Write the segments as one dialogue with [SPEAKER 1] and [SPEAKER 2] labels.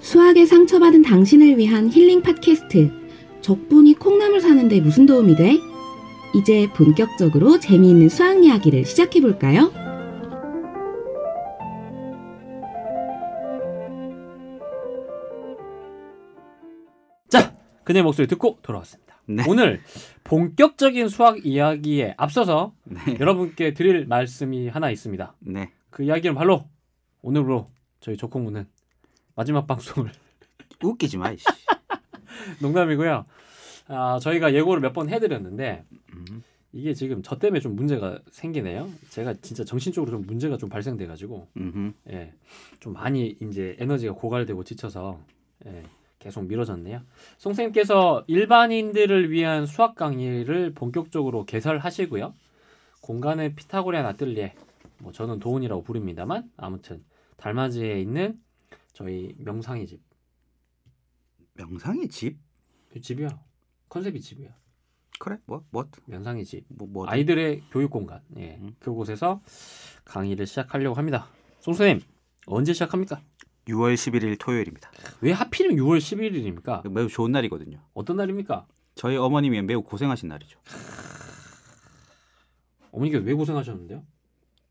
[SPEAKER 1] 수학에 상처받은 당신을 위한 힐링 팟캐스트. 적분이 콩나물 사는데 무슨 도움이 돼? 이제 본격적으로 재미있는 수학 이야기를 시작해볼까요?
[SPEAKER 2] 자, 그녀의 목소리 듣고 돌아왔습니다.
[SPEAKER 3] 네.
[SPEAKER 2] 오늘 본격적인 수학 이야기에 앞서서
[SPEAKER 3] 네.
[SPEAKER 2] 여러분께 드릴 말씀이 하나 있습니다.
[SPEAKER 3] 네.
[SPEAKER 2] 그 이야기는 바로 오늘로 저희 조콩무는 마지막 방송을
[SPEAKER 3] 웃기지 마. 이씨.
[SPEAKER 2] 농담이고요. 아, 저희가 예고를 몇 번 해드렸는데
[SPEAKER 3] 음.
[SPEAKER 2] 이게 지금 저 때문에 좀 문제가 생기네요. 제가 진짜 정신적으로 좀 문제가 좀 발생돼가지고
[SPEAKER 3] 음흠.
[SPEAKER 2] 예, 좀 많이 이제 에너지가 고갈되고 지쳐서 예, 계속 미뤄졌네요. 송 선생님께서 일반인들을 위한 수학 강의를 본격적으로 개설하시고요. 공간의 피타고리안 아뜰리에 뭐 저는 도훈이라고 부릅니다만 아무튼 달맞이에 있는 저희 명상의 집
[SPEAKER 3] 명상의 집?
[SPEAKER 2] 이 집이요 컨셉이 집이요
[SPEAKER 3] 그래. 뭐 뭐?
[SPEAKER 2] 명상의 집
[SPEAKER 3] 뭐 뭐.
[SPEAKER 2] 아이들의 교육 공간 예
[SPEAKER 3] 음.
[SPEAKER 2] 그곳에서 강의를 시작하려고 합니다. 송 선생님 언제 시작합니까?
[SPEAKER 3] 6월 11일 토요일입니다.
[SPEAKER 2] 왜 하필이면 6월 11일입니까?
[SPEAKER 3] 매우 좋은 날이거든요.
[SPEAKER 2] 어떤 날입니까?
[SPEAKER 3] 저희 어머님이 매우 고생하신 날이죠.
[SPEAKER 2] 어머니가 왜 고생하셨는데요?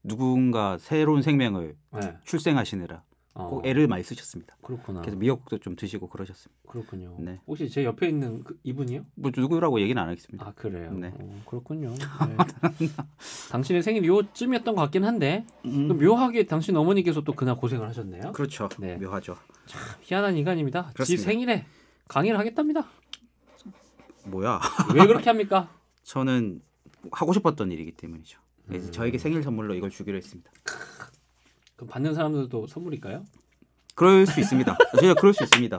[SPEAKER 3] 누군가 새로운 생명을
[SPEAKER 2] 네.
[SPEAKER 3] 출생하시느라
[SPEAKER 2] 어,
[SPEAKER 3] 꼭 애를 많이 쓰셨습니다.
[SPEAKER 2] 그렇구나.
[SPEAKER 3] 그래서 미역국도 좀 드시고 그러셨습니다.
[SPEAKER 2] 그렇군요.
[SPEAKER 3] 네.
[SPEAKER 2] 혹시 제 옆에 있는 그, 이분이요?
[SPEAKER 3] 뭐 누구라고 얘기는 안 하겠습니다.
[SPEAKER 2] 아 그래요.
[SPEAKER 3] 네.
[SPEAKER 2] 어, 그렇군요. 네. 당신의 생일 요쯤이었던 것 같긴 한데
[SPEAKER 3] 음.
[SPEAKER 2] 또 묘하게 당신 어머니께서 또 그날 고생을 하셨네요.
[SPEAKER 3] 그렇죠.
[SPEAKER 2] 네.
[SPEAKER 3] 묘하죠.
[SPEAKER 2] 희한한 인간입니다. 지
[SPEAKER 3] 그렇습니다.
[SPEAKER 2] 생일에 강의를 하겠답니다.
[SPEAKER 3] 뭐야?
[SPEAKER 2] 왜 그렇게 합니까?
[SPEAKER 3] 저는 하고 싶었던 일이기 때문이죠. 그래서
[SPEAKER 2] 음.
[SPEAKER 3] 저에게 생일 선물로 이걸 주기로 했습니다.
[SPEAKER 2] 그럼 받는 사람들도 선물일까요?
[SPEAKER 3] 그럴 수 있습니다. 진짜 그럴 수 있습니다.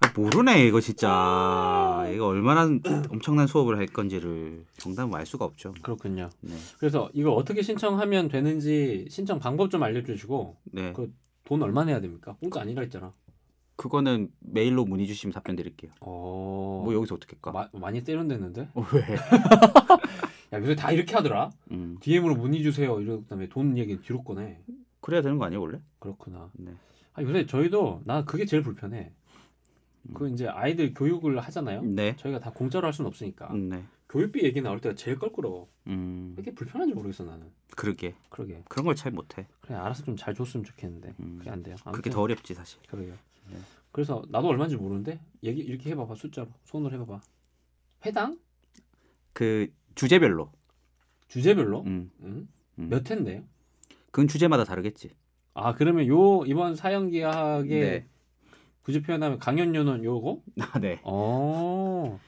[SPEAKER 3] 아, 모르네 이거 진짜 이거 얼마나 엄청난 수업을 할 건지를 정답은 알 수가 없죠.
[SPEAKER 2] 그렇군요.
[SPEAKER 3] 네,
[SPEAKER 2] 그래서 이걸 어떻게 신청하면 되는지 신청 방법 좀 알려주시고
[SPEAKER 3] 네.
[SPEAKER 2] 그- 돈 얼마 내야 됩니까? 공짜 아니라 했잖아.
[SPEAKER 3] 그거는 메일로 문의 주시면 답변 드릴게요.
[SPEAKER 2] 어...
[SPEAKER 3] 뭐 여기서 어떻게 할까?
[SPEAKER 2] 마- 많이 세련됐는데?
[SPEAKER 3] 어, 왜?
[SPEAKER 2] 야 요새 다 이렇게 하더라.
[SPEAKER 3] 음,
[SPEAKER 2] DM으로 문의 주세요. 이러고 그다음에 돈 얘기는 뒤로 꺼내.
[SPEAKER 3] 그래야 되는 거 아니에요 원래?
[SPEAKER 2] 그렇구나.
[SPEAKER 3] 네.
[SPEAKER 2] 아 요새 저희도 나 그게 제일 불편해.
[SPEAKER 3] 음.
[SPEAKER 2] 그 이제 아이들 교육을 하잖아요.
[SPEAKER 3] 네.
[SPEAKER 2] 저희가 다 공짜로 할 수는 없으니까
[SPEAKER 3] 음, 네.
[SPEAKER 2] 교육비 얘기 나올 때가 제일 껄끄러워.
[SPEAKER 3] 음,
[SPEAKER 2] 왜 이렇게 불편한지 모르겠어 나는.
[SPEAKER 3] 그러게
[SPEAKER 2] 그러게
[SPEAKER 3] 그런 걸 잘 못해.
[SPEAKER 2] 그래 알아서 좀 잘 줬으면 좋겠는데
[SPEAKER 3] 음.
[SPEAKER 2] 그게 안 돼요. 아무튼
[SPEAKER 3] 그게 더 어렵지 사실.
[SPEAKER 2] 그래요.
[SPEAKER 3] 네.
[SPEAKER 2] 그래서 나도 얼마인지 모르는데 얘기 이렇게 해봐봐 숫자로 손으로 해봐봐. 회당
[SPEAKER 3] 그 주제별로.
[SPEAKER 2] 주제별로
[SPEAKER 3] 음,
[SPEAKER 2] 음?
[SPEAKER 3] 음.
[SPEAKER 2] 몇 텐데요?
[SPEAKER 3] 그건 주제마다 다르겠지.
[SPEAKER 2] 아 그러면 요 이번 사연기학의
[SPEAKER 3] 네.
[SPEAKER 2] 굳이 표현하면 강연료는 요거?
[SPEAKER 3] 아, 네.
[SPEAKER 2] 어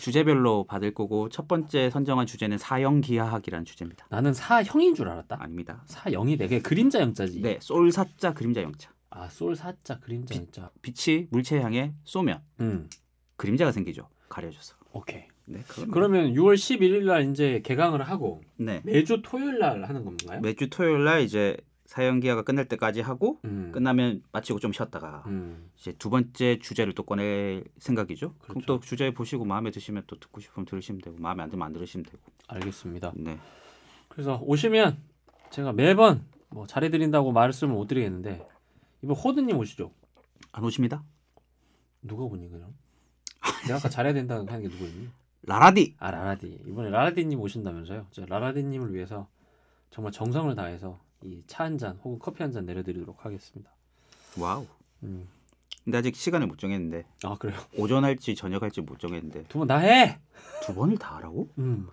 [SPEAKER 3] 주제별로 받을 거고 첫 번째 선정한 주제는 사형기하학이라는 주제입니다.
[SPEAKER 2] 나는 사형인 줄 알았다.
[SPEAKER 3] 아닙니다.
[SPEAKER 2] 사형이 내게 그림자 영자지.
[SPEAKER 3] 네, 솔 사자 그림자 영자.
[SPEAKER 2] 아솔 사자 그림자 영자.
[SPEAKER 3] 빛이 물체 향해 쏘면
[SPEAKER 2] 음
[SPEAKER 3] 그림자가 생기죠. 가려져서.
[SPEAKER 2] 오케이.
[SPEAKER 3] 네, 그건-
[SPEAKER 2] 그러면 6월 11일 날 이제 개강을 하고
[SPEAKER 3] 네.
[SPEAKER 2] 매주 토요일 날 하는 건가요?
[SPEAKER 3] 매주 토요일 날 이제 사형기하가 끝날 때까지 하고
[SPEAKER 2] 음.
[SPEAKER 3] 끝나면 마치고 좀 쉬었다가
[SPEAKER 2] 음.
[SPEAKER 3] 이제 두 번째 주제를 또 꺼낼 생각이죠. 그럼
[SPEAKER 2] 그렇죠.
[SPEAKER 3] 또 주제 보시고 마음에 드시면 또 듣고 싶으면 들으시면 되고 마음에 안 들면 안 들으시면 되고.
[SPEAKER 2] 알겠습니다.
[SPEAKER 3] 네.
[SPEAKER 2] 그래서 오시면 제가 매번 뭐 잘해드린다고 말씀을 못 드리겠는데 이번 호드님 오시죠.
[SPEAKER 3] 안 오십니다.
[SPEAKER 2] 누가 보니 그럼? 내가 아까 잘해야 된다고 하는 게 누구였니?
[SPEAKER 3] 라라디.
[SPEAKER 2] 아 라라디 이번에 라라디님 오신다면서요? 저 라라디님을 위해서 정말 정성을 다해서 이 차 한 잔 혹은 커피 한 잔 내려드리도록 하겠습니다.
[SPEAKER 3] 와우.
[SPEAKER 2] 음.
[SPEAKER 3] 근데 아직 시간을 못 정했는데
[SPEAKER 2] 아 그래요?
[SPEAKER 3] 오전 할지 저녁 할지 못 정했는데
[SPEAKER 2] 두 분 다 해.
[SPEAKER 3] 두 번을 다 하라고?
[SPEAKER 2] 음.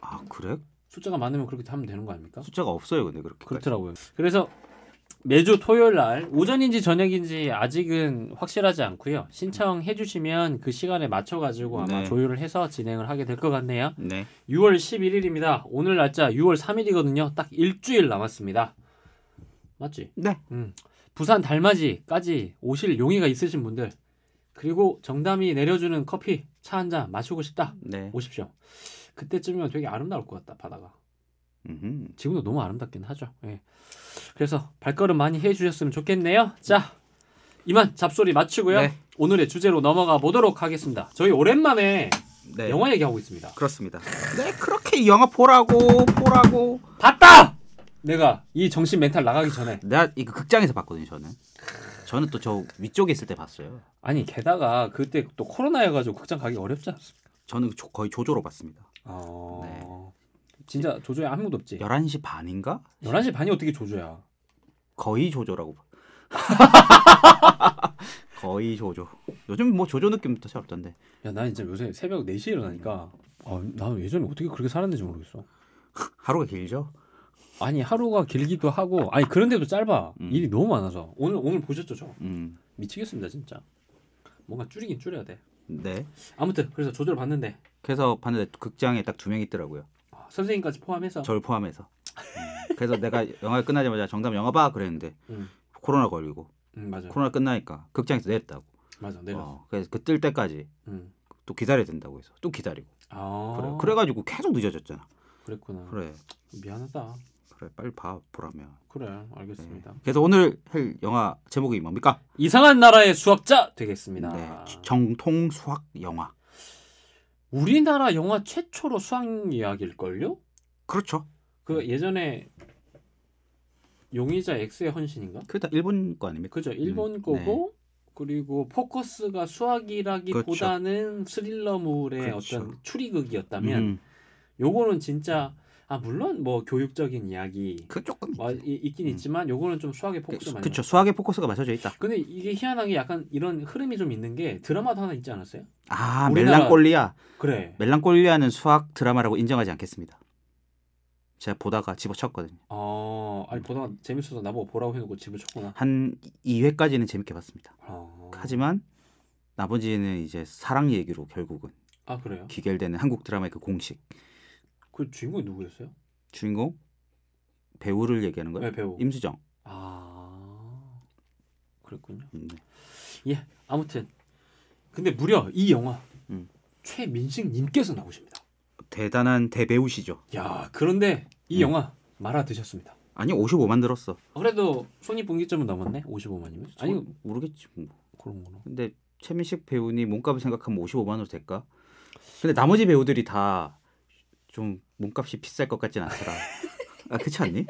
[SPEAKER 3] 아 그래?
[SPEAKER 2] 숫자가 많으면 그렇게 하면 되는 거 아닙니까?
[SPEAKER 3] 숫자가 없어요 근데 그렇게.
[SPEAKER 2] 그렇더라고요. 그래서 매주 토요일 날 오전인지 저녁인지 아직은 확실하지 않고요. 신청해 주시면 그 시간에 맞춰 가지고 아마
[SPEAKER 3] 네.
[SPEAKER 2] 조율을 해서 진행을 하게 될 것 같네요.
[SPEAKER 3] 네.
[SPEAKER 2] 6월 11일입니다. 오늘 날짜 6월 3일이거든요. 딱 일주일 남았습니다. 맞지?
[SPEAKER 3] 네.
[SPEAKER 2] 음. 부산 달맞이까지 오실 용의가 있으신 분들 그리고 정담이 내려주는 커피 차 한 잔 마시고 싶다
[SPEAKER 3] 네.
[SPEAKER 2] 오십시오. 그때쯤이면 되게 아름다울 것 같다 바다가.
[SPEAKER 3] 음흠.
[SPEAKER 2] 지금도 너무 아름답긴 하죠. 예. 그래서 발걸음 많이 해주셨으면 좋겠네요. 자, 이만 잡소리 마치고요.
[SPEAKER 3] 네.
[SPEAKER 2] 오늘의 주제로 넘어가 보도록 하겠습니다. 저희 오랜만에
[SPEAKER 3] 네.
[SPEAKER 2] 영화 얘기하고 있습니다.
[SPEAKER 3] 그렇습니다. 네, 그렇게 이 영화 보라고 보라고.
[SPEAKER 2] 봤다! 내가 이 정신 멘탈 나가기 전에
[SPEAKER 3] 내가 이거 극장에서 봤거든요, 저는. 저는 또 저 위쪽에 있을 때 봤어요.
[SPEAKER 2] 아니 게다가 그때 또 코로나여가지고 극장 가기 어렵지 않습니까?
[SPEAKER 3] 저는 조- 거의 조조로 봤습니다. 네.
[SPEAKER 2] 어... 진짜 조조야 아무도 없지.
[SPEAKER 3] 11시 반인가?
[SPEAKER 2] 11시 반이 어떻게 조조야?
[SPEAKER 3] 거의 조조라고 봐. 거의 조조. 요즘 뭐 조조 느낌부터 잘 없던데.
[SPEAKER 2] 야, 나 진짜 요새 새벽 4시에 일어나니까 아, 난 예전에 어떻게 그렇게 살았는지 모르겠어.
[SPEAKER 3] 하루가 길죠?
[SPEAKER 2] 아니, 하루가 길기도 하고 아니, 그런데도 짧아.
[SPEAKER 3] 음.
[SPEAKER 2] 일이 너무 많아서. 오늘 오늘 보셨죠, 저?
[SPEAKER 3] 음.
[SPEAKER 2] 미치겠습니다, 진짜. 뭔가 줄이긴 줄여야 돼.
[SPEAKER 3] 네.
[SPEAKER 2] 아무튼 그래서 조조를 봤는데
[SPEAKER 3] 그래서 봤는데 극장에 딱 두 명 있더라고요.
[SPEAKER 2] 아, 선생님까지 포함해서
[SPEAKER 3] 저를 포함해서. 음. 그래서 내가 영화 끝나자마자 정답 영화 봐 그랬는데
[SPEAKER 2] 음.
[SPEAKER 3] 코로나 걸리고
[SPEAKER 2] 음, 맞아.
[SPEAKER 3] 코로나 끝나니까 극장에서 내렸다고.
[SPEAKER 2] 맞아. 내려.
[SPEAKER 3] 어, 그래서 그 뜰 때까지
[SPEAKER 2] 음.
[SPEAKER 3] 또 기다려야 된다고 해서 또 기다리고.
[SPEAKER 2] 아.
[SPEAKER 3] 그래. 그래가지고 계속 늦어졌잖아.
[SPEAKER 2] 그랬구나.
[SPEAKER 3] 그래.
[SPEAKER 2] 미안하다.
[SPEAKER 3] 그래 빨리 봐 보라며. 네.
[SPEAKER 2] 그래. 알겠습니다.
[SPEAKER 3] 그래서 오늘 할 영화 제목이 뭡니까?
[SPEAKER 2] 이상한 나라의 수학자 되겠습니다.
[SPEAKER 3] 네, 정통 수학 영화.
[SPEAKER 2] 우리나라 영화 최초로 수학 이야기일 걸요?
[SPEAKER 3] 그렇죠.
[SPEAKER 2] 그 예전에 용의자 X의 헌신인가?
[SPEAKER 3] 그게 다 일본 거 아닙니까?
[SPEAKER 2] 그죠. 일본
[SPEAKER 3] 음,
[SPEAKER 2] 거고 그리고 포커스가 수학이라기보다는 스릴러물의
[SPEAKER 3] 그렇죠.
[SPEAKER 2] 어떤 추리극이었다면
[SPEAKER 3] 음,
[SPEAKER 2] 요거는 진짜 아 물론 뭐 교육적인 이야기
[SPEAKER 3] 그 조금
[SPEAKER 2] 와, 이- 있긴
[SPEAKER 3] 음.
[SPEAKER 2] 있지만 요거는 좀 수학에 포커스 많이.
[SPEAKER 3] 그렇죠.
[SPEAKER 2] 맞춰.
[SPEAKER 3] 수학에 포커스가 맞춰져 있다.
[SPEAKER 2] 근데 이게 희한하게 약간 이런 흐름이 좀 있는 게 드라마도 하나 있지 않았어요?
[SPEAKER 3] 아
[SPEAKER 2] 우리나라-
[SPEAKER 3] 멜랑콜리아.
[SPEAKER 2] 그래.
[SPEAKER 3] 네. 멜랑콜리아는 수학 드라마라고 인정하지 않겠습니다. 제가 보다가 집어쳤거든요.
[SPEAKER 2] 어, 아니 보다가 재밌어서 나보고 보라고 해놓고 집을 쳤구나.
[SPEAKER 3] 한 2회까지는 재밌게 봤습니다.
[SPEAKER 2] 어.
[SPEAKER 3] 하지만 나머지는 이제 사랑 얘기로 결국은
[SPEAKER 2] 아 그래요?
[SPEAKER 3] 기결되는 한국 드라마의 그 공식
[SPEAKER 2] 그 주인공이 누구였어요?
[SPEAKER 3] 주인공 배우를 얘기하는 거예요.
[SPEAKER 2] 네 배우.
[SPEAKER 3] 임수정.
[SPEAKER 2] 아 그랬군요.
[SPEAKER 3] 음, 네.
[SPEAKER 2] 아무튼 근데 무려 이 영화
[SPEAKER 3] 음.
[SPEAKER 2] 최민식님께서 나오십니다.
[SPEAKER 3] 대단한 대배우시죠.
[SPEAKER 2] 야 그런데 이
[SPEAKER 3] 음.
[SPEAKER 2] 영화 말아 드셨습니다.
[SPEAKER 3] 아니 55만 들었어.
[SPEAKER 2] 그래도 손익분기점은 넘었네. 55만이면. 아니
[SPEAKER 3] 아니 모르겠지 뭐.
[SPEAKER 2] 그런 거나.
[SPEAKER 3] 근데 최민식 배우니 몸값을 생각하면 55만으로 될까? 근데 나머지 배우들이 다 좀 몸값이 비쌀 것 같진 않더라. 아 그렇지 않니?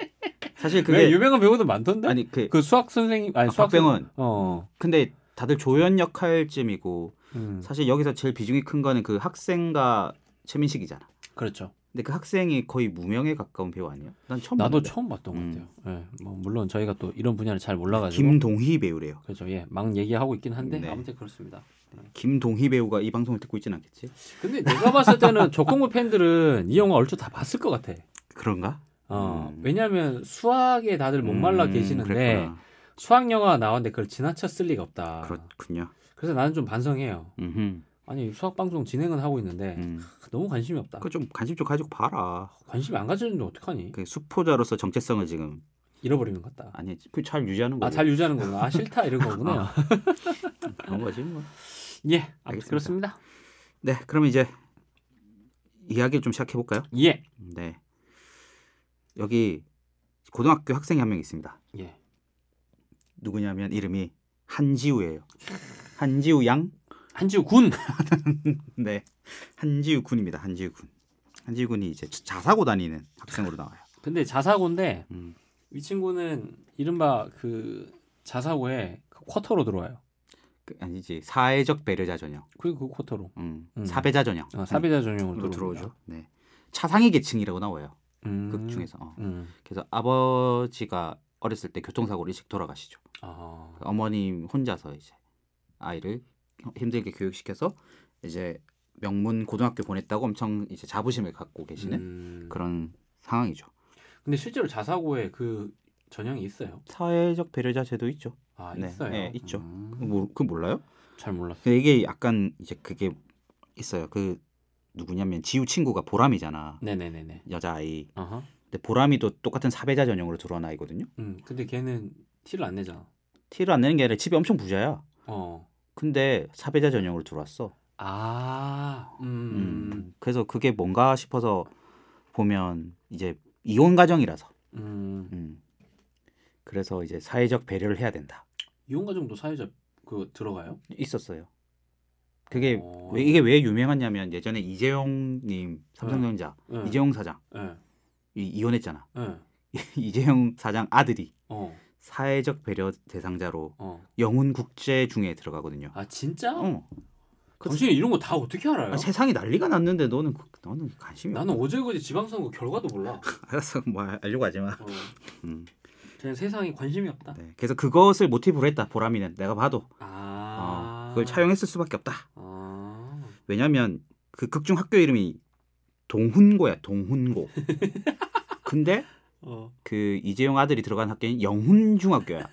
[SPEAKER 3] 사실
[SPEAKER 2] 그래
[SPEAKER 3] 그게
[SPEAKER 2] 유명한 배우도 많던데.
[SPEAKER 3] 아니 그,
[SPEAKER 2] 그 수학 선생님 아니
[SPEAKER 3] 아,
[SPEAKER 2] 수학 선-
[SPEAKER 3] 박병원.
[SPEAKER 2] 어.
[SPEAKER 3] 근데 다들 조연 역할쯤이고
[SPEAKER 2] 음.
[SPEAKER 3] 사실 여기서 제일 비중이 큰 거는 그 학생과 최민식이잖아.
[SPEAKER 2] 그렇죠.
[SPEAKER 3] 근데 그 학생이 거의 무명에 가까운 배우 아니야? 난 처음
[SPEAKER 2] 나도
[SPEAKER 3] 봤는데.
[SPEAKER 2] 처음 봤던
[SPEAKER 3] 음.
[SPEAKER 2] 것 같아요. 예. 뭐 물론 저희가 또 이런 분야를 잘 몰라가지고.
[SPEAKER 3] 김동희 배우래요.
[SPEAKER 2] 그렇죠. 예. 막 얘기하고 있긴 한데
[SPEAKER 3] 네.
[SPEAKER 2] 아무튼 그렇습니다.
[SPEAKER 3] 김동희 배우가 이 방송을 듣고 있진 않겠지?
[SPEAKER 2] 근데 내가 봤을 때는 조건부 팬들은 이 영화 얼추 다 봤을 것 같아.
[SPEAKER 3] 그런가?
[SPEAKER 2] 어,
[SPEAKER 3] 음.
[SPEAKER 2] 왜냐하면 수학에 다들 목말라
[SPEAKER 3] 음,
[SPEAKER 2] 계시는데
[SPEAKER 3] 그랬구나.
[SPEAKER 2] 수학 영화가 나왔는데 그걸 지나쳤을 리가 없다.
[SPEAKER 3] 그렇군요.
[SPEAKER 2] 그래서 나는 좀 반성해요.
[SPEAKER 3] 음흠.
[SPEAKER 2] 아니 수학 방송 진행은 하고 있는데
[SPEAKER 3] 음.
[SPEAKER 2] 너무 관심이 없다.
[SPEAKER 3] 그좀 관심 좀 가지고 봐라.
[SPEAKER 2] 관심 안 가지는데 어떡하니?
[SPEAKER 3] 그 수포자로서 정체성을 지금
[SPEAKER 2] 잃어버리는 것 같다.
[SPEAKER 3] 아니 그잘 유지하는 거고
[SPEAKER 2] 아 잘 유지하는 거구나. 아 싫다 이런 거구나.
[SPEAKER 3] 그런 거지 뭐.
[SPEAKER 2] 예, 아무튼
[SPEAKER 3] 알겠습니다.
[SPEAKER 2] 그렇습니다.
[SPEAKER 3] 네, 그럼 이제 이야기를 좀 시작해 볼까요?
[SPEAKER 2] 예,
[SPEAKER 3] 네. 여기 고등학교 학생이 한 명 있습니다.
[SPEAKER 2] 예.
[SPEAKER 3] 누구냐면 이름이 한지우예요. 한지우 양?
[SPEAKER 2] 한지우 군.
[SPEAKER 3] 네. 한지우 군입니다. 한지우 군. 한지우 군이 이제 자- 자사고 다니는 학생으로 나와요.
[SPEAKER 2] 근데 자사고인데
[SPEAKER 3] 음.
[SPEAKER 2] 이 친구는 이른바 그 자사고에 그 쿼터로 들어와요.
[SPEAKER 3] 그 아니지 사회적 배려자 전형,
[SPEAKER 2] 그게 그 쿼터로.
[SPEAKER 3] 음.
[SPEAKER 2] 음.
[SPEAKER 3] 사배자 전형.
[SPEAKER 2] 아, 사비자 전용으로
[SPEAKER 3] 로
[SPEAKER 2] 들어오죠.
[SPEAKER 3] 들어오죠. 네. 차상위 계층이라고 나와요.
[SPEAKER 2] 음.
[SPEAKER 3] 극 중에서. 어.
[SPEAKER 2] 음.
[SPEAKER 3] 그래서 아버지가 어렸을 때 교통사고로 일찍 돌아가시죠.
[SPEAKER 2] 아.
[SPEAKER 3] 어머님 혼자서 이제 아이를 힘들게 교육시켜서 이제 명문 고등학교 보냈다고 엄청 이제 자부심을 갖고 계시는
[SPEAKER 2] 음.
[SPEAKER 3] 그런 상황이죠.
[SPEAKER 2] 근데 실제로 자사고에 그 전형이 있어요.
[SPEAKER 3] 사회적 배려자 제도 있죠.
[SPEAKER 2] 아
[SPEAKER 3] 네,
[SPEAKER 2] 있어요.
[SPEAKER 3] 네, 있죠.
[SPEAKER 2] 음,
[SPEAKER 3] 뭐, 그 몰라요?
[SPEAKER 2] 잘 몰랐어.
[SPEAKER 3] 근데 이게 약간 이제 그게 있어요. 그 누구냐면 지우 친구가 보람이잖아.
[SPEAKER 2] 네네네네.
[SPEAKER 3] 여자 아이.
[SPEAKER 2] 아하.
[SPEAKER 3] 근데 보람이도 똑같은 사배자 전형으로 들어온 아이거든요.
[SPEAKER 2] 음. 근데 걔는 티를 안 내잖아.
[SPEAKER 3] 티를 안 내는 게 아니라 집이 엄청 부자야.
[SPEAKER 2] 어.
[SPEAKER 3] 근데 사배자 전형으로 들어왔어.
[SPEAKER 2] 아. 음.
[SPEAKER 3] 음, 그래서 그게 뭔가 싶어서 보면 이제 이혼 가정이라서
[SPEAKER 2] 음.
[SPEAKER 3] 음. 그래서 이제 사회적 배려를 해야 된다
[SPEAKER 2] 이혼 가정도 사회자 그 들어가요?
[SPEAKER 3] 있었어요. 그게
[SPEAKER 2] 어.
[SPEAKER 3] 예. 왜, 이게 왜 유명하냐면 예전에 이재용님 삼성전자
[SPEAKER 2] 예.
[SPEAKER 3] 이재용 사장
[SPEAKER 2] 예.
[SPEAKER 3] 이, 이혼했잖아.
[SPEAKER 2] 예.
[SPEAKER 3] 이재용 사장 아들이
[SPEAKER 2] 어.
[SPEAKER 3] 사회적 배려 대상자로
[SPEAKER 2] 어.
[SPEAKER 3] 영훈 국제 중에 들어가거든요.
[SPEAKER 2] 아 진짜?
[SPEAKER 3] 어. 그-
[SPEAKER 2] 당신이 이런 거 다 어떻게 알아요?
[SPEAKER 3] 아, 세상이 난리가 났는데 너는 그- 너는 관심이
[SPEAKER 2] 나는
[SPEAKER 3] 없어.
[SPEAKER 2] 어제 그제 지방선거 결과도 몰라.
[SPEAKER 3] 알았어 뭐 알- 알려고 하지 마.
[SPEAKER 2] 어.
[SPEAKER 3] 음.
[SPEAKER 2] 그냥 세상에 관심이 없다.
[SPEAKER 3] 네. 그래서 그것을 모티브로 했다 보람이는 내가 봐도
[SPEAKER 2] 아
[SPEAKER 3] 어, 그걸 차용했을 수밖에 없다.
[SPEAKER 2] 아
[SPEAKER 3] 왜냐하면 그 극중 학교 이름이 동훈고야 동훈고. 근데
[SPEAKER 2] 어.
[SPEAKER 3] 그 이재용 아들이 들어간 학교는 영훈중학교야.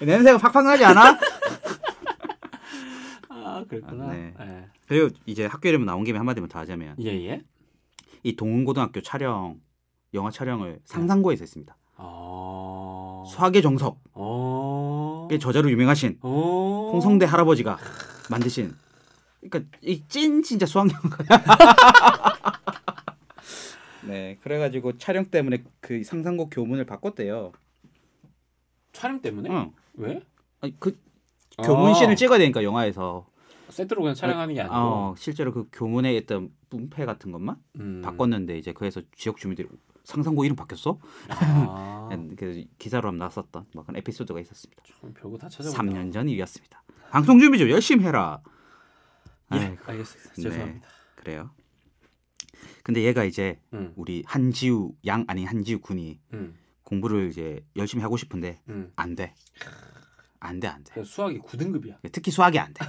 [SPEAKER 3] 냄새가 팍팍 나지 않아?
[SPEAKER 2] 아 그랬구나.
[SPEAKER 3] 아,
[SPEAKER 2] 예
[SPEAKER 3] 네. 그리고 이제 학교 이름 나온 김에 한마디만 더 하자면
[SPEAKER 2] 예. 예.
[SPEAKER 3] 이 동훈고등학교 촬영 영화 촬영을 상상고에서 했습니다.
[SPEAKER 2] 네. 어.
[SPEAKER 3] 수학의 정석의
[SPEAKER 2] 어.
[SPEAKER 3] 저자로 유명하신
[SPEAKER 2] 어.
[SPEAKER 3] 홍성대 할아버지가 만드신 그러니까 이 찐 진짜 수학 영화야. 네, 그래가지고 촬영 때문에 그 상상고 교문을 바꿨대요.
[SPEAKER 2] 촬영 때문에?
[SPEAKER 3] 응.
[SPEAKER 2] 왜?
[SPEAKER 3] 네? 어. 아니, 그 교문씬을
[SPEAKER 2] 아,
[SPEAKER 3] 찍어야 되니까 영화에서
[SPEAKER 2] 세트로 그냥 촬영하는 게 아니고.
[SPEAKER 3] 어, 실제로 그 교문에 있던 분패 같은 것만
[SPEAKER 2] 음.
[SPEAKER 3] 바꿨는데 이제 그래서 지역 주민들이 상상고 이름 바뀌었어? 네,
[SPEAKER 2] 아,
[SPEAKER 3] 그래서 기사로 한번 났었던 막 그런 에피소드가 있었습니다.
[SPEAKER 2] 참 별거 다 찾아본다.
[SPEAKER 3] 3년 전 일이었습니다. 방송 준비 좀 열심히 해라.
[SPEAKER 2] 예,
[SPEAKER 3] 아이고,
[SPEAKER 2] 알겠습니다.
[SPEAKER 3] 네.
[SPEAKER 2] 죄송합니다.
[SPEAKER 3] 그래요. 근데 얘가 이제
[SPEAKER 2] 음,
[SPEAKER 3] 우리 한지우 양 아닌 한지우 군이
[SPEAKER 2] 음,
[SPEAKER 3] 공부를 이제 열심히 하고 싶은데
[SPEAKER 2] 음.
[SPEAKER 3] 안 돼. 안 돼, 안 돼.
[SPEAKER 2] 그래서 수학이 9등급이야.
[SPEAKER 3] 특히 수학이 안 돼.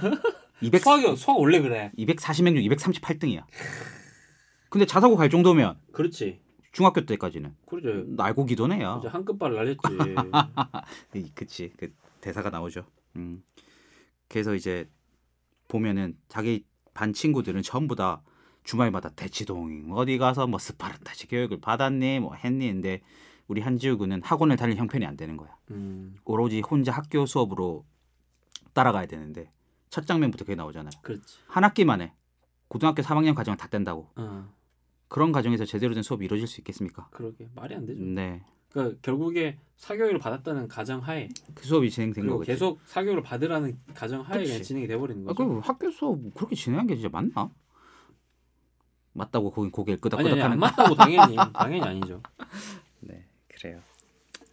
[SPEAKER 3] 200
[SPEAKER 2] 수학이 수학 원래 그래.
[SPEAKER 3] 240명 중 238등이야. 근데 자사고 갈 정도면
[SPEAKER 2] 그렇지.
[SPEAKER 3] 중학교 때까지는
[SPEAKER 2] 그러죠.
[SPEAKER 3] 알고 기도네요.
[SPEAKER 2] 이제 한 급발 날렸지.
[SPEAKER 3] 이- 그치 그 대사가 나오죠. 음. 그래서 이제 보면은 자기 반 친구들은 전부 다 주말마다 대치동 어디 가서 뭐 스파르타식 교육을 받았니 뭐 했니 근데 우리 한지우 군은 학원을 다닐 형편이 안 되는 거야.
[SPEAKER 2] 음,
[SPEAKER 3] 오로지 혼자 학교 수업으로 따라가야 되는데 첫 장면부터 그게 나오잖아요.
[SPEAKER 2] 그렇지.
[SPEAKER 3] 한 학기만에 고등학교 3학년 과정을 다 뗀다고
[SPEAKER 2] 어,
[SPEAKER 3] 그런 과정에서 제대로 된 수업이 이루어질 수 있겠습니까?
[SPEAKER 2] 그러게 말이 안 되죠.
[SPEAKER 3] 네,
[SPEAKER 2] 그러니까 결국에 사교육을 받았다는 가정하에
[SPEAKER 3] 그 수업이 진행된
[SPEAKER 2] 그리고
[SPEAKER 3] 거겠죠.
[SPEAKER 2] 계속 사교육을 받으라는 가정하에 그냥
[SPEAKER 3] 그치.
[SPEAKER 2] 진행이 돼버리는
[SPEAKER 3] 아,
[SPEAKER 2] 거죠.
[SPEAKER 3] 그 학교 수업 그렇게 진행한 게 진짜 맞나? 맞다고 거긴 고개를
[SPEAKER 2] 아니 아니 안
[SPEAKER 3] 끄덕끄덕하는.
[SPEAKER 2] 맞다고 당연히 당연히 아니죠.
[SPEAKER 3] 네, 그래요.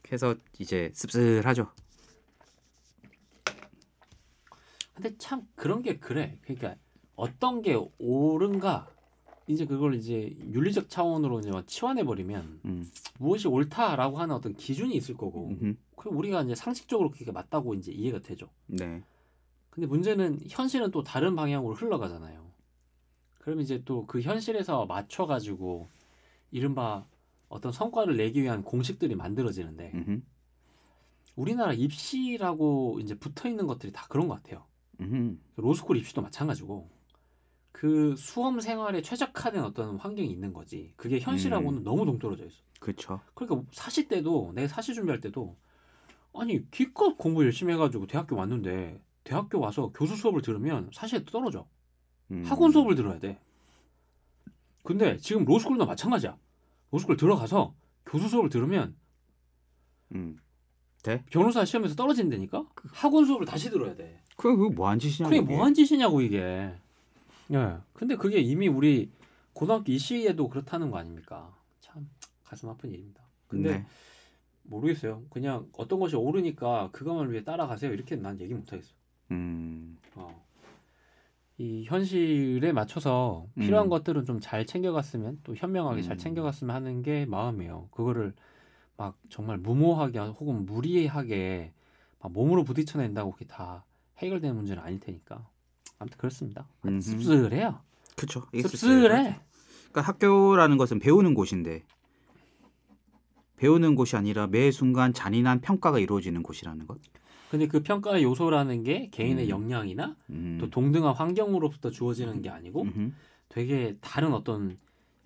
[SPEAKER 3] 그래서 이제 씁쓸하죠.
[SPEAKER 2] 근데 참 그런 게 그래. 그러니까 어떤 게 옳은가 이제 그걸 이제 윤리적 차원으로 이제 막 치환해 버리면
[SPEAKER 3] 음.
[SPEAKER 2] 무엇이 옳다라고 하는 어떤 기준이 있을 거고
[SPEAKER 3] 음흠.
[SPEAKER 2] 그럼 우리가 이제 상식적으로 그게 맞다고 이제 이해가 되죠.
[SPEAKER 3] 네.
[SPEAKER 2] 근데 문제는 현실은 또 다른 방향으로 흘러가잖아요. 그럼 이제 또 그 현실에서 맞춰 가지고 이른바 어떤 성과를 내기 위한 공식들이 만들어지는데
[SPEAKER 3] 음흠.
[SPEAKER 2] 우리나라 입시라고 이제 붙어 있는 것들이 다 그런 것 같아요.
[SPEAKER 3] 음흠.
[SPEAKER 2] 로스쿨 입시도 마찬가지고 그 수험 생활에 최적화된 어떤 환경이 있는 거지 그게 현실하고는 너무 동떨어져 있어
[SPEAKER 3] 그렇죠.
[SPEAKER 2] 그러니까 사시 때도 내 사시 준비할 때도 아니 기껏 공부 열심히 해가지고 대학교 왔는데 대학교 와서 교수 수업을 들으면 사시에 떨어져
[SPEAKER 3] 음.
[SPEAKER 2] 학원 수업을 들어야 돼 근데 지금 로스쿨도 마찬가지야 로스쿨 들어가서 교수 수업을 들으면
[SPEAKER 3] 음.
[SPEAKER 2] 변호사 시험에서 떨어진다니까 그 학원 수업을 다시 들어야 돼
[SPEAKER 3] 그게 그거 뭐한 짓이냐?
[SPEAKER 2] 그게 뭐한 짓이냐고 이게. 예. 근데 그게 이미 우리 고등학교 이시에도 그렇다는 거 아닙니까? 참 가슴 아픈 일입니다. 근데
[SPEAKER 3] 네.
[SPEAKER 2] 모르겠어요. 그냥 어떤 것이 옳으니까 그것만 위해 따라가세요. 이렇게 난 얘기 못 하겠어.
[SPEAKER 3] 음.
[SPEAKER 2] 어. 이 현실에 맞춰서 필요한
[SPEAKER 3] 음.
[SPEAKER 2] 것들은 좀 잘 챙겨갔으면 또 현명하게 잘
[SPEAKER 3] 음.
[SPEAKER 2] 챙겨갔으면 하는 게 마음이에요. 그거를 막 정말 무모하게 혹은 무리하게 막 몸으로 부딪혀낸다고 그게 다 해결되는 문제는 아닐 테니까. 아무튼 그렇습니다.
[SPEAKER 3] 음흠.
[SPEAKER 2] 씁쓸해요.
[SPEAKER 3] 그렇죠. 이게
[SPEAKER 2] 씁쓸해.
[SPEAKER 3] 그러니까 학교라는 것은 배우는 곳인데 배우는 곳이 아니라 매 순간 잔인한 평가가 이루어지는 곳이라는 것.
[SPEAKER 2] 근데 그 평가의 요소라는 게 개인의
[SPEAKER 3] 음.
[SPEAKER 2] 역량이나
[SPEAKER 3] 음.
[SPEAKER 2] 또 동등한 환경으로부터 주어지는 게 아니고
[SPEAKER 3] 음흠.
[SPEAKER 2] 되게 다른 어떤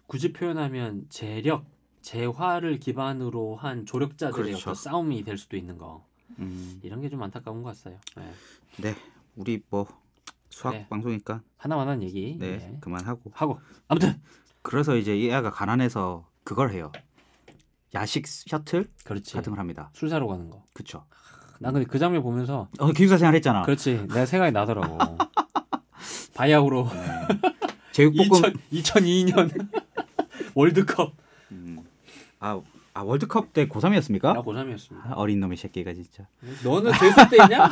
[SPEAKER 2] 굳이 표현하면 재력, 재화를 기반으로 한 조력자들의
[SPEAKER 3] 그렇죠.
[SPEAKER 2] 어떤 싸움이 될 수도 있는 거
[SPEAKER 3] 음.
[SPEAKER 2] 이런 게 좀 안타까운 것 같아요. 네.
[SPEAKER 3] 우리 뭐 수학
[SPEAKER 2] 네.
[SPEAKER 3] 방송이니까
[SPEAKER 2] 하나만한 얘기
[SPEAKER 3] 네,
[SPEAKER 2] 네.
[SPEAKER 3] 그만하고
[SPEAKER 2] 하고 아무튼
[SPEAKER 3] 그래서 이제 이 애가 가난해서 그걸 해요 야식 셔틀
[SPEAKER 2] 그렇지
[SPEAKER 3] 같은 걸 합니다
[SPEAKER 2] 술 사러 가는 거.
[SPEAKER 3] 그쵸
[SPEAKER 2] 나 근데 그 장면 보면서
[SPEAKER 3] 어 기숙사 생활 했잖아
[SPEAKER 2] 그렇지 내가 생각이 나더라고. 바야흐로
[SPEAKER 3] 네. 제육볶음
[SPEAKER 2] 2000, 2002년 월드컵
[SPEAKER 3] 음. 아 아 월드컵 때
[SPEAKER 2] 나 어.
[SPEAKER 3] 고3이었습니까? 아,
[SPEAKER 2] 고3이었습니다.
[SPEAKER 3] 어린 놈의 새끼가 진짜.
[SPEAKER 2] 너는 재수 때냐?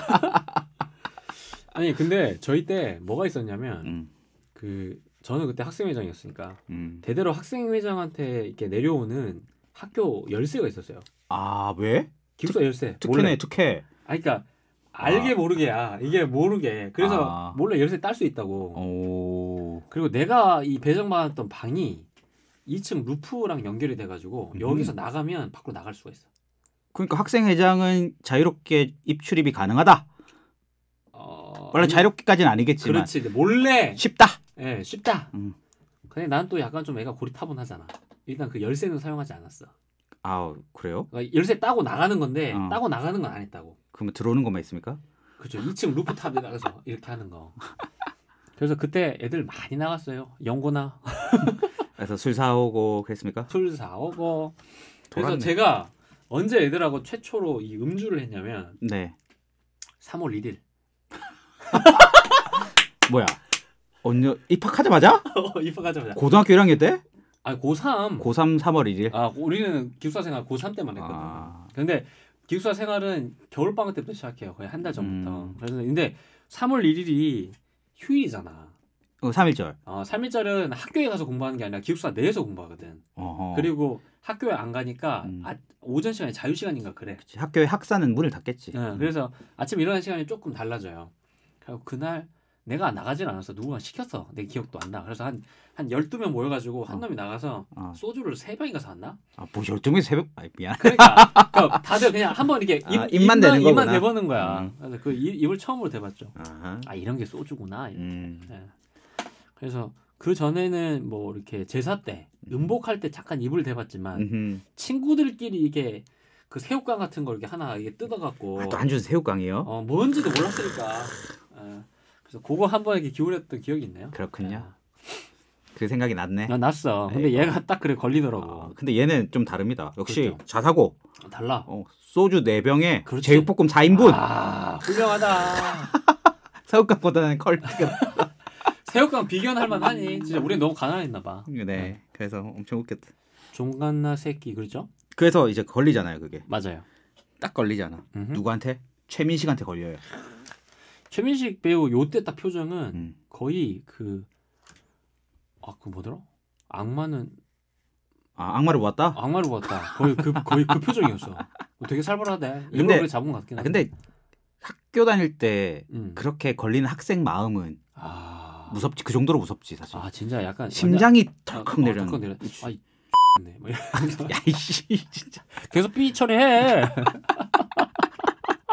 [SPEAKER 2] 아니 근데 저희 때 뭐가 있었냐면
[SPEAKER 3] 음,
[SPEAKER 2] 그 저는 그때 학생회장이었으니까
[SPEAKER 3] 음.
[SPEAKER 2] 대대로 학생회장한테 이렇게 내려오는 학교 열쇠가 있었어요.
[SPEAKER 3] 아 왜?
[SPEAKER 2] 기숙사 열쇠.
[SPEAKER 3] 특혜네 특혜.
[SPEAKER 2] 아니 그러니까 알게
[SPEAKER 3] 아.
[SPEAKER 2] 모르게야. 이게 모르게. 그래서
[SPEAKER 3] 아. 어.
[SPEAKER 2] 몰래 열쇠 딸 수 있다고.
[SPEAKER 3] 오.
[SPEAKER 2] 그리고 내가 이 배정받았던 방이 2층 루프랑 연결이 돼가지고
[SPEAKER 3] 음.
[SPEAKER 2] 여기서 나가면 밖으로 나갈 수가 있어.
[SPEAKER 3] 그러니까 학생 회장은 자유롭게 입출입이 가능하다.
[SPEAKER 2] 어,
[SPEAKER 3] 물론
[SPEAKER 2] 아니,
[SPEAKER 3] 자유롭게까지는 아니겠지만
[SPEAKER 2] 그렇지. 근데 몰래.
[SPEAKER 3] 쉽다.
[SPEAKER 2] 예, 쉽다.
[SPEAKER 3] 음.
[SPEAKER 2] 근데 난 또 약간 좀 애가 고리타분하잖아. 일단 그 열쇠는 사용하지 않았어.
[SPEAKER 3] 아 그래요?
[SPEAKER 2] 그러니까 열쇠 따고 나가는 건데
[SPEAKER 3] 어.
[SPEAKER 2] 따고 나가는 건 안 했다고.
[SPEAKER 3] 그러면 들어오는 것만 있습니까?
[SPEAKER 2] 그죠. 2층 루프탑에 나가서 이렇게 하는 거. 그래서 그때 애들 많이 나갔어요. 연고나
[SPEAKER 3] 그래서 술 사오고 그랬습니까?
[SPEAKER 2] 술 사오고. 그래서
[SPEAKER 3] 돌았네.
[SPEAKER 2] 제가 언제 애들하고 최초로 이 음주를 했냐면
[SPEAKER 3] 네.
[SPEAKER 2] 3월 1일.
[SPEAKER 3] 뭐야? 언제 입학하자마자?
[SPEAKER 2] 입학하자마자.
[SPEAKER 3] 고등학교 1학년 때?
[SPEAKER 2] 어, 아 고3.
[SPEAKER 3] 고3 3월 1일.
[SPEAKER 2] 아 우리는 기숙사 생활 고3 때만 했거든. 요
[SPEAKER 3] 아,
[SPEAKER 2] 근데 기숙사 생활은 겨울 방학 때부터 시작해요. 거의 한 달 전부터.
[SPEAKER 3] 음.
[SPEAKER 2] 그래서 근데 3월 1일이 휴일이잖아.
[SPEAKER 3] 어, 3일절.
[SPEAKER 2] 어, 3일절은 학교에 가서 공부하는 게 아니라 기숙사 내에서 공부하거든.
[SPEAKER 3] 어허.
[SPEAKER 2] 그리고 학교에 안 가니까
[SPEAKER 3] 음.
[SPEAKER 2] 아, 오전 시간에 자유 시간인가 그래.
[SPEAKER 3] 그치, 학교의 학사는 문을 닫겠지. 어.
[SPEAKER 2] 네, 그래서 아침 일어나는 시간이 조금 달라져요. 그리고 그날 내가 나가진 않았어. 누군가 시켰어. 내 기억도 안 나. 그래서 한, 한 12명 모여가지고 한
[SPEAKER 3] 어.
[SPEAKER 2] 놈이 나가서
[SPEAKER 3] 아,
[SPEAKER 2] 소주를 세병인가 샀나?
[SPEAKER 3] 아, 뭐 열두 명 새벽. 아, 미안.
[SPEAKER 2] 그러니까, 그러니까 다들 그냥 한번 이렇게 입,
[SPEAKER 3] 아, 입만 대는
[SPEAKER 2] 입만
[SPEAKER 3] 거구나.
[SPEAKER 2] 대보는 거야.
[SPEAKER 3] 음.
[SPEAKER 2] 그래서 그 입, 입을 처음으로 대봤죠.
[SPEAKER 3] 아하.
[SPEAKER 2] 아 이런 게 소주구나.
[SPEAKER 3] 음.
[SPEAKER 2] 네. 그래서 그 전에는 뭐 이렇게 제사 때 음복할 때 잠깐 입을 대봤지만
[SPEAKER 3] 음흠.
[SPEAKER 2] 친구들끼리 이게 그 새우깡 같은 걸 이렇게 하나 이게 뜯어갖고
[SPEAKER 3] 아, 또 안준 새우깡이요?
[SPEAKER 2] 뭐 어, 뭔지도 몰랐으니까. 어, 그래서 그거 한번 이렇게 기울였던 기억이 있네요.
[SPEAKER 3] 그렇군요. 그 생각이 났네.
[SPEAKER 2] 나 났어. 근데
[SPEAKER 3] 에이.
[SPEAKER 2] 얘가 딱 그래
[SPEAKER 3] 아,
[SPEAKER 2] 걸리더라고.
[SPEAKER 3] 근데 얘는 좀 다릅니다. 역시
[SPEAKER 2] 그렇죠.
[SPEAKER 3] 자사고
[SPEAKER 2] 달라.
[SPEAKER 3] 어, 소주 4병에
[SPEAKER 2] 그렇지.
[SPEAKER 3] 제육볶음 4인분
[SPEAKER 2] 아, 훌륭하다.
[SPEAKER 3] 새우깡보다는 컬트가
[SPEAKER 2] 새우깡 비견할 만하니. 진짜 우린 너무 가난했나 봐.
[SPEAKER 3] 네 그래서 엄청 웃겼다
[SPEAKER 2] 종갓나 새끼 그렇죠?
[SPEAKER 3] 그래서 이제 걸리잖아요 그게
[SPEAKER 2] 맞아요.
[SPEAKER 3] 딱 걸리잖아
[SPEAKER 2] 음흠.
[SPEAKER 3] 누구한테? 최민식한테 걸려요
[SPEAKER 2] 최민식 배우 요때 딱 표정은
[SPEAKER 3] 음.
[SPEAKER 2] 거의 그 아, 그 뭐더라? 악마는
[SPEAKER 3] 아 악마를 보았다?
[SPEAKER 2] 악마를 보았다. 거의 그 거의 그 표정이었어. 되게 살벌하대. 일부러
[SPEAKER 3] 근데-
[SPEAKER 2] 그래 잡은 것 같긴
[SPEAKER 3] 아,
[SPEAKER 2] 한데.
[SPEAKER 3] 근데 학교 다닐 때
[SPEAKER 2] 음.
[SPEAKER 3] 그렇게 걸리는 학생 마음은
[SPEAKER 2] 아,
[SPEAKER 3] 무섭지 그 정도로 무섭지 사실
[SPEAKER 2] 아 진짜 약간
[SPEAKER 3] 심장이
[SPEAKER 2] 완전-
[SPEAKER 3] 털컥 내려
[SPEAKER 2] 어, 덜컥
[SPEAKER 3] 는
[SPEAKER 2] 내려. 아, 이 X네. 뭐 이러면서
[SPEAKER 3] 야이씨 진짜
[SPEAKER 2] 계속 삐 처리해.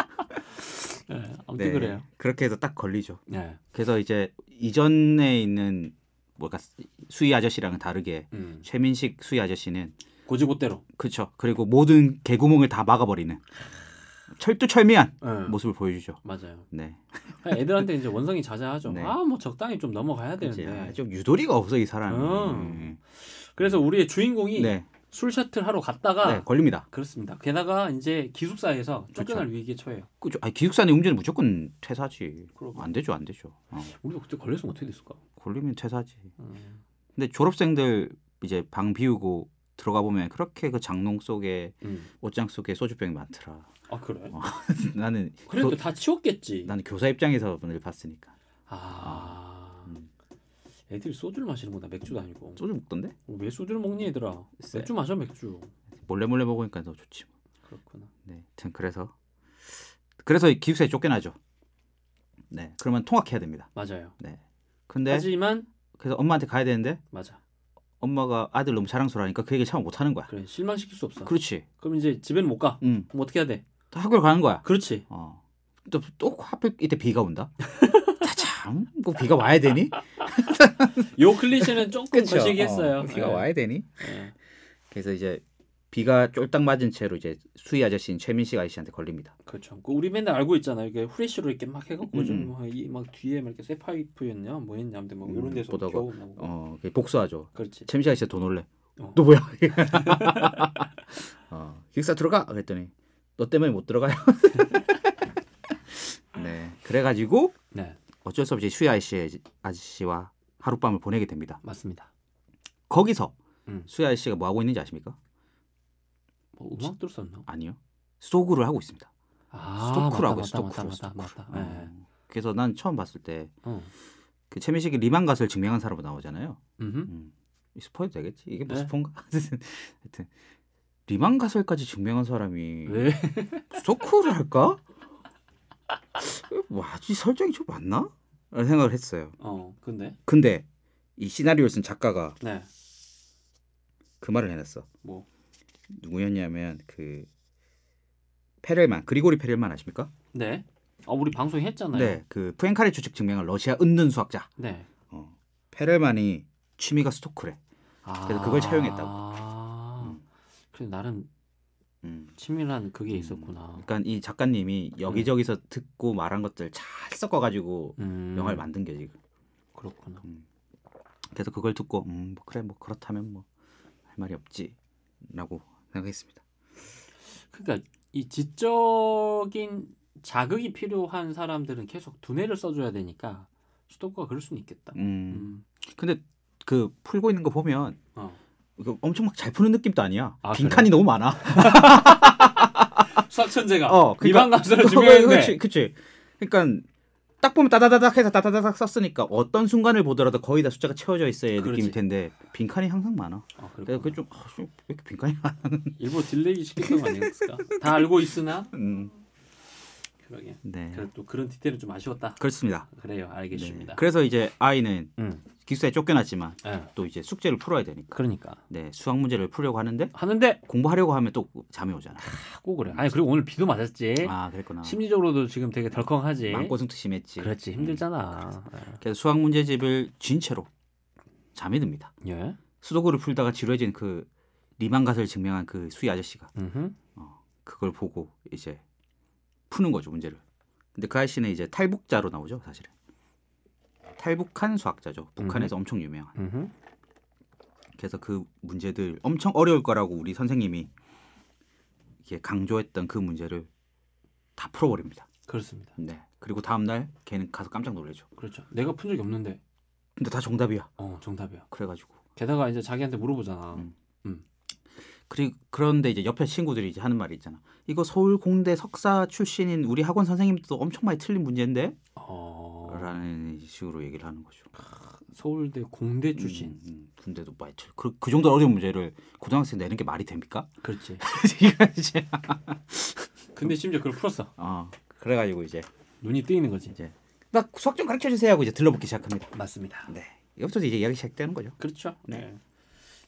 [SPEAKER 2] 네, 아무튼 그래요.
[SPEAKER 3] 그렇게 해서 딱 걸리죠
[SPEAKER 2] 네.
[SPEAKER 3] 그래서 이제 이전에 있는 뭐가 수희 아저씨랑은 다르게
[SPEAKER 2] 음.
[SPEAKER 3] 최민식 수희 아저씨는
[SPEAKER 2] 고지고대로.
[SPEAKER 3] 그렇죠. 그리고 모든 개구멍을 다 막아버리는 철두철미한
[SPEAKER 2] 네.
[SPEAKER 3] 모습을 보여주죠.
[SPEAKER 2] 맞아요. 그러니까
[SPEAKER 3] 네.
[SPEAKER 2] 애들한테 이제 원성이 자자하죠.
[SPEAKER 3] 네.
[SPEAKER 2] 아 뭐 적당히 좀 넘어가야
[SPEAKER 3] 그치.
[SPEAKER 2] 되는데.
[SPEAKER 3] 아, 좀 유도리가 없어 이 사람이.
[SPEAKER 2] 음.
[SPEAKER 3] 음.
[SPEAKER 2] 그래서 우리의 주인공이
[SPEAKER 3] 네.
[SPEAKER 2] 술 셔틀 하러 갔다가
[SPEAKER 3] 네. 걸립니다.
[SPEAKER 2] 그렇습니다. 게다가 이제 기숙사에서 쫓겨날 위기에 처해요.
[SPEAKER 3] 그죠. 아 기숙사는 음주는 무조건 퇴사지.
[SPEAKER 2] 그러고.
[SPEAKER 3] 안 되죠, 안 되죠. 어.
[SPEAKER 2] 우리도 그때 걸렸으면 어떻게 됐을까?
[SPEAKER 3] 걸리면 퇴사지.
[SPEAKER 2] 음.
[SPEAKER 3] 근데 졸업생들 이제 방 비우고 들어가 보면 그렇게 그 장롱 속에
[SPEAKER 2] 음.
[SPEAKER 3] 옷장 속에 소주병이 많더라.
[SPEAKER 2] 아 그래?
[SPEAKER 3] 나는
[SPEAKER 2] 그래도
[SPEAKER 3] 교-
[SPEAKER 2] 다 치웠겠지.
[SPEAKER 3] 나는 교사 입장에서 늘 봤으니까
[SPEAKER 2] 아.
[SPEAKER 3] 음.
[SPEAKER 2] 애들이 소주를 마시는구나 맥주도 아니고
[SPEAKER 3] 소주 먹던데
[SPEAKER 2] 왜 소주를 먹니 얘들아
[SPEAKER 3] 쎄.
[SPEAKER 2] 맥주 마셔 맥주
[SPEAKER 3] 몰래 몰래 먹으니까 더 좋지. 뭐.
[SPEAKER 2] 그렇구나
[SPEAKER 3] 네, 하여튼 그래서 그래서 이 기숙사에 쫓겨나죠. 네, 그러면 통학해야 됩니다. 네.
[SPEAKER 2] 맞아요
[SPEAKER 3] 근데
[SPEAKER 2] 하지만
[SPEAKER 3] 그래서 엄마한테 가야 되는데
[SPEAKER 2] 맞아
[SPEAKER 3] 엄마가 아들 너무 자랑스러워하니까 그 얘기 참 못하는 거야.
[SPEAKER 2] 그래 실망시킬 수 없어
[SPEAKER 3] 그렇지.
[SPEAKER 2] 그럼 이제 집에는 못가
[SPEAKER 3] 음,
[SPEAKER 2] 그럼 어떻게 해야 돼
[SPEAKER 3] 또 학교를 가는 거야.
[SPEAKER 2] 그렇지
[SPEAKER 3] 어, 또, 또 하필 이때 비가 온다. 자, 참, 뭐 비가 와야 되니?
[SPEAKER 2] 요 클리셰는 조금
[SPEAKER 3] 그쵸?
[SPEAKER 2] 거시기했어요
[SPEAKER 3] 어, 비가
[SPEAKER 2] 예.
[SPEAKER 3] 와야 되니?
[SPEAKER 2] 예.
[SPEAKER 3] 그래서 이제 비가 쫄딱 맞은 채로 이제 수희 아저씨인 최민식 아저씨한테 걸립니다.
[SPEAKER 2] 그렇죠 그 우리 맨날 알고 있잖아 이게 후레쉬로 이렇게 막 해갖고
[SPEAKER 3] 음,
[SPEAKER 2] 좀
[SPEAKER 3] 음.
[SPEAKER 2] 뭐 이- 막 뒤에 막 이렇게 쇠파이프였냐 뭐였냐 아무튼 뭐
[SPEAKER 3] 음,
[SPEAKER 2] 이런 데서
[SPEAKER 3] 보다가,
[SPEAKER 2] 겨우 나오고
[SPEAKER 3] 어, 그 복수하죠.
[SPEAKER 2] 그렇지
[SPEAKER 3] 최민식 아저씨 돈 올래.
[SPEAKER 2] 어.
[SPEAKER 3] 너 뭐야? 어, 기숙사 들어가 그랬더니 너 때문에 못 들어가요. 네, 그래가지고
[SPEAKER 2] 네
[SPEAKER 3] 어쩔 수 없이 슈이 아저씨 아저씨와 하룻밤을 보내게 됩니다.
[SPEAKER 2] 맞습니다
[SPEAKER 3] 거기서
[SPEAKER 2] 음.
[SPEAKER 3] 수희 아저씨가 뭐 하고 있는지 아십니까?
[SPEAKER 2] 뭐 음악 들었었나?
[SPEAKER 3] 아니요. 스토그를 하고 있습니다.
[SPEAKER 2] 아,
[SPEAKER 3] 스토크라고
[SPEAKER 2] 맞다,
[SPEAKER 3] 스토크로
[SPEAKER 2] 맞다, 맞다,
[SPEAKER 3] 스토크.
[SPEAKER 2] 맞다. 예.
[SPEAKER 3] 어. 그래서 난 처음 봤을 때 그
[SPEAKER 2] 어.
[SPEAKER 3] 최민식이 리만 가설 증명한 사람으로 나오잖아요.
[SPEAKER 2] 음흠.
[SPEAKER 3] 음. 이 스포해도 되겠지? 이게 뭐
[SPEAKER 2] 네.
[SPEAKER 3] 스포인가? 하여튼 리만 가설까지 증명한 사람이
[SPEAKER 2] 왜?
[SPEAKER 3] 스토크를 할까? 와, 이 설정이 좀 맞나? 라는 생각을 했어요.
[SPEAKER 2] 어, 근데
[SPEAKER 3] 근데 이 시나리오를 쓴 작가가
[SPEAKER 2] 네,
[SPEAKER 3] 그 말을 해놨어.
[SPEAKER 2] 뭐
[SPEAKER 3] 누구였냐면 그 페렐만 그리고리 페렐만 아십니까?
[SPEAKER 2] 네. 아, 우리 방송 했잖아요.
[SPEAKER 3] 네, 그 푸엔카레 추측 증명한 러시아 은둔 수학자
[SPEAKER 2] 네.
[SPEAKER 3] 어, 페렐만이 취미가 스토크래.
[SPEAKER 2] 아.
[SPEAKER 3] 그래서 그걸 차용했다고.
[SPEAKER 2] 아.
[SPEAKER 3] 음.
[SPEAKER 2] 그래 나름
[SPEAKER 3] 음.
[SPEAKER 2] 치밀한 그게
[SPEAKER 3] 음.
[SPEAKER 2] 있었구나.
[SPEAKER 3] 그러니까 이 작가님이 여기저기서 듣고 말한 것들 잘 섞어가지고
[SPEAKER 2] 음.
[SPEAKER 3] 영화를 만든 게 지금.
[SPEAKER 2] 그렇구나.
[SPEAKER 3] 그래서 그걸 듣고 음, 뭐 그래 뭐 그렇다면 뭐 할 말이 없지라고 생각했습니다.
[SPEAKER 2] 그러니까 이 지적인 자극이 필요한 사람들은 계속 두뇌를 써줘야 되니까 수도가 그럴 수는 있겠다.
[SPEAKER 3] 음.
[SPEAKER 2] 음.
[SPEAKER 3] 근데 그 풀고 있는 거 보면
[SPEAKER 2] 어.
[SPEAKER 3] 그 엄청 막 잘 푸는 느낌도 아니야.
[SPEAKER 2] 아,
[SPEAKER 3] 빈칸이 너무 많아.
[SPEAKER 2] 수학 아, 천재가
[SPEAKER 3] 어,
[SPEAKER 2] 미반 감수를
[SPEAKER 3] 그치,
[SPEAKER 2] 중요했네.
[SPEAKER 3] 그치. 그러니까 딱 보면 따다다닥 해서 따다다닥 썼으니까 어떤 순간을 보더라도 거의 다 숫자가 채워져 있어야
[SPEAKER 2] 그렇지.
[SPEAKER 3] 느낌일 텐데 빈칸이 항상 많아.
[SPEAKER 2] 아,
[SPEAKER 3] 그래서
[SPEAKER 2] 그렇구나.
[SPEAKER 3] 그좀 아, 씨, 왜 이렇게 빈칸이 많아?
[SPEAKER 2] 일부러 딜레이 시켰던 거 아니었을까? 다 알고 있으나
[SPEAKER 3] 음,
[SPEAKER 2] 그러게.
[SPEAKER 3] 네,
[SPEAKER 2] 그래도 또 그런 디테일은 좀 아쉬웠다.
[SPEAKER 3] 그렇습니다.
[SPEAKER 2] 그래요, 알겠습니다.
[SPEAKER 3] 네. 그래서 이제 아이는
[SPEAKER 2] 음,
[SPEAKER 3] 기숙사에 쫓겨났지만
[SPEAKER 2] 예.
[SPEAKER 3] 또 이제 숙제를 풀어야 되니까
[SPEAKER 2] 그러니까
[SPEAKER 3] 네 수학 문제를 풀려고 하는데
[SPEAKER 2] 하는데
[SPEAKER 3] 공부하려고 하면 또 잠이 오잖아.
[SPEAKER 2] 하고 그래. 아니 그리고 오늘 비도 맞았지.
[SPEAKER 3] 아 그랬구나.
[SPEAKER 2] 심리적으로도 지금 되게 덜컹하지.
[SPEAKER 3] 마음고생도 심했지.
[SPEAKER 2] 네.
[SPEAKER 3] 음.
[SPEAKER 2] 그렇지 힘들잖아.
[SPEAKER 3] 그래서 수학 문제집을 진 채로 잠이 듭니다.
[SPEAKER 2] 예.
[SPEAKER 3] 수도구를 풀다가 지루해진 그 리만 가설 증명한 그 수희 아저씨가
[SPEAKER 2] 음흠.
[SPEAKER 3] 그걸 보고 이제 푸는 거죠 문제를. 근데 그 아저씨는 이제 탈북자로 나오죠 사실은. 탈북한 수학자죠. 북한에서 엄청 유명한.
[SPEAKER 2] 음흠.
[SPEAKER 3] 그래서 그 문제들 엄청 어려울 거라고 우리 선생님이 이렇게 강조했던 그 문제를 다 풀어버립니다.
[SPEAKER 2] 그렇습니다.
[SPEAKER 3] 네. 그리고 다음 날 걔는 가서 깜짝 놀래죠.
[SPEAKER 2] 그렇죠. 내가 푼 적이 없는데
[SPEAKER 3] 근데 다 정답이야.
[SPEAKER 2] 어 정답이야.
[SPEAKER 3] 그래가지고
[SPEAKER 2] 게다가 이제 자기한테 물어보잖아.
[SPEAKER 3] 음. 그리 그런데 이제 옆에 친구들이 이제 하는 말이 있잖아. 이거 서울 공대 석사 출신인 우리 학원 선생님도 엄청 많이 틀린 문제인데?
[SPEAKER 2] 어,
[SPEAKER 3] 라는 식으로 얘기를 하는 거죠.
[SPEAKER 2] 서울대 공대 출신.
[SPEAKER 3] 음, 음, 군대도 많이 틀. 그, 그 정도 어려운 문제를 고등학생 내는 게 말이 됩니까?
[SPEAKER 2] 음, 그렇지.
[SPEAKER 3] 이거 이제
[SPEAKER 2] 근데 심지어 그걸 풀었어.
[SPEAKER 3] 어 그래가지고 이제
[SPEAKER 2] 눈이 뜨이는 거지.
[SPEAKER 3] 이제 나 수학 좀 가르쳐 주세요 하고 이제 들러붙기 시작합니다.
[SPEAKER 2] 맞습니다.
[SPEAKER 3] 네. 여기서 이제 이야기 시작되는 거죠.
[SPEAKER 2] 그렇죠.
[SPEAKER 3] 네.
[SPEAKER 2] 네.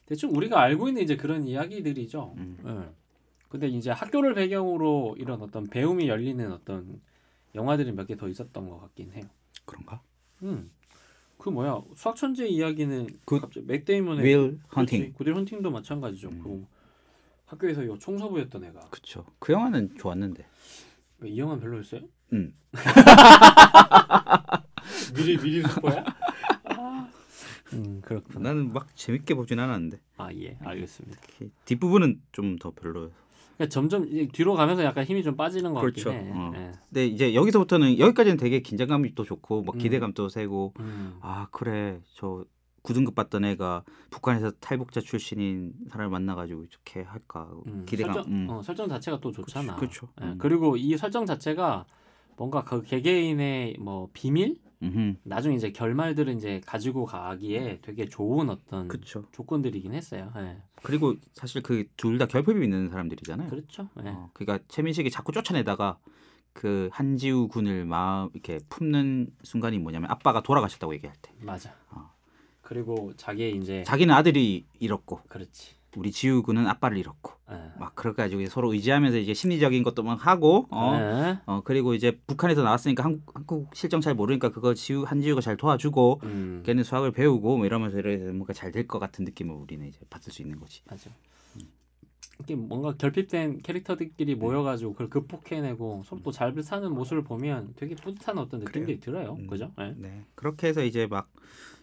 [SPEAKER 2] 대충 우리가 알고 있는 이제 그런 이야기들이죠.
[SPEAKER 3] 음.
[SPEAKER 2] 예. 근데 이제 학교를 배경으로 이런 어떤 배움이 열리는 어떤 영화들이 몇 개 더 있었던 것 같긴 해요.
[SPEAKER 3] 그런가?
[SPEAKER 2] 음. 그 뭐야 수학 천재 이야기는
[SPEAKER 3] 굿
[SPEAKER 2] 갑자기 맥데이먼의
[SPEAKER 3] 윌 헌팅. 음.
[SPEAKER 2] 구딜 헌팅도 마찬가지죠. 그 학교에서 요 총서부였던 애가
[SPEAKER 3] 그쵸. 그 영화는 좋았는데.
[SPEAKER 2] 왜이 영화 별로였어요?
[SPEAKER 3] 음.
[SPEAKER 2] 미리 미리 스포야? 아. 음 그렇구나.
[SPEAKER 3] 나는 막 재밌게 보진 않았는데
[SPEAKER 2] 아 예 알겠습니다.
[SPEAKER 3] 특히 그 뒷부분은 좀 더 별로.
[SPEAKER 2] 그러니까 점점 이제 뒤로 가면서 약간 힘이 좀 빠지는 것
[SPEAKER 3] 그렇죠.
[SPEAKER 2] 같긴 해.
[SPEAKER 3] 어.
[SPEAKER 2] 예.
[SPEAKER 3] 근데 이제 여기서부터는 여기까지는 되게 긴장감이 또 좋고 막
[SPEAKER 2] 음.
[SPEAKER 3] 기대감도 세고
[SPEAKER 2] 음.
[SPEAKER 3] 아 그래 저 구등급 받던 애가 북한에서 탈북자 출신인 사람을 만나가지고 이렇게 할까
[SPEAKER 2] 음,
[SPEAKER 3] 기대감
[SPEAKER 2] 설정,
[SPEAKER 3] 음.
[SPEAKER 2] 어, 설정 자체가 또 좋잖아.
[SPEAKER 3] 그쵸, 그쵸.
[SPEAKER 2] 예,
[SPEAKER 3] 음.
[SPEAKER 2] 그리고 이 설정 자체가 뭔가 그 개개인의 뭐 비밀,
[SPEAKER 3] 음흠.
[SPEAKER 2] 나중에 이제 결말들을 이제 가지고 가기에 되게 좋은 어떤
[SPEAKER 3] 음. 그쵸
[SPEAKER 2] 조건들이긴 했어요. 예.
[SPEAKER 3] 그리고 사실 그 둘 다 결핍이 있는 사람들이잖아요
[SPEAKER 2] 그렇죠. 예.
[SPEAKER 3] 어, 그러니까 최민식이 자꾸 쫓아내다가 그 한지우 군을 마음 이렇게 품는 순간이 뭐냐면 아빠가 돌아가셨다고 얘기할 때
[SPEAKER 2] 맞아.
[SPEAKER 3] 어.
[SPEAKER 2] 그리고 자기 이제
[SPEAKER 3] 자기는 아들이 잃었고
[SPEAKER 2] 그렇지.
[SPEAKER 3] 우리 지우 군은 아빠를 잃었고
[SPEAKER 2] 예.
[SPEAKER 3] 막 그래가지고 이제 서로 의지하면서 이제 심리적인 것도 막 하고 어,
[SPEAKER 2] 예.
[SPEAKER 3] 어 그리고 이제 북한에서 나왔으니까 한국, 한국 실정 잘 모르니까 그거 지우 한지우가 잘 도와주고
[SPEAKER 2] 음.
[SPEAKER 3] 걔는 수학을 배우고 뭐 이러면서 이래서 뭔가 잘 될 것 같은 느낌을 우리는 이제 받을 수 있는 거지.
[SPEAKER 2] 맞아.
[SPEAKER 3] 음.
[SPEAKER 2] 이게 뭔가 결핍된 캐릭터들끼리 모여가지고 그걸 극복해내고 서로
[SPEAKER 3] 음.
[SPEAKER 2] 또 잘 사는 모습을 보면 되게 뿌듯한 어떤 느낌들이 들어요.
[SPEAKER 3] 음.
[SPEAKER 2] 그죠? 예.
[SPEAKER 3] 네 그렇게 해서 이제 막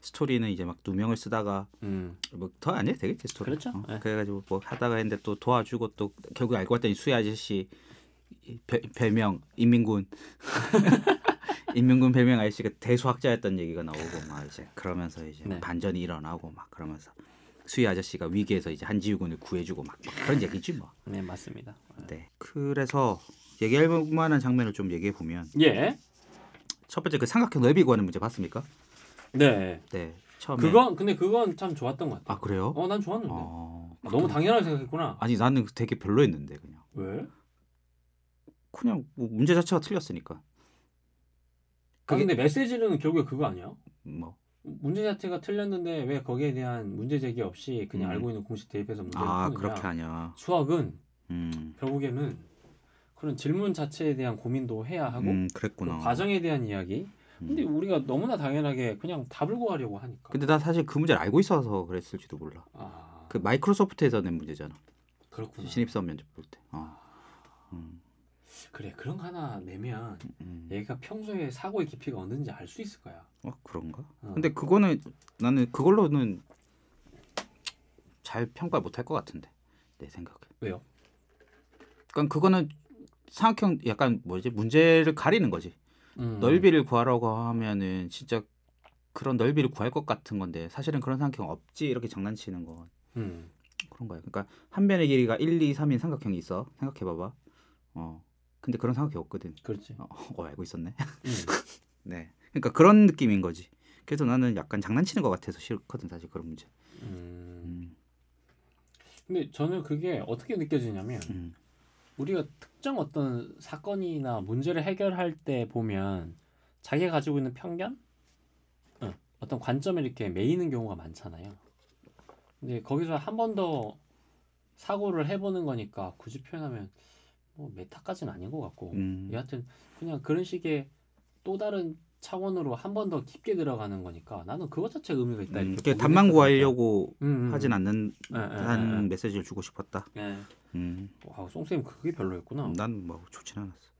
[SPEAKER 3] 스토리는 이제 막 누명을 쓰다가
[SPEAKER 2] 음.
[SPEAKER 3] 뭐 더 아니야 되겠지 스토리.
[SPEAKER 2] 그렇죠.
[SPEAKER 3] 어,
[SPEAKER 2] 네.
[SPEAKER 3] 그래가지고 뭐 하다가 했는데 또 도와주고 또 결국 알고 봤더니 수희 아저씨 이 배, 별명 인민군 인민군 별명 아저씨가 대수학자였던 얘기가 나오고 막 이제 그러면서 이제
[SPEAKER 2] 네.
[SPEAKER 3] 반전이 일어나고 막 그러면서 수희 아저씨가 위기에서 이제 한지우군을 구해주고 막, 막 그런 얘기지 뭐.
[SPEAKER 2] 네 맞습니다.
[SPEAKER 3] 네. 그래서 얘기할 만한 장면을 좀 얘기해 보면
[SPEAKER 2] 예.
[SPEAKER 3] 첫 번째 그 삼각형 넓이 구하는 문제 봤습니까?
[SPEAKER 2] 네.
[SPEAKER 3] 네. 처음에
[SPEAKER 2] 그건 근데 그건 참 좋았던 것 같아.
[SPEAKER 3] 아 그래요?
[SPEAKER 2] 어 난 좋았는데.
[SPEAKER 3] 어,
[SPEAKER 2] 아, 너무 당연하게 생각했구나.
[SPEAKER 3] 아니 나는 되게 별로였는데 그냥
[SPEAKER 2] 왜? 아,
[SPEAKER 3] 그냥 뭐 문제 자체가 틀렸으니까
[SPEAKER 2] 그
[SPEAKER 3] 그게-
[SPEAKER 2] 근데 메시지는 결국에 그거 아니야?
[SPEAKER 3] 뭐
[SPEAKER 2] 문제 자체가 틀렸는데 왜 거기에 대한 문제 제기 없이 그냥
[SPEAKER 3] 음.
[SPEAKER 2] 알고 있는 공식 대입해서 문제를
[SPEAKER 3] 아
[SPEAKER 2] 푸느냐.
[SPEAKER 3] 그렇게 하냐.
[SPEAKER 2] 수학은
[SPEAKER 3] 음,
[SPEAKER 2] 결국에는 그런 질문 자체에 대한 고민도 해야 하고
[SPEAKER 3] 음
[SPEAKER 2] 그
[SPEAKER 3] 그랬구나.
[SPEAKER 2] 과정에 대한 이야기.
[SPEAKER 3] 음.
[SPEAKER 2] 근데 우리가 너무나 당연하게 그냥 답을 구하려고 하니까.
[SPEAKER 3] 근데 나 사실 그 문제를 알고 있어서 그랬을지도 몰라.
[SPEAKER 2] 아,
[SPEAKER 3] 그 마이크로소프트에서 낸 문제잖아.
[SPEAKER 2] 그렇구나.
[SPEAKER 3] 신입사원 면접 볼 때. 어. 음,
[SPEAKER 2] 그래 그런 거 하나 내면
[SPEAKER 3] 음.
[SPEAKER 2] 얘가 평소에 사고의 깊이가 어는지 알 수 있을 거야.
[SPEAKER 3] 어 그런가?
[SPEAKER 2] 어.
[SPEAKER 3] 근데 그거는 나는 그걸로는 잘 평가를 못할 것 같은데 내 생각에.
[SPEAKER 2] 왜요?
[SPEAKER 3] 그러니까 그거는 삼각형 약간 뭐지 문제를 가리는 거지.
[SPEAKER 2] 음.
[SPEAKER 3] 넓이를 구하라고 하면은 진짜 그런 넓이를 구할 것 같은 건데 사실은 그런 삼각형 없지 이렇게 장난치는 건
[SPEAKER 2] 음.
[SPEAKER 3] 그런 거야. 그러니까 한 변의 길이가 1, 2, 3인 삼각형이 있어. 생각해봐봐. 어. 근데 그런 삼각형 없거든.
[SPEAKER 2] 그렇지.
[SPEAKER 3] 어, 어 알고 있었네.
[SPEAKER 2] 음.
[SPEAKER 3] 네. 그러니까 그런 느낌인 거지. 그래서 나는 약간 장난치는 것 같아서 싫거든 사실 그런 문제.
[SPEAKER 2] 음.
[SPEAKER 3] 음,
[SPEAKER 2] 근데 저는 그게 어떻게 느껴지냐면
[SPEAKER 3] 음,
[SPEAKER 2] 우리가 특정 어떤 사건이나 문제를 해결할 때 보면 자기가 가지고 있는 편견? 어, 어떤 관점에 이렇게 매이는 경우가 많잖아요. 근데 거기서 한 번 더 사고를 해보는 거니까 굳이 표현하면 뭐 메타까지는 아닌 것 같고
[SPEAKER 3] 음.
[SPEAKER 2] 여하튼 그냥 그런 식의 또 다른 차원으로 한 번 더 깊게 들어가는 거니까 나는 그것 자체 의미가 있다.
[SPEAKER 3] 음,
[SPEAKER 2] 이렇게
[SPEAKER 3] 그러니까
[SPEAKER 2] 보긴
[SPEAKER 3] 답만
[SPEAKER 2] 했었으니까.
[SPEAKER 3] 구하려고
[SPEAKER 2] 음, 음.
[SPEAKER 3] 하진 않는
[SPEAKER 2] 예, 예,
[SPEAKER 3] 다는
[SPEAKER 2] 예, 예.
[SPEAKER 3] 메시지를 주고 싶었다.
[SPEAKER 2] 예.
[SPEAKER 3] 음,
[SPEAKER 2] 와, 송쌤 그게 별로였구나.
[SPEAKER 3] 난 뭐 좋진 않았어.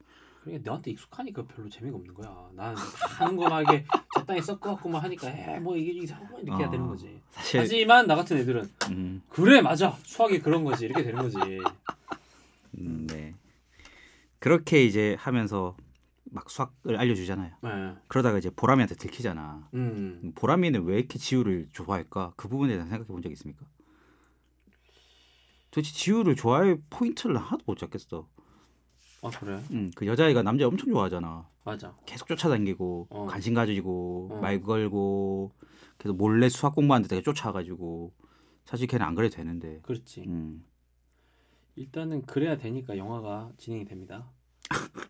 [SPEAKER 2] 그러니까 너한테 익숙하니까 별로 재미가 없는 거야. 난 하는 거막 이게 적당히 섞어갖고만 하니까 에뭐 이게 이상한 이렇게
[SPEAKER 3] 어.
[SPEAKER 2] 해야 되는 거지.
[SPEAKER 3] 사실
[SPEAKER 2] 하지만 나 같은 애들은
[SPEAKER 3] 음,
[SPEAKER 2] 그래 맞아 수학이 그런 거지 이렇게 되는 거지. 예,
[SPEAKER 3] 음, 네. 그렇게 이제 하면서 막 수학을 알려주잖아요.
[SPEAKER 2] 네.
[SPEAKER 3] 그러다가 이제 보람이한테 들키잖아.
[SPEAKER 2] 음.
[SPEAKER 3] 보람이는 왜 이렇게 지우를 좋아할까? 그 부분에 대해 생각해 본 적 있습니까? 도대체 지우를 좋아할 포인트를 하나도 못 잡겠어.
[SPEAKER 2] 아 그래
[SPEAKER 3] 음, 그 여자애가 남자 엄청 좋아하잖아.
[SPEAKER 2] 맞아.
[SPEAKER 3] 계속 쫓아다니고
[SPEAKER 2] 어.
[SPEAKER 3] 관심 가지고
[SPEAKER 2] 어.
[SPEAKER 3] 말 걸고 계속 몰래 수학 공부하는데 되게 쫓아가지고 사실 걔는 안 그래도 되는데.
[SPEAKER 2] 그렇지.
[SPEAKER 3] 음.
[SPEAKER 2] 일단은 그래야 되니까 영화가 진행이 됩니다.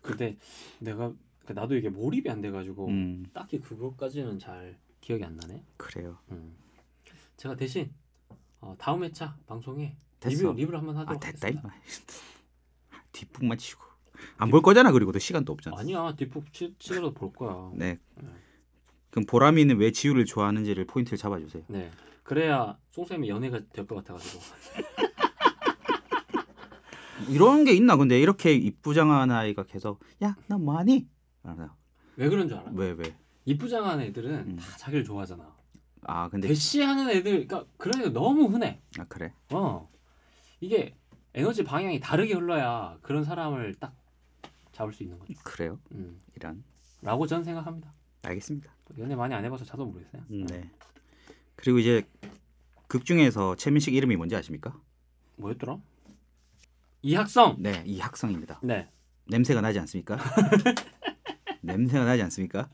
[SPEAKER 2] 근데 내가 그러니까 나도 이게 몰입이 안 돼가지고
[SPEAKER 3] 음,
[SPEAKER 2] 딱히 그것까지는 잘 기억이 안 나네.
[SPEAKER 3] 그래요.
[SPEAKER 2] 음. 제가 대신 어, 다음 회차 방송에
[SPEAKER 3] 됐어.
[SPEAKER 2] 리뷰 리뷰를 한번
[SPEAKER 3] 아
[SPEAKER 2] 하도록
[SPEAKER 3] 됐다
[SPEAKER 2] 하겠습니다.
[SPEAKER 3] 임마. 뒷북만 치고 안 볼 거잖아. 그리고 또 시간도 없잖아.
[SPEAKER 2] 아니야 뒷북 치, 치더라도 볼 거야.
[SPEAKER 3] 네.
[SPEAKER 2] 네.
[SPEAKER 3] 그럼 보람이는 왜 지우를 좋아하는지를 포인트를 잡아주세요.
[SPEAKER 2] 네. 그래야 송쌤이 연애가 될 것 같아가지고.
[SPEAKER 3] 이런 게 있나 근데 이렇게 이쁘장한 아이가 계속 야나 뭐하니?
[SPEAKER 2] 왜 그런 줄 알아?
[SPEAKER 3] 왜왜 왜?
[SPEAKER 2] 이쁘장한 애들은
[SPEAKER 3] 음.
[SPEAKER 2] 다 자기를 좋아하잖아.
[SPEAKER 3] 아 근데
[SPEAKER 2] 대시하는 애들, 그러니까 그런 애들 너무 흔해.
[SPEAKER 3] 아 그래
[SPEAKER 2] 어. 이게 에너지 방향이 다르게 흘러야 그런 사람을 딱 잡을 수 있는 거죠.
[SPEAKER 3] 그래요
[SPEAKER 2] 음.
[SPEAKER 3] 이런
[SPEAKER 2] 라고 저는 생각합니다.
[SPEAKER 3] 알겠습니다.
[SPEAKER 2] 연애 많이 안 해봐서 저도 모르겠어요.
[SPEAKER 3] 네 그리고 이제 극 중에서 최민식 이름이 뭔지 아십니까?
[SPEAKER 2] 뭐였더라? 이학성.
[SPEAKER 3] 네 이 학성입니다.
[SPEAKER 2] 네.
[SPEAKER 3] 냄새가 나지 않습니까? 냄새가 나지 않습니까?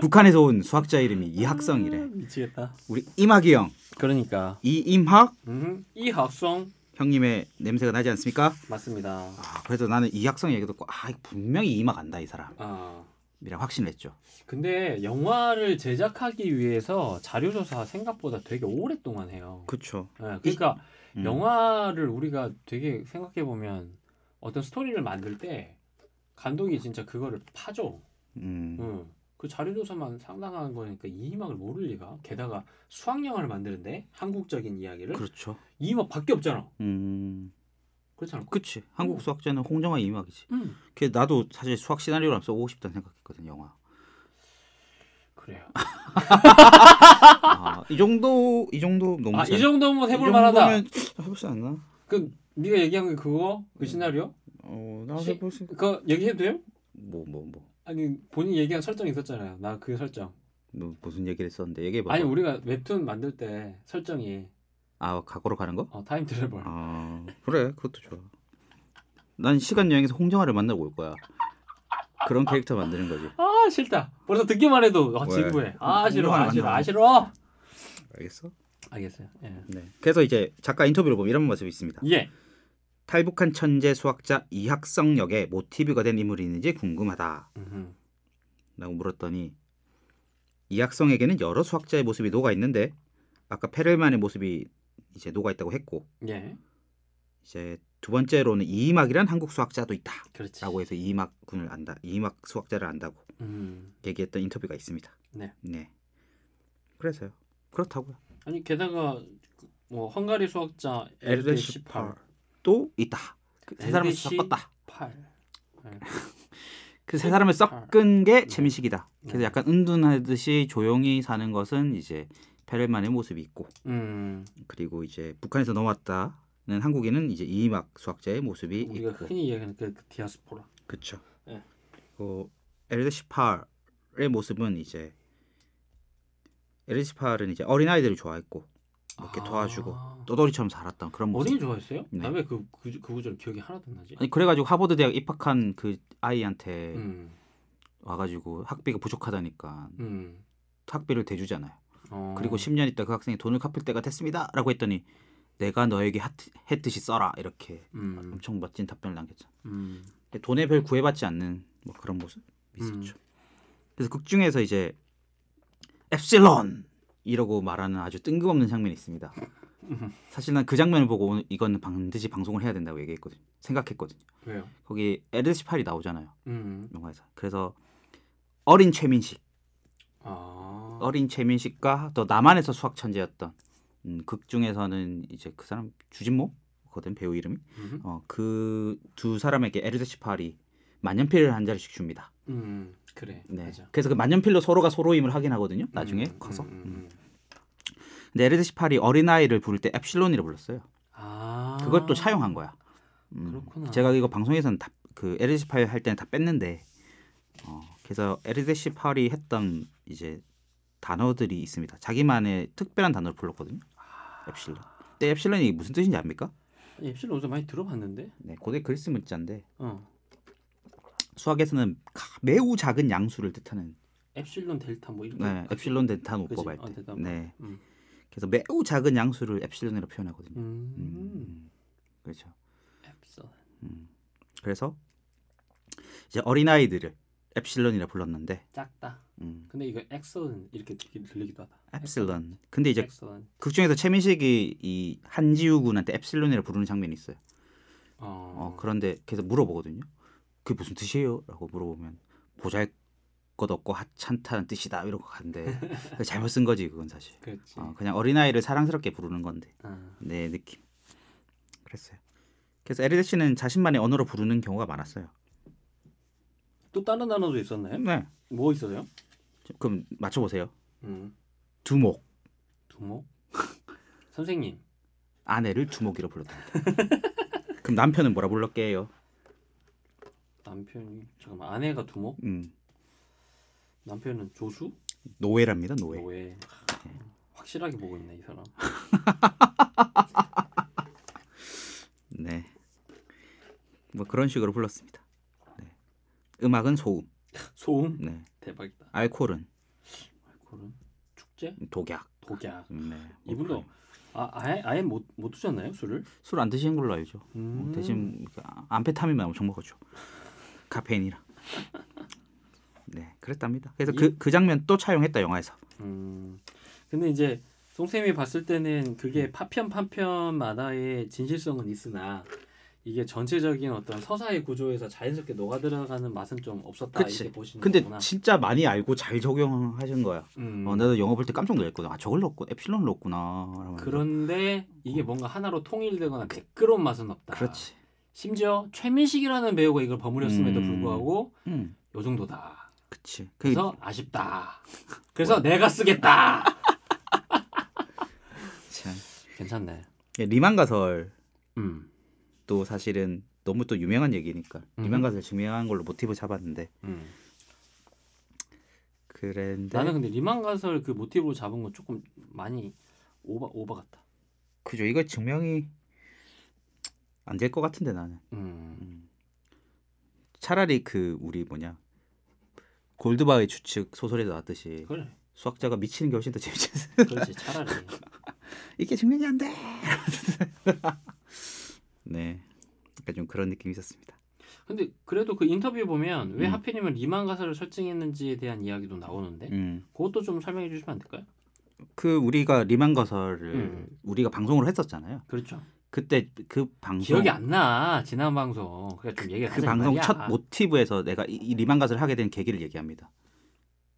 [SPEAKER 3] 북한에서 온 수학자 이름이
[SPEAKER 2] 아,
[SPEAKER 3] 이학성이래.
[SPEAKER 2] 미치겠다.
[SPEAKER 3] 우리 임학이 형,
[SPEAKER 2] 그러니까.
[SPEAKER 3] 이임학
[SPEAKER 2] 음. 이학성
[SPEAKER 3] 형님의 냄새가 나지 않습니까?
[SPEAKER 2] 맞습니다.
[SPEAKER 3] 아, 그래서 나는 이학성 얘기 듣고 아 이거 분명히 이막 안다 이 사람이랑
[SPEAKER 2] 아.
[SPEAKER 3] 확신을 했죠.
[SPEAKER 2] 근데 영화를 제작하기 위해서 자료 조사 생각보다 되게 오랫동안 해요.
[SPEAKER 3] 그렇죠.
[SPEAKER 2] 예, 그러니까
[SPEAKER 3] 음.
[SPEAKER 2] 영화를 우리가 되게 생각해 보면 어떤 스토리를 만들 때 감독이 진짜 그거를 파죠.
[SPEAKER 3] 음,
[SPEAKER 2] 응. 그 자료 조사만 상당한 거니까 이 희망을 모를 리가. 게다가 수학 영화를 만드는데 한국적인 이야기를
[SPEAKER 3] 그렇죠.
[SPEAKER 2] 이 희망밖에 없잖아.
[SPEAKER 3] 음,
[SPEAKER 2] 그렇잖아.
[SPEAKER 3] 그치. 한국
[SPEAKER 2] 음.
[SPEAKER 3] 수학자는 홍정화 이막이지.
[SPEAKER 2] 음.
[SPEAKER 3] 그 나도 사실 수학 시나리오를 한번 써보고 싶다는 생각했거든 영화.
[SPEAKER 2] 그래요.
[SPEAKER 3] 아, 이 정도 이 정도 너무
[SPEAKER 2] 아, 이
[SPEAKER 3] 잘-
[SPEAKER 2] 정도면 해볼
[SPEAKER 3] 이
[SPEAKER 2] 만하다.
[SPEAKER 3] 정도면 해보지 않나?
[SPEAKER 2] 그 네가 얘기한 게 그거?
[SPEAKER 3] 음.
[SPEAKER 2] 그 시나리오?
[SPEAKER 3] 어, 나
[SPEAKER 2] 시-
[SPEAKER 3] 해볼 생각.
[SPEAKER 2] 그거 얘기해도 돼요?
[SPEAKER 3] 뭐뭐 뭐.
[SPEAKER 2] 아니 본인 얘기한 설정이 있었잖아요. 나 그 설정.
[SPEAKER 3] 뭐 너 무슨 얘기를 했었는데 얘기해봐.
[SPEAKER 2] 아니 우리가 웹툰 만들 때 설정이
[SPEAKER 3] 아 과거로 가는 거?
[SPEAKER 2] 어, 타임 트래블.
[SPEAKER 3] 아 그래 그것도 좋아. 난 시간 여행에서 홍정아를 만나고 올 거야. 그런 캐릭터 만드는 거지.
[SPEAKER 2] 아 싫다. 벌써 듣기만 해도 아,
[SPEAKER 3] 왜? 음,
[SPEAKER 2] 지구해. 아 싫어,
[SPEAKER 3] 궁금하네,
[SPEAKER 2] 아 싫어, 아 싫어.
[SPEAKER 3] 완전. 알겠어?
[SPEAKER 2] 알겠어요. 예.
[SPEAKER 3] 네. 그래서 이제 작가 인터뷰를 보면 이런 모습이 있습니다.
[SPEAKER 2] 예.
[SPEAKER 3] 탈북한 천재 수학자 이학성 역의 모티브가 된 인물이 있는지 궁금하다라고
[SPEAKER 2] 음흠.
[SPEAKER 3] 물었더니 이학성에게는 여러 수학자의 모습이 녹아 있는데 아까 페렐만의 모습이 이제 녹아 있다고 했고
[SPEAKER 2] 예.
[SPEAKER 3] 이제 두 번째로는 이이막이란 한국 수학자도 있다라고
[SPEAKER 2] 그렇지.
[SPEAKER 3] 해서 이이막 군을 안다 이이막 수학자를 안다고
[SPEAKER 2] 음.
[SPEAKER 3] 얘기했던 인터뷰가 있습니다.
[SPEAKER 2] 네.
[SPEAKER 3] 그래서요. 그렇다고요.
[SPEAKER 2] 아니 게다가 그뭐 헝가리 수학자
[SPEAKER 3] 에르데
[SPEAKER 2] LD18
[SPEAKER 3] 18 또 있다. 그세 사람을
[SPEAKER 2] LDC?
[SPEAKER 3] 섞었다.
[SPEAKER 2] 8.
[SPEAKER 3] 그 세 사람을 섞은 게 채미식이다. 그래서
[SPEAKER 2] 네.
[SPEAKER 3] 약간 은둔하듯이 조용히 사는 것은 이제 페렐만의 모습이 있고
[SPEAKER 2] 음.
[SPEAKER 3] 그리고 이제 북한에서 넘어왔다는 한국인은 이제 이막 수학자의 모습이
[SPEAKER 2] 우리가
[SPEAKER 3] 있고
[SPEAKER 2] 흔히 얘기하는 그, 그 디아스포라.
[SPEAKER 3] 그쵸.
[SPEAKER 2] 네.
[SPEAKER 3] 그 엘드시팔의 모습은 이제 엘드시팔은 이제 어린 아이들을 좋아했고 이렇게 도와주고
[SPEAKER 2] 아.
[SPEAKER 3] 떠돌이처럼 살았던 그런 모습.
[SPEAKER 2] 어린이 좋아했어요?
[SPEAKER 3] 네.
[SPEAKER 2] 나 왜 그 그 구절 기억이 하나도 안 나지?
[SPEAKER 3] 아니 그래가지고 하버드 대학 입학한 그 아이한테
[SPEAKER 2] 음.
[SPEAKER 3] 와가지고 학비가 부족하다니까
[SPEAKER 2] 음.
[SPEAKER 3] 학비를 대주잖아요.
[SPEAKER 2] 어.
[SPEAKER 3] 그리고 10년 있다 그 학생이 돈을 갚을 때가 됐습니다라고 했더니 내가 너에게 하- 했듯이 써라 이렇게
[SPEAKER 2] 음.
[SPEAKER 3] 엄청 멋진 답변을 남겼죠.
[SPEAKER 2] 음.
[SPEAKER 3] 돈에 별 구애받지 않는 뭐 그런 모습이 있었죠. 그래서 극 중에서 이제 엡실론 이라고 말하는 아주 뜬금없는 장면이 있습니다.
[SPEAKER 2] 음.
[SPEAKER 3] 사실 난 그 장면을 보고 오늘 이건 반드시 방송을 해야 된다고 얘기했거든요. 생각했거든요.
[SPEAKER 2] 왜요?
[SPEAKER 3] 거기 에르시팔이 나오잖아요.
[SPEAKER 2] 음.
[SPEAKER 3] 영화에서. 그래서 어린 최민식,
[SPEAKER 2] 아.
[SPEAKER 3] 어린 최민식과 또 남한에서 수학 천재였던 음, 극 중에서는 이제 그 사람 주진모거든 배우 이름이.
[SPEAKER 2] 음.
[SPEAKER 3] 어, 그 두 사람에게 에르데시팔이 만년필을 한 자리씩 줍니다.
[SPEAKER 2] 음. 그래.
[SPEAKER 3] 네.
[SPEAKER 2] 맞아.
[SPEAKER 3] 그래서 그 만년필로 서로가 서로임을 확인하거든요. 나중에
[SPEAKER 2] 음,
[SPEAKER 3] 커서.
[SPEAKER 2] 음, 음,
[SPEAKER 3] 음.
[SPEAKER 2] 음.
[SPEAKER 3] 근데 에르데시팔이 어린아이를 부를 때 엡실론이라 불렀어요.
[SPEAKER 2] 아.
[SPEAKER 3] 그걸 또 차용한 거야. 음.
[SPEAKER 2] 그렇구나.
[SPEAKER 3] 제가 이거 방송에서는 다, 그 에르데시팔 할 때는 다 뺐는데 어, 그래서 에르데시팔이 했던 이제 단어들이 있습니다. 자기만의 특별한 단어를 불렀거든요. 엡실론. 근데 엡실론이 무슨 뜻인지 압니까?
[SPEAKER 2] 입실 어디서 많이 들어봤는데.
[SPEAKER 3] 네, 고대 그리스 문자인데
[SPEAKER 2] 어.
[SPEAKER 3] 수학에서는 가- 매우 작은 양수를 뜻하는
[SPEAKER 2] 엡실론 델타 뭐 이런
[SPEAKER 3] 네,
[SPEAKER 2] 거.
[SPEAKER 3] 엡실론 덴타 오법
[SPEAKER 2] 그치?
[SPEAKER 3] 할
[SPEAKER 2] 어,
[SPEAKER 3] 때.
[SPEAKER 2] 덴타 오법.
[SPEAKER 3] 네.
[SPEAKER 2] 음.
[SPEAKER 3] 그래서 매우 작은 양수를 엡실론으로 표현하거든요.
[SPEAKER 2] 음.
[SPEAKER 3] 음. 그렇죠.
[SPEAKER 2] 엡실론.
[SPEAKER 3] 음. 그래서 이제 어린아이들을 엡실론이라 불렀는데
[SPEAKER 2] 작다.
[SPEAKER 3] 음.
[SPEAKER 2] 근데 이거 엑셀런 이렇게 들리- 들리기도 하다.
[SPEAKER 3] 엡실론. 근데 이제
[SPEAKER 2] 엑셀런.
[SPEAKER 3] 극 중에서 최민식이 이 한지우 군한테 엡실론이라 부르는 장면이 있어요.
[SPEAKER 2] 어.
[SPEAKER 3] 어, 그런데 계속 물어보거든요. 그게 무슨 뜻이에요? 라고 물어보면 보잘 것 없고 하찮다는 뜻이다 이런 거 같은데 잘못 쓴 거지 그건 사실.
[SPEAKER 2] 그렇지.
[SPEAKER 3] 어, 그냥 어린아이를 사랑스럽게 부르는 건데.
[SPEAKER 2] 아.
[SPEAKER 3] 네 느낌 그랬어요 그래서 에르데 씨는 자신만의 언어로 부르는 경우가 많았어요
[SPEAKER 2] 또 다른 단어도 있었나요?
[SPEAKER 3] 네
[SPEAKER 2] 뭐 있어요?
[SPEAKER 3] 그럼 맞춰보세요
[SPEAKER 2] 음.
[SPEAKER 3] 두목
[SPEAKER 2] 두목. 선생님.
[SPEAKER 3] 아내를 두목이라 불렀답니다 그럼 남편은 뭐라 불렀게요
[SPEAKER 2] 남편이 잠깐만 아내가 두목.
[SPEAKER 3] 음
[SPEAKER 2] 남편은 조수.
[SPEAKER 3] 노예랍니다 노예
[SPEAKER 2] 노예.
[SPEAKER 3] 네.
[SPEAKER 2] 확실하게 보고 있네 이 사람.
[SPEAKER 3] 네뭐 뭐 그런 식으로 불렀습니다 네. 음악은 소음
[SPEAKER 2] 소음.
[SPEAKER 3] 네
[SPEAKER 2] 대박이다.
[SPEAKER 3] 알코올은
[SPEAKER 2] 알코올은 축제.
[SPEAKER 3] 독약
[SPEAKER 2] 독약.
[SPEAKER 3] 음, 네. 뭐
[SPEAKER 2] 이분도
[SPEAKER 3] 그런-
[SPEAKER 2] 아, 아예 아예 못못 드셨나요 술을?
[SPEAKER 3] 술안 드시는 걸로 알죠
[SPEAKER 2] 음.
[SPEAKER 3] 대신 그 아- 암페타민만 엄청 먹었죠. 카페인이랑. 네, 그랬답니다. 그래서 그, 그 장면 또 차용했다 영화에서.
[SPEAKER 2] 음. 근데 이제 송쌤이 봤을 때는
[SPEAKER 3] 음.
[SPEAKER 2] 그게 파편 파편마다의 진실성은 있으나 이게 전체적인 어떤 서사의 구조에서 자연스럽게 녹아 들어가는 맛은 좀 없었다
[SPEAKER 3] 그치.
[SPEAKER 2] 이렇게 보시는
[SPEAKER 3] 근데
[SPEAKER 2] 거구나.
[SPEAKER 3] 진짜 많이 알고 잘 적용하신 거야.
[SPEAKER 2] 음.
[SPEAKER 3] 어, 나도 영화 볼 때 깜짝 놀랐거든. 아, 저걸 넣고 엡실론 넣었구나. 이러면서.
[SPEAKER 2] 그런데 이게 뭔가 하나로 통일되거나 매끄러운 맛은 없다.
[SPEAKER 3] 어. 그렇지.
[SPEAKER 2] 심지어 최민식이라는 배우가 이걸 버무렸음에도
[SPEAKER 3] 음.
[SPEAKER 2] 불구하고
[SPEAKER 3] 음,
[SPEAKER 2] 요 정도다.
[SPEAKER 3] 그치. 그,
[SPEAKER 2] 그래서 아쉽다. 그래서 내가 쓰겠다.
[SPEAKER 3] 참.
[SPEAKER 2] 괜찮네.
[SPEAKER 3] 예, 리만가설
[SPEAKER 2] 음.
[SPEAKER 3] 또 사실은 너무 또 유명한 얘기니까
[SPEAKER 2] 음.
[SPEAKER 3] 리만가설 증명한 걸로 모티브 잡았는데
[SPEAKER 2] 음.
[SPEAKER 3] 그랬는데 네.
[SPEAKER 2] 나는 근데 리만 가설 그 모티브로 잡은 건 조금 많이 오바 오바 같다.
[SPEAKER 3] 그죠. 이거 증명이 안 될 것 같은데 나는.
[SPEAKER 2] 음,
[SPEAKER 3] 음. 차라리 그 우리 뭐냐 골드바의 추측 소설에서 나왔듯이
[SPEAKER 2] 그래.
[SPEAKER 3] 수학자가 미치는 게 훨씬 더 재밌지 않습니까?
[SPEAKER 2] 그렇지 차라리.
[SPEAKER 3] 이게 증명이 안 돼. 네, 약간 좀 그런 느낌이 있었습니다.
[SPEAKER 2] 근데 그래도 그 인터뷰 보면 왜
[SPEAKER 3] 음.
[SPEAKER 2] 하필이면 리만 가사를 설정했는지에 대한 이야기도 나오는데
[SPEAKER 3] 음.
[SPEAKER 2] 그것도 좀 설명해 주시면 안 될까요?
[SPEAKER 3] 그 우리가 리만 가설을
[SPEAKER 2] 음.
[SPEAKER 3] 우리가 방송으로 했었잖아요.
[SPEAKER 2] 그렇죠.
[SPEAKER 3] 그때 그 방송
[SPEAKER 2] 기억이 안 나. 지난 방송. 그러니까 좀 얘기를
[SPEAKER 3] 그
[SPEAKER 2] 하자 이
[SPEAKER 3] 방송
[SPEAKER 2] 말이야.
[SPEAKER 3] 첫 모티브에서 내가 이, 이 리만 가설을 하게 된 계기를 얘기합니다.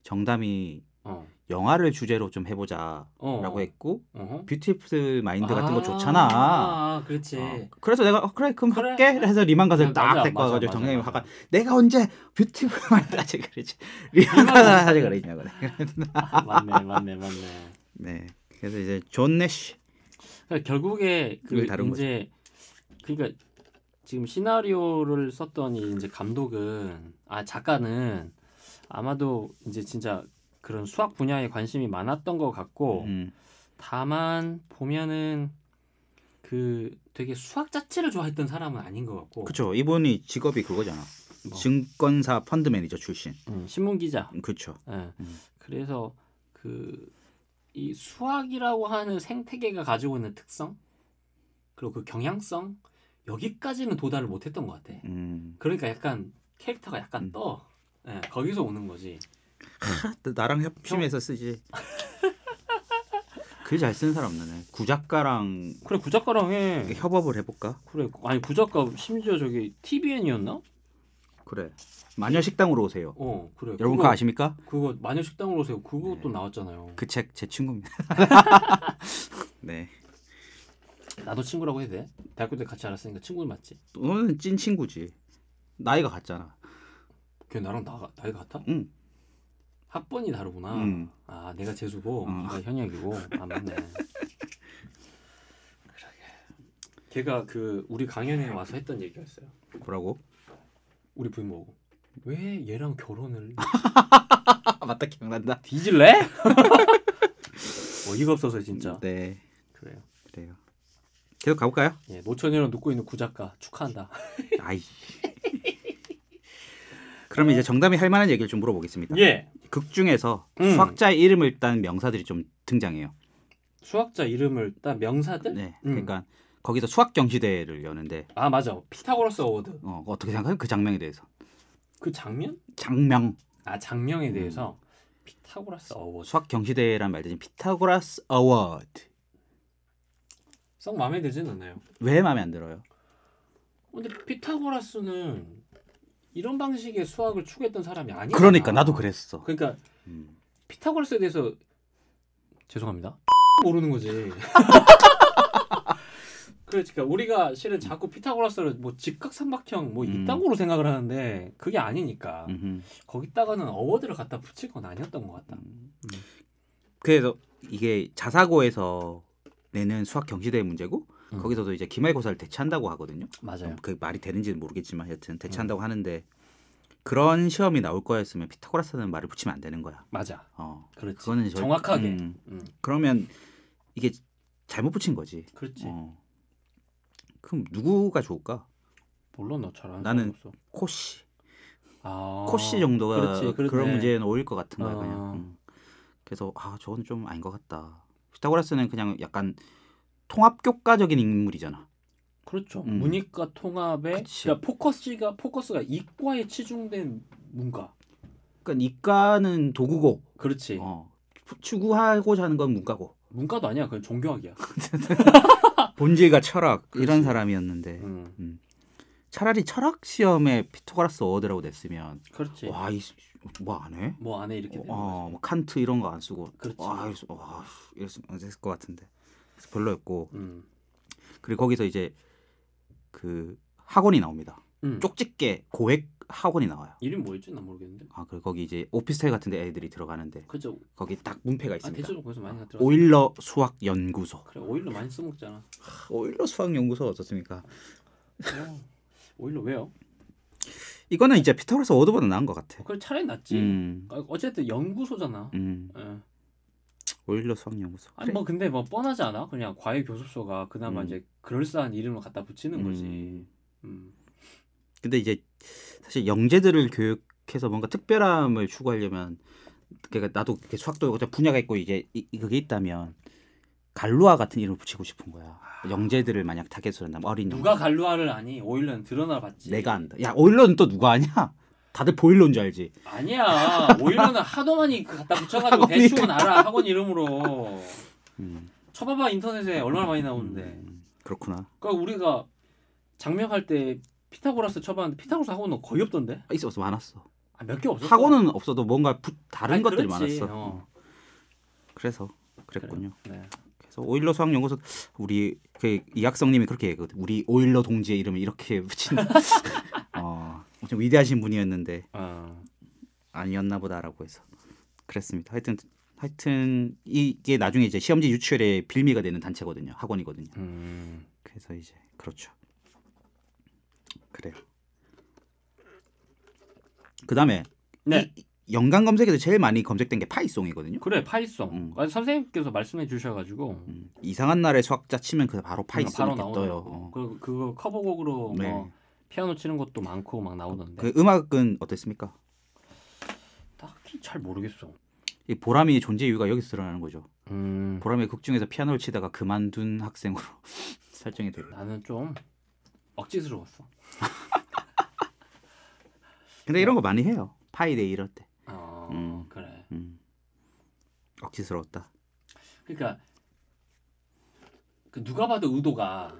[SPEAKER 3] 정담이
[SPEAKER 2] 어.
[SPEAKER 3] 영화를 주제로 좀 해보자라고
[SPEAKER 2] 어.
[SPEAKER 3] 했고
[SPEAKER 2] 어허.
[SPEAKER 3] 뷰티풀 마인드 같은 거
[SPEAKER 2] 아,
[SPEAKER 3] 좋잖아.
[SPEAKER 2] 아, 그렇지.
[SPEAKER 3] 어, 그래서 내가 어, 그래 그럼
[SPEAKER 2] 그래.
[SPEAKER 3] 할게 해서 리만 가설
[SPEAKER 2] 아,
[SPEAKER 3] 딱
[SPEAKER 2] 맞아,
[SPEAKER 3] 데리고
[SPEAKER 2] 맞아,
[SPEAKER 3] 와가지고
[SPEAKER 2] 맞아,
[SPEAKER 3] 정담이
[SPEAKER 2] 맞아.
[SPEAKER 3] 화가 내가 언제 뷰티풀 마인드 하지 그러지 리만
[SPEAKER 2] 뭐
[SPEAKER 3] 가설 하지 그러냐고
[SPEAKER 2] 아, 맞네, 맞네, 맞네.
[SPEAKER 3] 네 그래서 이제 존 내쉬
[SPEAKER 2] 그러니까 결국에 그
[SPEAKER 3] 이걸 다룬
[SPEAKER 2] 이제 그러니까 지금 시나리오를 썼던 이 이제 감독은 아 작가는 아마도 이제 진짜 그런 수학 분야에 관심이 많았던 것 같고
[SPEAKER 3] 음,
[SPEAKER 2] 다만 보면은 그 되게 수학 자체를 좋아했던 사람은 아닌 것 같고
[SPEAKER 3] 그쵸 이분이 직업이 그거잖아
[SPEAKER 2] 뭐,
[SPEAKER 3] 증권사 펀드 매니저 출신
[SPEAKER 2] 음, 신문 기자
[SPEAKER 3] 그쵸
[SPEAKER 2] 예.
[SPEAKER 3] 음.
[SPEAKER 2] 그래서 그 이 수학이라고 하는 생태계가 가지고 있는 특성 그리고 그 경향성 여기까지는 도달을 못했던 것 같아.
[SPEAKER 3] 음
[SPEAKER 2] 그러니까 약간 캐릭터가 약간
[SPEAKER 3] 음.
[SPEAKER 2] 떠. 예, 거기서 오는 거지.
[SPEAKER 3] 하, 나- 나랑 협심해서 쓰지 글 잘 쓰는 사람 없네 구작가랑
[SPEAKER 2] 그래 구작가랑 해.
[SPEAKER 3] 협업을 해볼까
[SPEAKER 2] 그래 아니 구작가 심지어 저기 TVN이었나?
[SPEAKER 3] 그래 마녀 식당으로 오세요
[SPEAKER 2] 음. 어 그래.
[SPEAKER 3] 여러분
[SPEAKER 2] 그거,
[SPEAKER 3] 그거 아십니까
[SPEAKER 2] 그거 마녀 식당으로 오세요. 그것도
[SPEAKER 3] 네.
[SPEAKER 2] 나왔잖아요.
[SPEAKER 3] 그 책 제 친구입니다 네
[SPEAKER 2] 나도 친구라고 해도 돼? 대학교 때 같이 알았으니까 친구 맞지?
[SPEAKER 3] 너는 찐 친구지 나이가 같잖아
[SPEAKER 2] 걔 나랑 나가 나이 같아?
[SPEAKER 3] 응
[SPEAKER 2] 학번이 다르구나.
[SPEAKER 3] 음.
[SPEAKER 2] 아 내가 재수고
[SPEAKER 3] 어.
[SPEAKER 2] 걔가 현역이고 아 맞네. 그러게. 걔가 그 우리 강연에 와서 했던 얘기였어요.
[SPEAKER 3] 뭐라고
[SPEAKER 2] 우리 부인보고 왜 얘랑 결혼을
[SPEAKER 3] 아 맞다 기억난다
[SPEAKER 2] 뒤질래? 어, 어이가 없어서 진짜.
[SPEAKER 3] 네
[SPEAKER 2] 그래요.
[SPEAKER 3] 그래요 계속 가볼까요
[SPEAKER 2] 예, 노천이랑 눕고 있는 구작가 축하한다.
[SPEAKER 3] 아이. 그러면 이제 정담이 할 만한 얘기를 좀 물어보겠습니다.
[SPEAKER 2] 예.
[SPEAKER 3] 극 중에서
[SPEAKER 2] 음.
[SPEAKER 3] 수학자의 이름을 딴 명사들이 좀 등장해요.
[SPEAKER 2] 수학자 이름을 딴 명사들?
[SPEAKER 3] 네.
[SPEAKER 2] 음.
[SPEAKER 3] 그러니까 거기서 수학 경시대회를 여는데
[SPEAKER 2] 아 맞아. 피타고라스 어워드.
[SPEAKER 3] 어, 어떻게 생각해요? 그 장면에 대해서.
[SPEAKER 2] 그 장면?
[SPEAKER 3] 장명
[SPEAKER 2] 아 장면에 대해서 피타고라스 어워드.
[SPEAKER 3] 수학 경시대회란 말 대신 피타고라스 어워드.
[SPEAKER 2] 썩 마음에 들진 않아요.
[SPEAKER 3] 왜 마음에 안 들어요?
[SPEAKER 2] 근데 피타고라스는 이런 방식의 수학을 추구했던 사람이 아니야.
[SPEAKER 3] 그러니까 나도 그랬어.
[SPEAKER 2] 그러니까
[SPEAKER 3] 음.
[SPEAKER 2] 피타고라스에 대해서 죄송합니다. 모르는 거지. 그래, 그러니까 우리가 실은 자꾸 피타고라스를 뭐 직각삼각형 뭐
[SPEAKER 3] 음.
[SPEAKER 2] 이딴 거로 생각을 하는데 그게 아니니까
[SPEAKER 3] 음흠.
[SPEAKER 2] 거기다가는 어워드를 갖다 붙일 건 아니었던 것 같다.
[SPEAKER 3] 음. 그래서 이게 자사고에서 내는 수학 경시대회 문제고
[SPEAKER 2] 음. 네.
[SPEAKER 3] 거기서도 이제 기말고사를 대체한다고 하거든요.
[SPEAKER 2] 맞아요.
[SPEAKER 3] 그 말이 되는지는 모르겠지만 여튼
[SPEAKER 2] 음.
[SPEAKER 3] 대체한다고 하는데 그런 시험이 나올 거였으면 피타고라스라는 말을 붙이면 안 되는 거야.
[SPEAKER 2] 맞아.
[SPEAKER 3] 어.
[SPEAKER 2] 그렇지.
[SPEAKER 3] 그거는 저-
[SPEAKER 2] 정확하게.
[SPEAKER 3] 음,
[SPEAKER 2] 음,
[SPEAKER 3] 그러면 이게 잘못 붙인 거지.
[SPEAKER 2] 그렇지.
[SPEAKER 3] 어. 그럼 누구가 좋을까?
[SPEAKER 2] 물론 너 잘하는
[SPEAKER 3] 나는-
[SPEAKER 2] 사람 없어.
[SPEAKER 3] 코시,
[SPEAKER 2] 아,
[SPEAKER 3] 코시 정도가
[SPEAKER 2] 그렇지,
[SPEAKER 3] 그
[SPEAKER 2] 그렇네.
[SPEAKER 3] 런 문제에는 어울릴 것 같은 거야
[SPEAKER 2] 어.
[SPEAKER 3] 그냥. 음. 그래서 아 저건 좀 아닌 것 같다. 피타고라스는 그냥 약간 통합교과적인 인물이잖아.
[SPEAKER 2] 그렇죠.
[SPEAKER 3] 음.
[SPEAKER 2] 문이과 통합에
[SPEAKER 3] 그치.
[SPEAKER 2] 그러니까 포커스가 포커스가 이과에 치중된 문과.
[SPEAKER 3] 그러니까 이과는 도구고,
[SPEAKER 2] 그렇지.
[SPEAKER 3] 어, 추구하고자 하는 건 문과고.
[SPEAKER 2] 문과도 아니야. 그건 종교학이야.
[SPEAKER 3] 본질과 철학
[SPEAKER 2] 아.
[SPEAKER 3] 이런
[SPEAKER 2] 그렇지.
[SPEAKER 3] 사람이었는데
[SPEAKER 2] 음.
[SPEAKER 3] 차라리 철학 시험에 피타고라스 어워드라고 냈으면
[SPEAKER 2] 그렇지.
[SPEAKER 3] 와이뭐안 해?
[SPEAKER 2] 뭐 안에 예. 이렇게 되는
[SPEAKER 3] 어,
[SPEAKER 2] 거지.
[SPEAKER 3] 뭐 칸트 이런 거 안 쓰고
[SPEAKER 2] 그렇지.
[SPEAKER 3] 와 이랬- 와 이랬으면 안 됐을 것 같은데 그래서 별로였고
[SPEAKER 2] 음.
[SPEAKER 3] 그리고 거기서 이제 그 학원이 나옵니다.
[SPEAKER 2] 음.
[SPEAKER 3] 쪽집게 고액 학원이 나와요.
[SPEAKER 2] 이름 뭐였지? 나 모르겠는데.
[SPEAKER 3] 아 그리고 거기 이제 오피스텔 같은 데 애들이 들어가는데
[SPEAKER 2] 그죠.
[SPEAKER 3] 거기 딱 문패가
[SPEAKER 2] 아,
[SPEAKER 3] 있습니다.
[SPEAKER 2] 대체로 거기서 많이 들어.
[SPEAKER 3] 오일러 수학 연구소.
[SPEAKER 2] 그래 오일로 많이 써먹잖아.
[SPEAKER 3] 오일러 수학 연구소 어떻습니까?
[SPEAKER 2] 어. 오일로 왜요?
[SPEAKER 3] 네. 이거는 이제 피타고라스 어워드보다 나은 것 같아.
[SPEAKER 2] 그걸 차라리 낫지.
[SPEAKER 3] 음.
[SPEAKER 2] 아, 어쨌든 연구소잖아.
[SPEAKER 3] 음.
[SPEAKER 2] 예.
[SPEAKER 3] 오일러 수학연구소.
[SPEAKER 2] 아니 뭐 근데 뭐 뻔하지 않아? 그냥 과외 교습소가 그나마
[SPEAKER 3] 음.
[SPEAKER 2] 이제 그럴싸한 이름을 갖다 붙이는 거지.
[SPEAKER 3] 음.
[SPEAKER 2] 음.
[SPEAKER 3] 근데 이제 사실 영재들을 교육해서 뭔가 특별함을 추구하려면 그러니까 나도 이렇게 수학도 어떤 분야가 있고 이게 이, 이- 그게 있다면 갈루아 같은 이름을 붙이고 싶은 거야. 영재들을 만약 타겟으로 한다면 어린
[SPEAKER 2] 누가
[SPEAKER 3] 영재.
[SPEAKER 2] 갈루아를 아니? 오일러는 드러나봤지.
[SPEAKER 3] 내가 안다. 야 오일러는 또 누가 아냐? 다들 보일러인 줄 알지.
[SPEAKER 2] 아니야. 오일러는 하도 많이 그 갖다 붙여가지고
[SPEAKER 3] 학원
[SPEAKER 2] 대충은 알아. 학원 이름으로.
[SPEAKER 3] 음.
[SPEAKER 2] 쳐봐봐 인터넷에 얼마나 많이 나오는데.
[SPEAKER 3] 음, 그렇구나.
[SPEAKER 2] 그러니까 우리가 장명할 때 피타고라스 쳐봤는데 피타고라스 학원은 거의 없던데?
[SPEAKER 3] 아, 있었어 많았어.
[SPEAKER 2] 아, 몇 개 없었어.
[SPEAKER 3] 학원은 없어도 뭔가 부- 다른
[SPEAKER 2] 아니,
[SPEAKER 3] 것들이
[SPEAKER 2] 그렇지.
[SPEAKER 3] 많았어.
[SPEAKER 2] 어.
[SPEAKER 3] 그래서 그랬군요.
[SPEAKER 2] 네.
[SPEAKER 3] 그래서 오일러 수학 연구소 우리 그 이학성님이 그렇게 얘기거든. 우리 오일러 동지의 이름을 이렇게 붙인다. 어, 엄청 위대하신 분이었는데
[SPEAKER 2] 어.
[SPEAKER 3] 아니었나 보다라고 해서 그랬습니다. 하여튼 하여튼 이게 나중에 이제 시험지 유출의 빌미가 되는 단체거든요. 학원이거든요.
[SPEAKER 2] 음.
[SPEAKER 3] 그래서 이제 그렇죠. 그래요. 그다음에
[SPEAKER 2] 네.
[SPEAKER 3] 연관 검색에서 제일 많이 검색된 게 파이송이거든요.
[SPEAKER 2] 그래 파이송.
[SPEAKER 3] 음.
[SPEAKER 2] 아, 선생님께서 말씀해 주셔가지고
[SPEAKER 3] 음, 이상한 날의 수학자 치면 그 바로
[SPEAKER 2] 바로
[SPEAKER 3] 파이송이 떠요. 어.
[SPEAKER 2] 나오더라고. 그 그거 커버곡으로
[SPEAKER 3] 네.
[SPEAKER 2] 뭐 피아노 치는 것도 많고 막 나오던데.
[SPEAKER 3] 그 음악은 어땠습니까?
[SPEAKER 2] 딱히 잘 모르겠어.
[SPEAKER 3] 이 보람이 존재 이유가 여기서 드러나는 거죠.
[SPEAKER 2] 음.
[SPEAKER 3] 보람이 극중에서 피아노를 치다가 그만둔 학생으로 설정이 됐다.
[SPEAKER 2] 나는 좀 억지스러웠어.
[SPEAKER 3] 근데 이런 거 많이 해요. 파이데이 이럴 때.
[SPEAKER 2] 어,
[SPEAKER 3] 음.
[SPEAKER 2] 그래.
[SPEAKER 3] 음. 억지스러웠다.
[SPEAKER 2] 그러니까 그 누가 봐도 의도가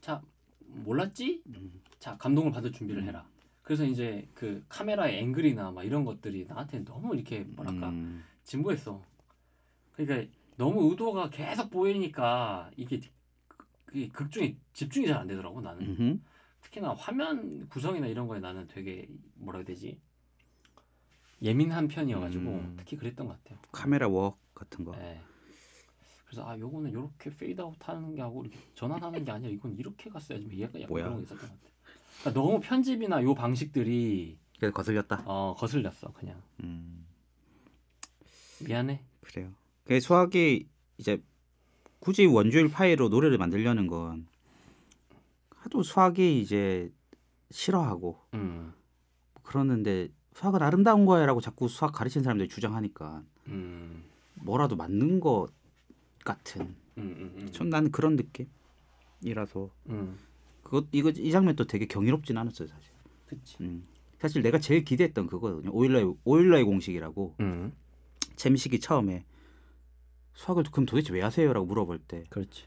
[SPEAKER 2] 자 몰랐지?
[SPEAKER 3] 음.
[SPEAKER 2] 자 감동을 받을 준비를 해라. 그래서 이제 그 카메라의 앵글이나 막 이런 것들이 나한테 너무 이렇게 뭐랄까
[SPEAKER 3] 음.
[SPEAKER 2] 진보했어. 그러니까 너무 의도가 계속 보이니까 이게 그- 그게 극중에 집중이 잘 안 되더라고 나는.
[SPEAKER 3] 음흠.
[SPEAKER 2] 특히나 화면 구성이나 이런 거에 나는 되게 뭐라 해야 되지 예민한 편이어가지고
[SPEAKER 3] 음.
[SPEAKER 2] 특히 그랬던 것 같아요.
[SPEAKER 3] 카메라 웍 같은 거.
[SPEAKER 2] 예. 그래서 아 요거는 요렇게 페이드아웃 하는 게 하고 이렇게 전환하는 게 아니라 이건 이렇게 갔어야지 뭐 얘가 약간
[SPEAKER 3] 뭐야?
[SPEAKER 2] 그런 게 있었던 것 같아. 그러니까 너무 편집이나 요 방식들이
[SPEAKER 3] 그래서 거슬렸다.
[SPEAKER 2] 어, 거슬렸어 그냥
[SPEAKER 3] 음.
[SPEAKER 2] 미안해.
[SPEAKER 3] 그래요. 그 수학이 이제 굳이 원주일 파이로 노래를 만들려는 건 하도 수학이 이제 싫어하고
[SPEAKER 2] 음,
[SPEAKER 3] 그러는데 수학은 아름다운 거야라고 자꾸 수학 가르치는 사람들이 주장하니까
[SPEAKER 2] 음,
[SPEAKER 3] 뭐라도 맞는 것 같은
[SPEAKER 2] 음, 음, 음.
[SPEAKER 3] 전 나는 그런 느낌이라서
[SPEAKER 2] 음.
[SPEAKER 3] 그것 이거 이 장면도 되게 경이롭진 않았어요 사실
[SPEAKER 2] 그치.
[SPEAKER 3] 음. 사실 내가 제일 기대했던 그거거든요 오일러의 오일러의 공식이라고
[SPEAKER 2] 음,
[SPEAKER 3] 재미식이 처음에 수학을 그럼 도대체 왜 하세요라고 물어볼 때
[SPEAKER 2] 그렇지.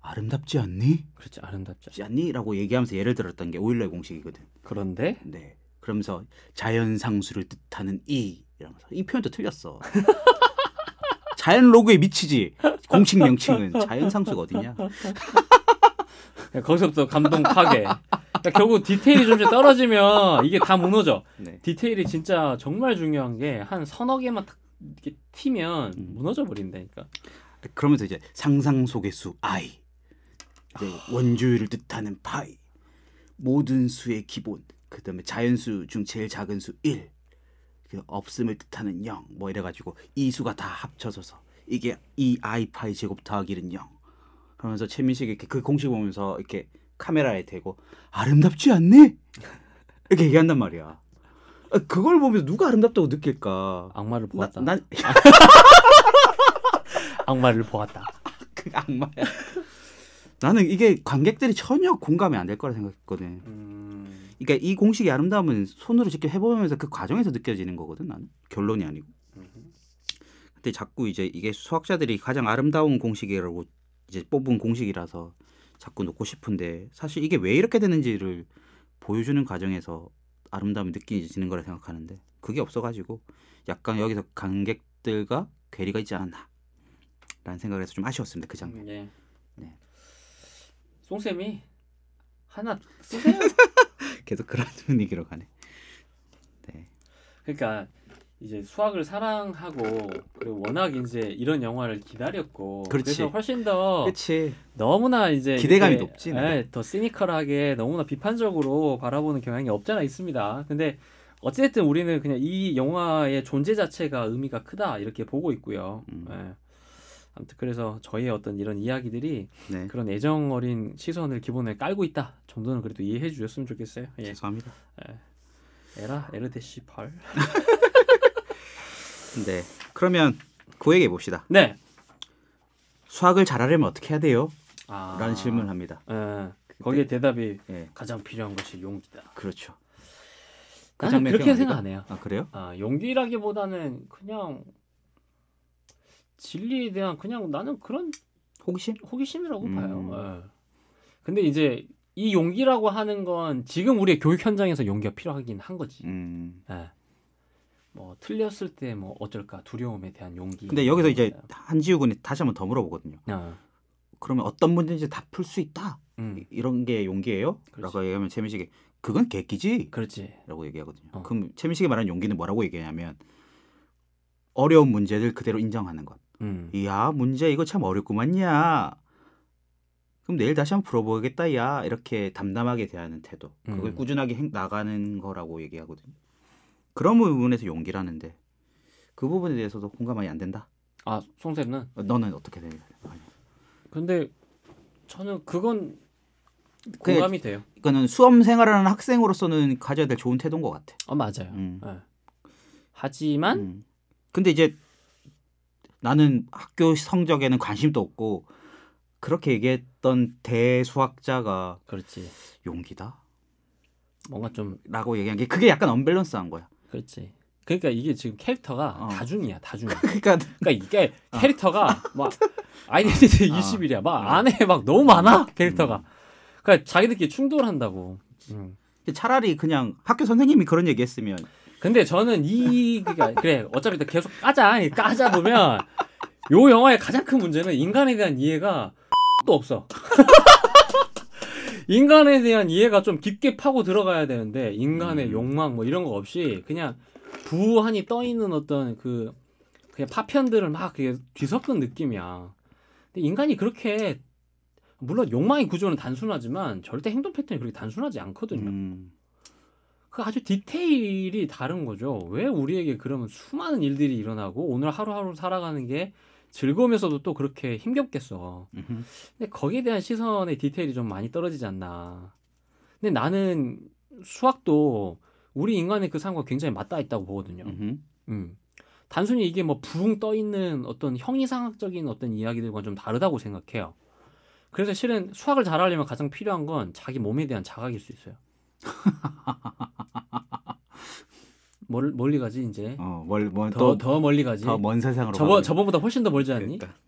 [SPEAKER 3] 아름답지 않니?
[SPEAKER 2] 그렇지 아름답지.
[SPEAKER 3] 지 않니?라고 얘기하면서 예를 들었던 게 오일러의 공식이거든.
[SPEAKER 2] 그런데
[SPEAKER 3] 네. 그러면서 자연 상수를 뜻하는 이 이러면서 이 표현도 틀렸어. 자연 로그에 미치지. 공식 명칭은 자연 상수가 어디냐?
[SPEAKER 2] 네, 거기서부터 감동 파괴. 그러니까 결국 디테일이 좀 이제 떨어지면 이게 다 무너져.
[SPEAKER 3] 네.
[SPEAKER 2] 디테일이 진짜 정말 중요한 게 한 서너 개만 탁 이렇게 튀면
[SPEAKER 3] 음.
[SPEAKER 2] 무너져 버린다니까.
[SPEAKER 3] 그러면서 이제 상상 속의 수 i 이제 원주율을 뜻하는 파이 모든 수의 기본 그다음에 자연수 중 제일 작은 수1 그 없음을 뜻하는 0 뭐 이래가지고 이 수가 다 합쳐져서 이게 이 i 파이 제곱 더하기 1은 0 그러면서 최민식이 이렇게 그 공식 보면서 이렇게 카메라에 대고 아름답지 않니? 이렇게 얘기한단 말이야 아, 그걸 보면서 누가 아름답다고 느낄까
[SPEAKER 2] 악마를
[SPEAKER 3] 나-
[SPEAKER 2] 보았다.
[SPEAKER 3] 난
[SPEAKER 2] 악마를 보았다.
[SPEAKER 3] 그 악마야. 나는 이게 관객들이 전혀 공감이 안 될 거라 생각했거든.
[SPEAKER 2] 음,
[SPEAKER 3] 그러니까 이 공식의 아름다움은 손으로 직접 해보면서 그 과정에서 느껴지는 거거든. 나는 결론이 아니고. 음. 근데 자꾸 이제 이게 수학자들이 가장 아름다운 공식이라고 이제 뽑은 공식이라서 자꾸 놓고 싶은데 사실 이게 왜 이렇게 되는지를 보여주는 과정에서 아름다움이 느껴지는 거라 생각하는데 그게 없어가지고 약간 여기서 관객들과 괴리가 있지 않았나. 라는 생각을 해서 좀 아쉬웠습니다 그 장면.
[SPEAKER 2] 예.
[SPEAKER 3] 네.
[SPEAKER 2] 송쌤이 하나 쓰세요.
[SPEAKER 3] 계속 그런 분위기로 가네. 네.
[SPEAKER 2] 그러니까 이제 수학을 사랑하고 그리고 워낙 이제 이런 영화를 기다렸고
[SPEAKER 3] 그렇지.
[SPEAKER 2] 래서 훨씬 더
[SPEAKER 3] 그렇지.
[SPEAKER 2] 너무나 이제
[SPEAKER 3] 기대감이
[SPEAKER 2] 이렇게,
[SPEAKER 3] 높지,
[SPEAKER 2] 예,
[SPEAKER 3] 내가.
[SPEAKER 2] 더 시니컬하게 너무나 비판적으로 바라보는 경향이 없잖아 있습니다. 근데 어쨌든 우리는 그냥 이 영화의 존재 자체가 의미가 크다 이렇게 보고 있고요.
[SPEAKER 3] 음.
[SPEAKER 2] 예. 아무튼 그래서 저희의 어떤 이런 이야기들이
[SPEAKER 3] 네.
[SPEAKER 2] 그런 애정 어린 시선을 기본에 깔고 있다 정도는 그래도 이해해 주셨으면 좋겠어요. 예.
[SPEAKER 3] 죄송합니다.
[SPEAKER 2] 에라 에르데시 8.
[SPEAKER 3] 네. 그러면 그 얘기해 봅시다.
[SPEAKER 2] 네.
[SPEAKER 3] 수학을 잘하려면 어떻게 해야 돼요?
[SPEAKER 2] 아.
[SPEAKER 3] 라는 질문을 합니다.
[SPEAKER 2] 예. 거기에 대답이
[SPEAKER 3] 예.
[SPEAKER 2] 가장 필요한 것이 용기다.
[SPEAKER 3] 그렇죠. 그
[SPEAKER 2] 나는
[SPEAKER 3] 장면
[SPEAKER 2] 그렇게
[SPEAKER 3] 기억납니까?
[SPEAKER 2] 생각 안 해요.
[SPEAKER 3] 아, 그래요?
[SPEAKER 2] 아, 용기라기보다는 그냥 진리에 대한 그냥 나는 그런
[SPEAKER 3] 호기심?
[SPEAKER 2] 호기심이라고
[SPEAKER 3] 음.
[SPEAKER 2] 봐요. 예. 근데 이제 이 용기라고 하는 건 지금 우리의 교육 현장에서 용기가 필요하긴 한 거지.
[SPEAKER 3] 음.
[SPEAKER 2] 예. 뭐 틀렸을 때 뭐 어쩔까 두려움에 대한 용기.
[SPEAKER 3] 근데 여기서 이제
[SPEAKER 2] 네.
[SPEAKER 3] 한지우 군이 다시 한번 더 물어보거든요.
[SPEAKER 2] 아,
[SPEAKER 3] 그러면 어떤 문제인지 다 풀 수 있다.
[SPEAKER 2] 음,
[SPEAKER 3] 이- 이런 게 용기예요?
[SPEAKER 2] 그렇지.
[SPEAKER 3] 라고 얘기하면 최민식이 그건 개끼지.
[SPEAKER 2] 그렇지.
[SPEAKER 3] 라고 얘기하거든요.
[SPEAKER 2] 어.
[SPEAKER 3] 그럼 최민식이 말하는 용기는 뭐라고 얘기하냐면 어려운 문제들 그대로 인정하는 것.
[SPEAKER 2] 음,
[SPEAKER 3] 이야 문제 이거 참 어렵구만야. 그럼 내일 다시 한번 풀어보겠다 야 이렇게 담담하게 대하는 태도 그걸
[SPEAKER 2] 음.
[SPEAKER 3] 꾸준하게 행- 나가는 거라고 얘기하거든요. 그런 부분에서 용기라는데 그 부분에 대해서도 공감이 안 된다.
[SPEAKER 2] 아 송쌤은
[SPEAKER 3] 어, 너는 어떻게 생각해?
[SPEAKER 2] 근데 저는 그건
[SPEAKER 3] 그-
[SPEAKER 2] 공감이 돼요.
[SPEAKER 3] 이거는 수험 생활하는 학생으로서는 가져야 될 좋은 태도인 것 같아.
[SPEAKER 2] 아 맞아요.
[SPEAKER 3] 음.
[SPEAKER 2] 예. 하지만
[SPEAKER 3] 음. 근데 이제 나는 학교 성적에는 관심도 없고 그렇게 얘기했던 대수학자가
[SPEAKER 2] 그렇지.
[SPEAKER 3] 용기다.
[SPEAKER 2] 뭔가 좀
[SPEAKER 3] 라고 얘기한 게 그게 약간 언밸런스한 거야.
[SPEAKER 2] 그렇지. 그러니까 이게 지금 캐릭터가
[SPEAKER 3] 어.
[SPEAKER 2] 다중이야, 다중.
[SPEAKER 3] 그러니까
[SPEAKER 2] 그러니까 이게 캐릭터가 막 아이덴티티
[SPEAKER 3] 아.
[SPEAKER 2] 20일이야. 막
[SPEAKER 3] 음.
[SPEAKER 2] 안에 막 너무 많아 캐릭터가.
[SPEAKER 3] 음.
[SPEAKER 2] 그러니까 자기들끼리 충돌한다고. 음.
[SPEAKER 3] 차라리 그냥 학교 선생님이 그런 얘기했으면
[SPEAKER 2] 근데 저는 이 그러니까 그래 어차피 계속 까자 이 까자 보면 요 영화의 가장 큰 문제는 인간에 대한 이해가 또 없어. 인간에 대한 이해가 좀 깊게 파고 들어가야 되는데 인간의
[SPEAKER 3] 음.
[SPEAKER 2] 욕망 뭐 이런 거 없이 그냥 부한이 떠 있는 어떤 그 그냥 파편들을 막 그게 뒤섞은 느낌이야. 근데 인간이 그렇게 물론 욕망의 구조는 단순하지만 절대 행동 패턴이 그렇게 단순하지 않거든요.
[SPEAKER 3] 음,
[SPEAKER 2] 그 아주 디테일이 다른 거죠. 왜 우리에게 그러면 수많은 일들이 일어나고 오늘 하루하루 살아가는 게 즐거우면서도 또 그렇게 힘겹겠어.
[SPEAKER 3] 음흠.
[SPEAKER 2] 근데 거기에 대한 시선의 디테일이 좀 많이 떨어지지 않나. 근데 나는 수학도 우리 인간의 그 삶과 굉장히 맞닿아 있다고 보거든요.
[SPEAKER 3] 음흠.
[SPEAKER 2] 음. 단순히 이게 뭐 부흥 떠 있는 어떤 형이상학적인 어떤 이야기들과 좀 다르다고 생각해요. 그래서 실은 수학을 잘하려면 가장 필요한 건 자기 몸에 대한 자각일 수 있어요. 멀, 멀리 가지 이제
[SPEAKER 3] 어, 멀, 멀,
[SPEAKER 2] 더 더
[SPEAKER 3] 또,
[SPEAKER 2] 멀리 가지.
[SPEAKER 3] 더 먼 세상으로
[SPEAKER 2] 저번
[SPEAKER 3] 가버리고.
[SPEAKER 2] 저번보다 훨씬 더 멀지 않니?
[SPEAKER 3] 그러니까.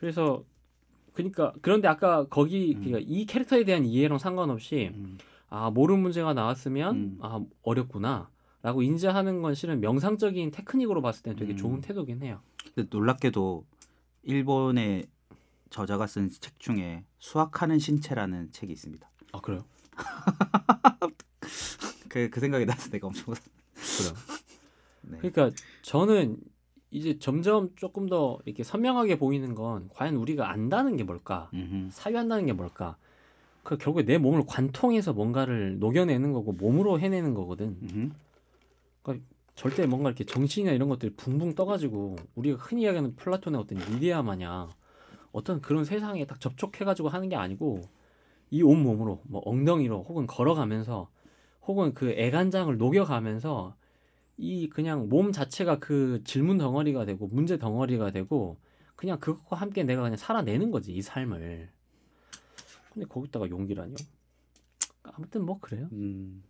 [SPEAKER 2] 그래서 그러니까 그런데 아까 거기
[SPEAKER 3] 음.
[SPEAKER 2] 그러니까 이 캐릭터에 대한 이해랑 상관없이
[SPEAKER 3] 음,
[SPEAKER 2] 아 모르는 문제가 나왔으면
[SPEAKER 3] 음.
[SPEAKER 2] 아 어렵구나라고 인지하는 건 실은 명상적인 테크닉으로 봤을 때는 되게
[SPEAKER 3] 음.
[SPEAKER 2] 좋은 태도긴 해요.
[SPEAKER 3] 근데 놀랍게도 일본의 저자가 쓴 책 중에 수학하는 신체라는 책이 있습니다.
[SPEAKER 2] 아 그래요?
[SPEAKER 3] 그, 그 생각이 나서 내가 엄청 웃었-
[SPEAKER 2] 그래요.
[SPEAKER 3] 네.
[SPEAKER 2] 그러니까 저는 이제 점점 조금 더 이렇게 선명하게 보이는 건 과연 우리가 안다는 게 뭘까?
[SPEAKER 3] 음흠.
[SPEAKER 2] 사유한다는 게 뭘까? 그 결국에 내 몸을 관통해서 뭔가를 녹여내는 거고 몸으로 해내는 거거든.
[SPEAKER 3] 음흠.
[SPEAKER 2] 절대 뭔가 이렇게 정신이나 이런 것들이 붕붕 떠가지고 우리가 흔히 이야기하는 플라톤의 어떤 미디아 마냥 어떤 그런 세상에 딱 접촉해가지고 하는 게 아니고 이 온 몸으로 뭐 엉덩이로 혹은 걸어가면서 혹은 그 애간장을 녹여가면서 이 그냥 몸 자체가 그 질문 덩어리가 되고 문제 덩어리가 되고 그냥 그것과 함께 내가 그냥 살아내는 거지 이 삶을 근데 거기다가 용기라뇨 아무튼 뭐 그래요
[SPEAKER 3] 음,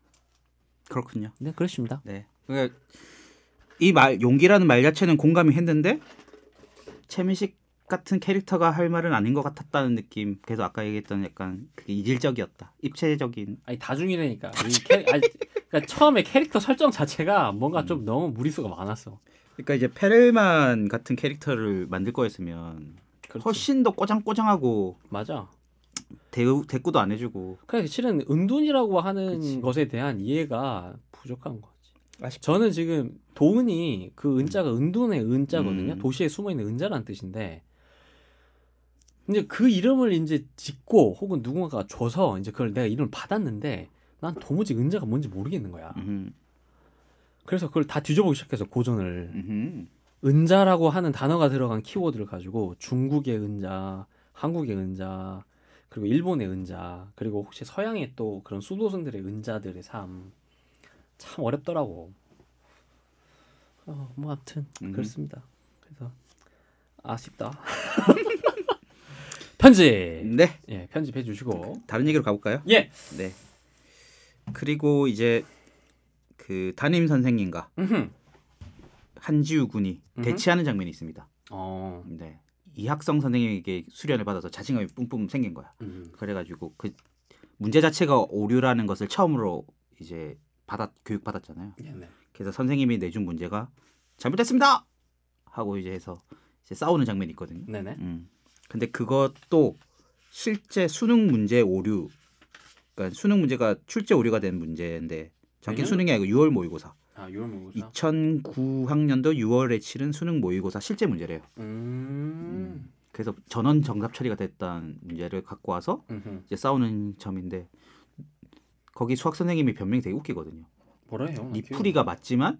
[SPEAKER 3] 그렇군요.
[SPEAKER 2] 네 그렇습니다
[SPEAKER 3] 네. 그러니까 이 말 용기라는 말 자체는 공감이 했는데 최민식 같은 캐릭터가 할 말은 아닌 것 같았다는 느낌. 그래서 아까 얘기했던 약간 그게 이질적이었다. 입체적인.
[SPEAKER 2] 아니 다중이라니까. 이 캐... 아니, 그러니까 처음에 캐릭터 설정 자체가 뭔가 좀 너무 무리수가 많았어.
[SPEAKER 3] 그러니까 이제 페렐만 같은 캐릭터를 만들 거였으면
[SPEAKER 2] 그렇지.
[SPEAKER 3] 훨씬 더 꼬장꼬장하고
[SPEAKER 2] 그렇죠. 맞아.
[SPEAKER 3] 대우 대꾸도 안 해주고
[SPEAKER 2] 그래 그러니까 실은 은둔이라고 하는
[SPEAKER 3] 그치.
[SPEAKER 2] 것에 대한 이해가 부족한 거지.
[SPEAKER 3] 아쉽다.
[SPEAKER 2] 저는 지금 도은이 그 은자가 은둔의 은자거든요.
[SPEAKER 3] 음.
[SPEAKER 2] 도시에 숨어 있는 은자라는 뜻인데. 이제 그 이름을 이제 짓고 혹은 누군가가 줘서 이제 그걸 내가 이름을 받았는데 난 도무지 은자가 뭔지 모르겠는 거야.
[SPEAKER 3] 음흠,
[SPEAKER 2] 그래서 그걸 다 뒤져보기 시작해서 고전을
[SPEAKER 3] 음흠.
[SPEAKER 2] 은자라고 하는 단어가 들어간 키워드를 가지고 중국의 은자, 한국의 은자, 그리고 일본의 은자, 그리고 혹시 서양의 또 그런 수도승들의 은자들의 삶. 참 어렵더라고. 어, 뭐 아무튼
[SPEAKER 3] 음.
[SPEAKER 2] 그렇습니다. 그래서 아쉽다. 편집.
[SPEAKER 3] 네.
[SPEAKER 2] 예, 편집해 주시고.
[SPEAKER 3] 다른 얘기로 가볼까요?
[SPEAKER 2] 예.
[SPEAKER 3] 네. 그리고 이제 그 담임 선생님과
[SPEAKER 2] 음흠.
[SPEAKER 3] 한지우 군이
[SPEAKER 2] 음흠.
[SPEAKER 3] 대치하는 장면이 있습니다.
[SPEAKER 2] 어.
[SPEAKER 3] 네. 이학성 선생님에게 수련을 받아서 자신감이 뿜뿜 생긴 거야.
[SPEAKER 2] 음.
[SPEAKER 3] 그래가지고 그 문제 자체가 오류라는 것을 처음으로 이제 받았 교육 받았잖아요.
[SPEAKER 2] 예, 네.
[SPEAKER 3] 그래서 선생님이 내준 문제가 잘못됐습니다 하고 이제 해서 이제 싸우는 장면이 있거든요.
[SPEAKER 2] 네, 네.
[SPEAKER 3] 음. 근데 그것도 실제 수능 문제 오류, 그러니까 수능 문제가 출제 오류가 된 문제인데 정확히
[SPEAKER 2] 왜냐면-
[SPEAKER 3] 수능이 아니고 6월 모의고사.
[SPEAKER 2] 아, 유월 모의고사.
[SPEAKER 3] 2009학년도 6월에 치른 수능 모의고사 실제 문제래요.
[SPEAKER 2] 음.
[SPEAKER 3] 그래서 전원 정답 처리가 됐다는 문제를 갖고 와서
[SPEAKER 2] 음흠.
[SPEAKER 3] 이제 싸우는 점인데 거기 수학 선생님이 변명이 되게 웃기거든요.
[SPEAKER 2] 뭐라 해요? 아, 나
[SPEAKER 3] 네
[SPEAKER 2] 기억이
[SPEAKER 3] 풀이가 맞지만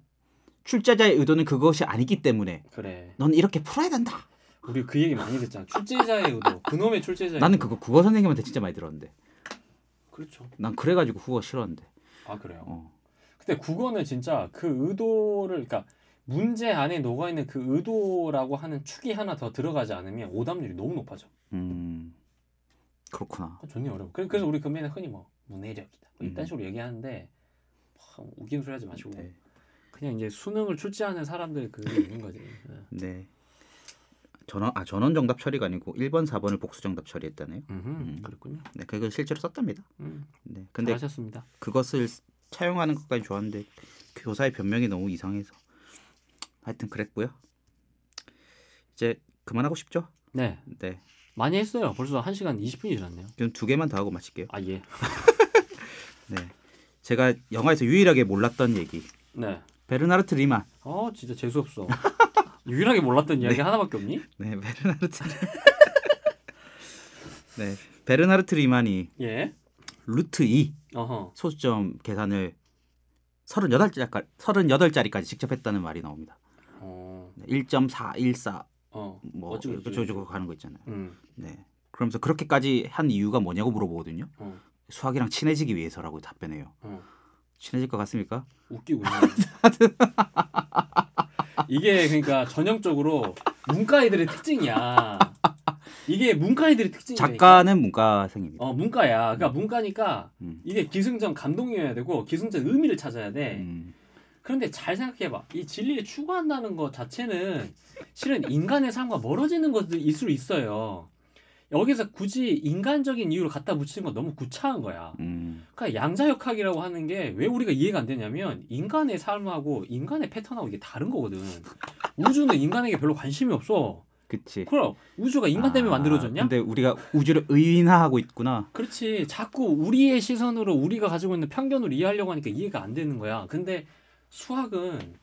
[SPEAKER 3] 출제자의 의도는 그것이 아니기 때문에
[SPEAKER 2] 안 나. 그래.
[SPEAKER 3] 넌 이렇게 풀어야 된다.
[SPEAKER 2] 우리 그 얘기 많이 듣잖아. 출제자의 의도. 그놈의 출제자.
[SPEAKER 3] 나는 그거 국어 선생님한테 진짜 많이 들었는데
[SPEAKER 2] 그렇죠.
[SPEAKER 3] 난 그래가지고 국어 싫었는데.
[SPEAKER 2] 아 그래요.
[SPEAKER 3] 어.
[SPEAKER 2] 근데 국어는 진짜 그 의도를 그러니까 문제 안에 녹아 있는 그 의도라고 하는 축이 하나 더 들어가지 않으면 오답률이 너무 높아져.
[SPEAKER 3] 음 그렇구나.
[SPEAKER 2] 그건 존나 어려워. 그래- 그래서 우리 금년에 흔히 뭐 문해력이다. 뭐 이딴
[SPEAKER 3] 음.
[SPEAKER 2] 식으로 얘기하는데 막 우기는 소리 하지 마시고
[SPEAKER 3] 네.
[SPEAKER 2] 그냥 이제 수능을 출제하는 사람들 그게 있는 거지. 예.
[SPEAKER 3] 네. 전원 아 전원 정답 처리가 아니고 1번 4번을 복수 정답 처리했다네요.
[SPEAKER 2] 음흠,
[SPEAKER 3] 음.
[SPEAKER 2] 그렇군요.
[SPEAKER 3] 네, 그걸 실제로 썼답니다.
[SPEAKER 2] 음,
[SPEAKER 3] 네. 근데
[SPEAKER 2] 잘하셨습니다.
[SPEAKER 3] 그것을 차용하는 것까지 좋았는데 교사의 변명이 너무 이상해서 하여튼 그랬고요. 이제 그만하고 싶죠?
[SPEAKER 2] 네,
[SPEAKER 3] 네.
[SPEAKER 2] 많이 했어요. 벌써 1 시간 2 0 분이 지났네요.
[SPEAKER 3] 그럼 두 개만 더 하고 마칠게요.
[SPEAKER 2] 아 예.
[SPEAKER 3] 네. 제가 영화에서 유일하게 몰랐던 얘기.
[SPEAKER 2] 네.
[SPEAKER 3] 베르나르트 리만.
[SPEAKER 2] 어 진짜 재수 없어. 유일하게 몰랐던 이야기 하나밖에 없니?
[SPEAKER 3] 네, 베르나르트. 리만. 네, 베르나르트 리만이
[SPEAKER 2] 예.
[SPEAKER 3] 루트 2
[SPEAKER 2] 어허.
[SPEAKER 3] 소수점 계산을 38자리까지 38자리까지 직접 했다는 말이 나옵니다. 네,
[SPEAKER 2] 어.
[SPEAKER 3] 1.414
[SPEAKER 2] 어.
[SPEAKER 3] 뭐
[SPEAKER 2] 어쩌고
[SPEAKER 3] 어쩌고 저쩌고 가는 거 있잖아요.
[SPEAKER 2] 음.
[SPEAKER 3] 네. 그러면서 그렇게까지 한 이유가 뭐냐고 물어보거든요.
[SPEAKER 2] 어.
[SPEAKER 3] 수학이랑 친해지기 위해서라고 답변해요.
[SPEAKER 2] 어.
[SPEAKER 3] 친해질 것 같습니까?
[SPEAKER 2] 웃기고 있네. 이게 그러니까 전형적으로 문과 애들의 특징이야. 이게 문과 애들의 특징이야.
[SPEAKER 3] 작가는 문과생입니다.
[SPEAKER 2] 어 문과야. 그러니까 문과니까
[SPEAKER 3] 음.
[SPEAKER 2] 이게 기승전 감동이어야 되고 기승전 의미를 찾아야 돼.
[SPEAKER 3] 음.
[SPEAKER 2] 그런데 잘 생각해봐. 이 진리를 추구한다는 것 자체는 실은 인간의 삶과 멀어지는 것도 있을 수 있어요. 여기서 굳이 인간적인 이유를 갖다 붙이는 건 너무 구차한 거야.
[SPEAKER 3] 음.
[SPEAKER 2] 그러니까 양자역학이라고 하는 게 왜 우리가 이해가 안 되냐면 인간의 삶하고 인간의 패턴하고 이게 다른 거거든. 우주는 인간에게 별로 관심이 없어.
[SPEAKER 3] 그치.
[SPEAKER 2] 그럼 우주가 인간 때문에
[SPEAKER 3] 아,
[SPEAKER 2] 만들어졌냐?
[SPEAKER 3] 근데 우리가 우주를 의인화하고 있구나.
[SPEAKER 2] 그렇지. 자꾸 우리의 시선으로 우리가 가지고 있는 편견으로 이해하려고 하니까 이해가 안 되는 거야. 근데 수학은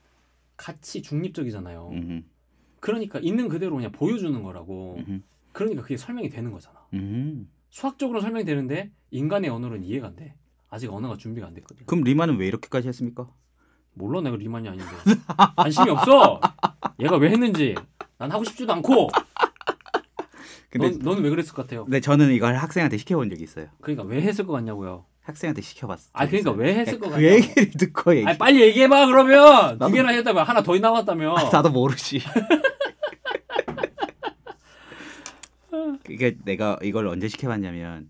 [SPEAKER 2] 같이 중립적이잖아요.
[SPEAKER 3] 음.
[SPEAKER 2] 그러니까 있는 그대로 그냥 보여주는 거라고.
[SPEAKER 3] 음.
[SPEAKER 2] 그러니까 그게 설명이 되는 거잖아.
[SPEAKER 3] 음.
[SPEAKER 2] 수학적으로 설명이 되는데 인간의 언어로는 이해가 안 돼. 아직 언어가 준비가 안 됐거든.
[SPEAKER 3] 그럼 리만은 왜 이렇게까지 했습니까?
[SPEAKER 2] 몰라 내가 리만이 아닌데 관심이 없어. 얘가 왜 했는지 난 하고 싶지도 않고.
[SPEAKER 3] 근데
[SPEAKER 2] 넌 너는 왜 그랬을 것 같아요?
[SPEAKER 3] 근데 저는 이걸 학생한테 시켜본 적이 있어요.
[SPEAKER 2] 그러니까 왜 했을 것 같냐고요.
[SPEAKER 3] 학생한테 시켜봤어.
[SPEAKER 2] 아 그러니까 왜 했을 것
[SPEAKER 3] 그
[SPEAKER 2] 같냐. 고
[SPEAKER 3] 얘기를 듣고 얘기.
[SPEAKER 2] 아 빨리 얘기해봐 그러면 두
[SPEAKER 3] 나도-
[SPEAKER 2] 개나 했다며 하나 더 남았다며.
[SPEAKER 3] 아, 나도 모르지. 그게 내가 이걸 언제 시켜봤냐면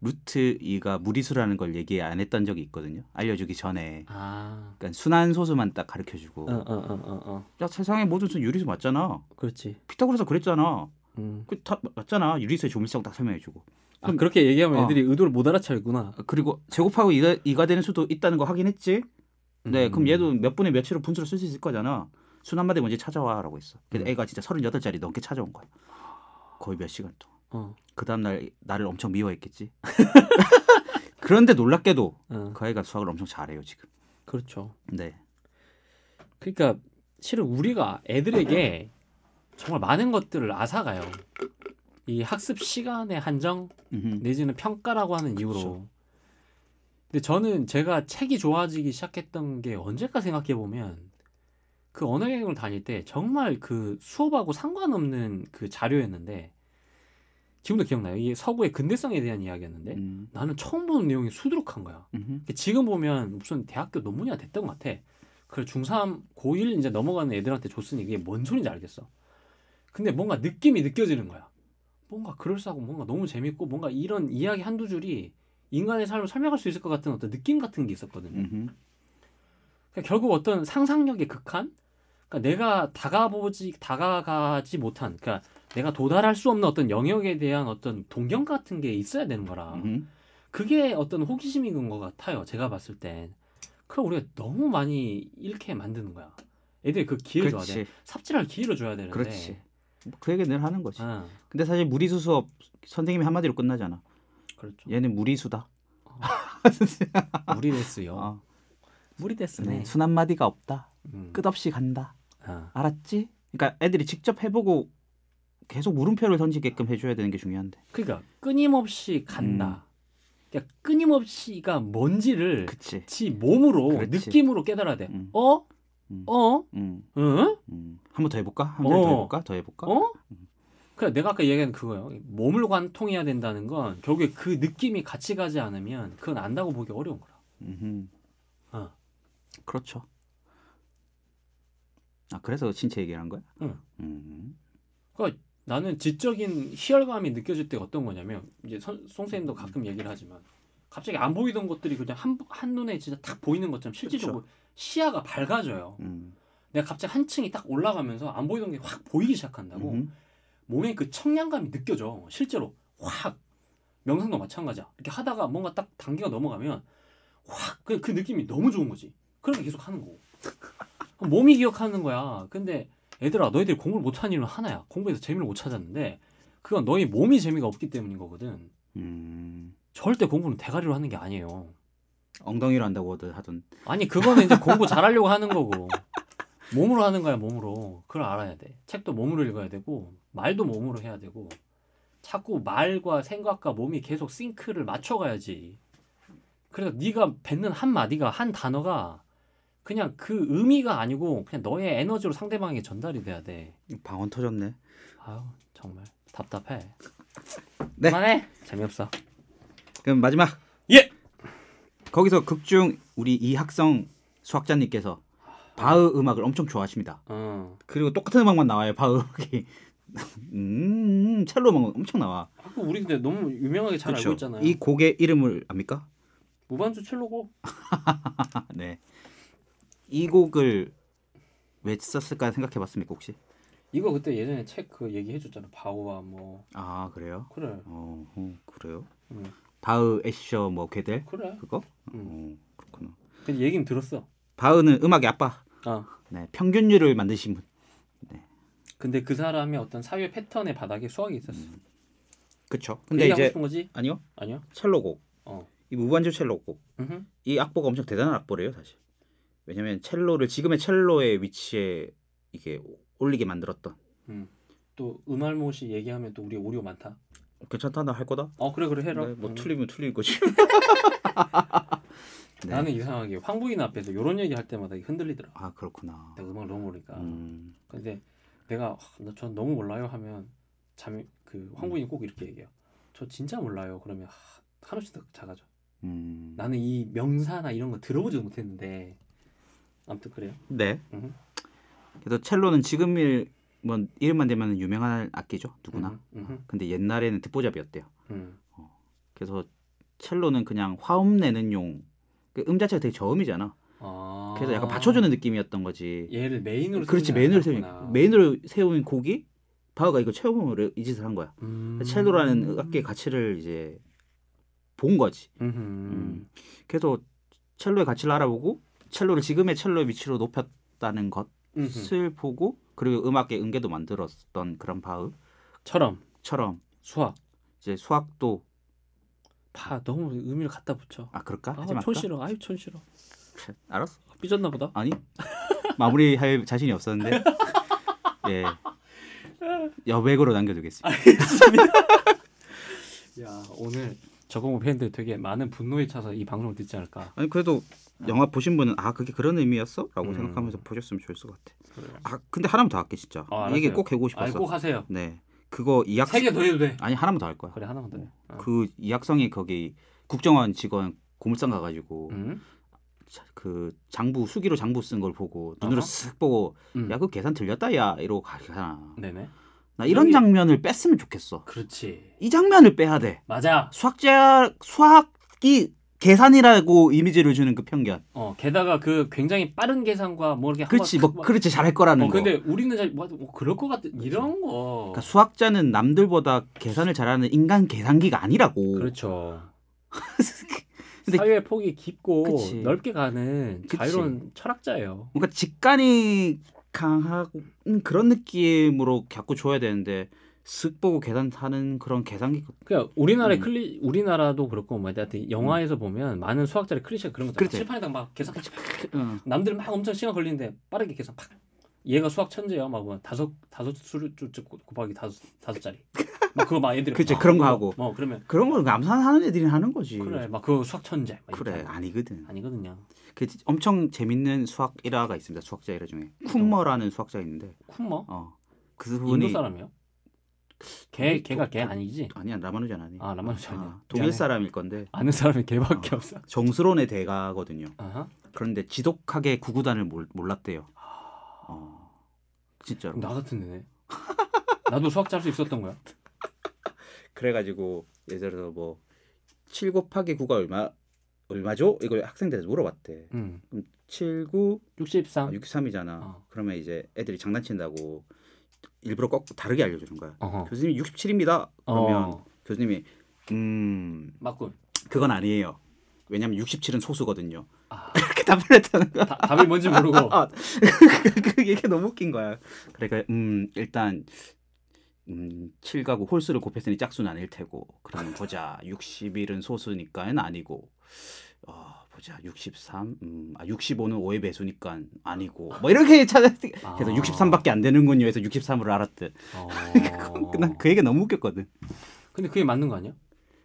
[SPEAKER 3] 루트 2가 무리수라는 걸 얘기 안 했던 적이 있거든요. 알려주기 전에.
[SPEAKER 2] 아.
[SPEAKER 3] 그러니까 순환 소수만 딱 가르쳐주고.
[SPEAKER 2] 어어어어 어, 어.
[SPEAKER 3] 야 세상에 모든 수 유리수 맞잖아.
[SPEAKER 2] 그렇지.
[SPEAKER 3] 피타고라스 그랬잖아.
[SPEAKER 2] 음.
[SPEAKER 3] 그 다 맞잖아. 유리수의 조밀성 딱 설명해주고.
[SPEAKER 2] 아 그렇게 얘기하면
[SPEAKER 3] 어.
[SPEAKER 2] 애들이 의도를 못 알아차리구나.
[SPEAKER 3] 그리고 제곱하고 이가, 이가 되는 수도 있다는 거 확인했지. 네,
[SPEAKER 2] 음.
[SPEAKER 3] 그럼 얘도 몇 분의 며칠로 분수를 쓸 수 있을 거잖아. 순한마디 먼저 찾아와라고 했어. 근데
[SPEAKER 2] 음.
[SPEAKER 3] 애가 진짜 38자리 넘게 찾아온 거야. 거의 몇 시간 동안.
[SPEAKER 2] 어.
[SPEAKER 3] 그 다음 날 나를 엄청 미워했겠지. 그런데 놀랍게도
[SPEAKER 2] 어.
[SPEAKER 3] 그 아이가 수학을 엄청 잘해요 지금.
[SPEAKER 2] 그렇죠.
[SPEAKER 3] 네.
[SPEAKER 2] 그러니까 실은 우리가 애들에게 정말 많은 것들을 앗아가요. 이 학습 시간의 한정
[SPEAKER 3] 음흠.
[SPEAKER 2] 내지는 평가라고 하는 이유로.
[SPEAKER 3] 그렇죠.
[SPEAKER 2] 근데 저는 제가 책이 좋아지기 시작했던 게 언제까 생각해 보면 그 언어 교육을 다닐 때 정말 그 수업하고 상관없는 그 자료였는데 지금도 기억나요. 이게 서구의 근대성에 대한 이야기였는데
[SPEAKER 3] 음.
[SPEAKER 2] 나는 처음 보는 내용이 수두룩한 거야.
[SPEAKER 3] 음흠.
[SPEAKER 2] 근데 지금 보면 무슨 대학교 논문이나 됐던 것 같아. 그걸 중3, 고1 이제 넘어가는 애들한테 줬으니 이게 뭔 소린지 알겠어. 근데 뭔가 느낌이 느껴지는 거야. 뭔가 그럴싸하고 뭔가 너무 재밌고 뭔가 이런 이야기 한두 줄이 인간의 삶을 설명할 수 있을 것 같은 어떤 느낌 같은 게 있었거든요.
[SPEAKER 3] 음흠.
[SPEAKER 2] 그러니까 결국 어떤 상상력의 극한? 그러니까 내가 다가보지 다가가지 못한, 그러니까 내가 도달할 수 없는 어떤 영역에 대한 어떤 동경 같은 게 있어야 되는 거라.
[SPEAKER 3] 음흠.
[SPEAKER 2] 그게 어떤 호기심인 것 같아요. 제가 봤을 땐. 그럼 우리가 너무 많이 잃게 만드는 거야. 애들이 그 기회 줘야 돼.
[SPEAKER 3] 그렇지.
[SPEAKER 2] 삽질할 기회를 줘야 되는데.
[SPEAKER 3] 그렇지. 뭐그 얘기 늘 하는 거지.
[SPEAKER 2] 아,
[SPEAKER 3] 근데 사실 무리수 수업 선생님이 한마디로 끝나잖아.
[SPEAKER 2] 그렇죠.
[SPEAKER 3] 얘는 무리수다.
[SPEAKER 2] 무리 아. 됐어요.
[SPEAKER 3] 어.
[SPEAKER 2] 무리 됐으네.
[SPEAKER 3] 네. 순한 마디가 없다.
[SPEAKER 2] 음.
[SPEAKER 3] 끝없이 간다.
[SPEAKER 2] 아,
[SPEAKER 3] 알았지? 그러니까 애들이 직접 해보고 계속 물음표를 던지게끔 해줘야 되는 게 중요한데.
[SPEAKER 2] 그러니까 끊임없이 간다. 그러니까 끊임없이가 뭔지를
[SPEAKER 3] 음. 그치.
[SPEAKER 2] 지 몸으로
[SPEAKER 3] 그렇지.
[SPEAKER 2] 느낌으로 깨달아야 돼.
[SPEAKER 3] 음.
[SPEAKER 2] 어?
[SPEAKER 3] 음.
[SPEAKER 2] 어?
[SPEAKER 3] 음,
[SPEAKER 2] 응?
[SPEAKER 3] 음. 한번 더 해볼까? 한 번 더
[SPEAKER 2] 어.
[SPEAKER 3] 해볼까? 더 해볼까?
[SPEAKER 2] 어? 그래 내가 아까 얘기한 그거예요. 몸을 관통해야 된다는 건 결국에 그 느낌이 같이 가지 않으면 그건 안다고 보기 어려운 거라.
[SPEAKER 3] 음흠.
[SPEAKER 2] 어.
[SPEAKER 3] 그렇죠. 아 그래서 신체 얘기를 한 거야?
[SPEAKER 2] 응.
[SPEAKER 3] 음.
[SPEAKER 2] 나는 지적인 희열감이 느껴질 때가 어떤 거냐면 이제 선, 송
[SPEAKER 3] 음.
[SPEAKER 2] 선생님도 가끔 얘기를 하지만 갑자기 안 보이던 것들이 그냥 한, 한눈에 진짜 딱 보이는 것처럼 실질적으로
[SPEAKER 3] 그렇죠.
[SPEAKER 2] 시야가 밝아져요.
[SPEAKER 3] 음.
[SPEAKER 2] 내가 갑자기 한 층이 딱 올라가면서 안 보이던 게 확 보이기 시작한다고
[SPEAKER 3] 음흠.
[SPEAKER 2] 몸에 그 청량감이 느껴져. 실제로 확 명상도 마찬가지야. 이렇게 하다가 뭔가 딱 단계가 넘어가면 확그 그 느낌이 너무 좋은 거지. 그렇게 계속 하는 거고. 몸이 기억하는 거야. 근데 얘들아 너희들이 공부를 못하는 일은 하나야. 공부에서 재미를 못 찾았는데 그건 너희 몸이 재미가 없기 때문인 거거든.
[SPEAKER 3] 음.
[SPEAKER 2] 절대 공부는 대가리로 하는 게 아니에요.
[SPEAKER 3] 엉덩이로 한다고들 하던.
[SPEAKER 2] 아니 그거는 이제 공부 잘하려고 하는 거고 몸으로 하는 거야 몸으로 그걸 알아야 돼 책도 몸으로 읽어야 되고 말도 몸으로 해야 되고 자꾸 말과 생각과 몸이 계속 싱크를 맞춰가야지 그래서 네가 뱉는 한 마디가 한 단어가 그냥 그 의미가 아니고 그냥 너의 에너지로 상대방에게 전달이 돼야 돼
[SPEAKER 3] 방언 터졌네.
[SPEAKER 2] 아유 정말 답답해
[SPEAKER 3] 네.
[SPEAKER 2] 그만해 재미없어
[SPEAKER 3] 그럼 마지막.
[SPEAKER 2] 예!
[SPEAKER 3] 거기서 극중 우리 이 학성 수학자님께서 바흐 음악을 엄청 좋아하십니다.
[SPEAKER 2] 어
[SPEAKER 3] 그리고 똑같은 음악만 나와요. 바흐 음악이. 음, 첼로 음악 엄청 나와.
[SPEAKER 2] 아까 우리 근데 너무 유명하게 잘
[SPEAKER 3] 그쵸?
[SPEAKER 2] 알고 있잖아요
[SPEAKER 3] 이 곡의 이름을 압니까?
[SPEAKER 2] 무반주 첼로고
[SPEAKER 3] 아, 네. 이 곡을 왜 썼을까 생각해봤습니까 혹시?
[SPEAKER 2] 이거 그때 예전에 책 그 얘기해줬잖아 바오와 뭐
[SPEAKER 3] 아 그래요?
[SPEAKER 2] 그래
[SPEAKER 3] 어, 어, 그래요?
[SPEAKER 2] 응.
[SPEAKER 3] 바흐, 애셔, 뭐 괴델
[SPEAKER 2] 그래
[SPEAKER 3] 그거?
[SPEAKER 2] 응.
[SPEAKER 3] 어, 그렇구나.
[SPEAKER 2] 근데 얘기는 들었어
[SPEAKER 3] 바흐는 음악의 아빠.
[SPEAKER 2] 아
[SPEAKER 3] 네, 평균율을 만드신 분.
[SPEAKER 2] 근데 그 사람의 어떤 사회 패턴의 바닥에 수학이 있었어
[SPEAKER 3] 그쵸?
[SPEAKER 2] 그
[SPEAKER 3] 음. 근데
[SPEAKER 2] 얘기하고
[SPEAKER 3] 이제
[SPEAKER 2] 싶은 거지
[SPEAKER 3] 아니요
[SPEAKER 2] 아니야
[SPEAKER 3] 첼로곡.
[SPEAKER 2] 어
[SPEAKER 3] 이 무반주 첼로곡.
[SPEAKER 2] 음흠.
[SPEAKER 3] 이 악보가 엄청 대단한 악보래요 사실. 왜냐면 첼로를 지금의 첼로의 위치에 이게 올리게 만들었던.
[SPEAKER 2] 또 음알못이 얘기하면 또 우리 오류 많다
[SPEAKER 3] 괜찮다 나 할 거다.
[SPEAKER 2] 어 그래 그래 해라
[SPEAKER 3] 네, 뭐
[SPEAKER 2] 응.
[SPEAKER 3] 틀리면 틀릴 거지. 네.
[SPEAKER 2] 나는 이상하게 황부인 앞에서 이런 얘기 할 때마다 이게 흔들리더라
[SPEAKER 3] 아 그렇구나.
[SPEAKER 2] 내가 음악을 너무 모르니까
[SPEAKER 3] 음,
[SPEAKER 2] 근데 내가 아, 나전 너무 몰라요 하면 잠이 그
[SPEAKER 3] 음.
[SPEAKER 2] 황부인이 꼭 이렇게 얘기해요 저 진짜 몰라요 그러면 하- 한없이 더 작아져
[SPEAKER 3] 음.
[SPEAKER 2] 나는 이 명사나 이런 거 들어보지도 못했는데 아무튼 그래요.
[SPEAKER 3] 네.
[SPEAKER 2] 음.
[SPEAKER 3] 그래서 첼로는 지금일 뭐 이름만 되면 유명한 악기죠 누구나.
[SPEAKER 2] 음, 음,
[SPEAKER 3] 근데 옛날에는 듣보잡이었대요.
[SPEAKER 2] 음.
[SPEAKER 3] 그래서 첼로는 그냥 화음 내는 용. 그음 자체가 되게 저음이잖아.
[SPEAKER 2] 아.
[SPEAKER 3] 그래서 약간 받쳐주는 느낌이었던 거지.
[SPEAKER 2] 얘를 메인으로
[SPEAKER 3] 그렇지
[SPEAKER 2] 세우진
[SPEAKER 3] 메인으로
[SPEAKER 2] 않았구나.
[SPEAKER 3] 세운 메인으로 세운 곡이 바흐가 이거 체험으로 이 짓을 한 거야.
[SPEAKER 2] 음.
[SPEAKER 3] 첼로라는 악기의 가치를 이제 본 거지.
[SPEAKER 2] 음흠.
[SPEAKER 3] 음. 그래서 첼로의 가치를 알아보고 첼로를 지금의 첼로의 위치로 높였다는
[SPEAKER 2] 음흠.
[SPEAKER 3] 것을 보고 그리고 음악의 음계도 만들었던 그런 바흐처럼
[SPEAKER 2] 처럼 수학
[SPEAKER 3] 이제 수학도
[SPEAKER 2] 봐 너무 의미를 갖다 붙여.
[SPEAKER 3] 아 그럴까
[SPEAKER 2] 아,
[SPEAKER 3] 하지 말까?
[SPEAKER 2] 촌 싫어. 아유 촌 싫어.
[SPEAKER 3] 알았어.
[SPEAKER 2] 삐졌나 보다.
[SPEAKER 3] 아니 마무리할 자신이 없었는데 예 여백으로 남겨두겠습니다.
[SPEAKER 2] 야 오늘 저공부 팬들 되게 많은 분노에 차서 이 방송을 듣지 않을까.
[SPEAKER 3] 아니 그래도 영화 보신 분은 아 그게 그런 의미였어라고
[SPEAKER 2] 음.
[SPEAKER 3] 생각하면서 보셨으면 좋을 것 같아.
[SPEAKER 2] 그래요.
[SPEAKER 3] 아 근데 하나만 더 할게 진짜.
[SPEAKER 2] 아, 알았어요.
[SPEAKER 3] 이게 꼭 해보고 싶었어.
[SPEAKER 2] 아니 꼭 하세요.
[SPEAKER 3] 네, 그거 이학
[SPEAKER 2] 세 개 더 해도 돼.
[SPEAKER 3] 아니 하나만 더 할 거야.
[SPEAKER 2] 그래 하나만 더. 해. 어.
[SPEAKER 3] 그 이학성이 거기 국정원 직원 고물상 가가지고
[SPEAKER 2] 음?
[SPEAKER 3] 자- 그 장부 수기로 장부 쓴 걸 보고 눈으로
[SPEAKER 2] 어허.
[SPEAKER 3] 쓱 보고
[SPEAKER 2] 음.
[SPEAKER 3] 야 그 계산 들렸다 야 이러고 가잖아.
[SPEAKER 2] 네네.
[SPEAKER 3] 나 이런
[SPEAKER 2] 여기-
[SPEAKER 3] 장면을 뺐으면 좋겠어.
[SPEAKER 2] 그렇지.
[SPEAKER 3] 이 장면을 빼야 돼.
[SPEAKER 2] 맞아.
[SPEAKER 3] 수학자 수학이 계산이라고 이미지를 주는 그 편견.
[SPEAKER 2] 어 게다가 그 굉장히 빠른 계산과 뭐 이렇게
[SPEAKER 3] 그렇지 뭐
[SPEAKER 2] 한번 탁-
[SPEAKER 3] 그렇지 잘할 거라는
[SPEAKER 2] 어,
[SPEAKER 3] 거.
[SPEAKER 2] 근데 우리는 잘, 뭐, 뭐 그럴 것 같은 이런 거.
[SPEAKER 3] 그러니까 수학자는 남들보다 계산을 잘하는 인간 계산기가 아니라고.
[SPEAKER 2] 그렇죠.
[SPEAKER 3] 근데-
[SPEAKER 2] 사회의 폭이 깊고
[SPEAKER 3] 그치.
[SPEAKER 2] 넓게 가는
[SPEAKER 3] 그치.
[SPEAKER 2] 자유로운 철학자예요.
[SPEAKER 3] 뭔가 직관이 강하고 음, 그런 느낌으로 자꾸 줘야 되는데 쓱 보고 계산 타는 그런 계산기
[SPEAKER 2] 그러니까 우리나라의
[SPEAKER 3] 음.
[SPEAKER 2] 클리 우리나라도 그렇고 뭐 하여튼 영화에서 보면 많은 수학자의 클리셰 그런 거잖아.
[SPEAKER 3] 그렇지.
[SPEAKER 2] 칠판에다 막 계산 팍
[SPEAKER 3] 응.
[SPEAKER 2] 남들 막 엄청 시간 걸리는데 빠르게 계산 팍. 얘가 수학 천재야. 막 뭐, 다섯 다섯 수를 쭉 쭉 곱하기 다섯 다섯 짜리. 막 그거 막 애들이
[SPEAKER 3] 그치,
[SPEAKER 2] 막
[SPEAKER 3] 그런 거
[SPEAKER 2] 하고.
[SPEAKER 3] 하고.
[SPEAKER 2] 뭐 그러면
[SPEAKER 3] 그런 걸 암산하는 애들이 하는 거지.
[SPEAKER 2] 그래 막 그 수학 천재. 막 이렇게
[SPEAKER 3] 그래
[SPEAKER 2] 하고.
[SPEAKER 3] 아니거든.
[SPEAKER 2] 아니거든요.
[SPEAKER 3] 그 엄청 재밌는 수학 일화가 있습니다. 수학자 일화 중에 쿤머라는 수학자 있는데
[SPEAKER 2] 쿤머 어.
[SPEAKER 3] 어그
[SPEAKER 2] 뭐? 인도
[SPEAKER 3] 분이
[SPEAKER 2] 사람이요? 걔
[SPEAKER 3] 도-
[SPEAKER 2] 걔가 걔
[SPEAKER 3] 도-
[SPEAKER 2] 아니지?
[SPEAKER 3] 아니야 라마누잔 아니.
[SPEAKER 2] 아 라마누자냐?
[SPEAKER 3] 독일 사람일 건데
[SPEAKER 2] 아는 사람이 걔밖에 없어.
[SPEAKER 3] 정수론의 대가거든요.
[SPEAKER 2] 아하.
[SPEAKER 3] 그런데 지독하게 구구단을 몰, 몰랐대요. 어, 진짜로.
[SPEAKER 2] 아. 나 같은 애네. 나도 수학자 할 수 있었던 거야.
[SPEAKER 3] 그래가지고 예를 들어서 뭐7 곱하기 9가 얼마 얼마죠? 이걸 학생들한테 물어봤대.
[SPEAKER 2] 응.
[SPEAKER 3] 7, 9,
[SPEAKER 2] 63.
[SPEAKER 3] 63이잖아.
[SPEAKER 2] 어.
[SPEAKER 3] 그러면 이제 애들이 장난친다고 일부러 꺾 다르게 알려주는 거야.
[SPEAKER 2] 어허.
[SPEAKER 3] 교수님 67입니다. 그, 그러면
[SPEAKER 2] 어.
[SPEAKER 3] 교수님이 음
[SPEAKER 2] 맞군.
[SPEAKER 3] 그건 아니에요. 왜냐면 67은 소수거든요.
[SPEAKER 2] 아, 어.
[SPEAKER 3] 이렇게 답을 했다는 거야.
[SPEAKER 2] 다- 답이 뭔지 모르고.
[SPEAKER 3] 아, 그게 너무 웃긴 거야. 그러니까 음 일단 음 7가구 홀수를 곱했으니 짝수는 아닐 테고 그러면 보자 61은 소수니까는 아니고 어, 보자 63 음, 아 65는 5의 배수니까 아니고 뭐 이렇게 찾아 그래서
[SPEAKER 2] 아.
[SPEAKER 3] 63밖에 안 되는군요. 해서 63으로 알았대.
[SPEAKER 2] 어.
[SPEAKER 3] 난그 얘기 너무 웃겼거든.
[SPEAKER 2] 근데 그게 맞는 거 아니야?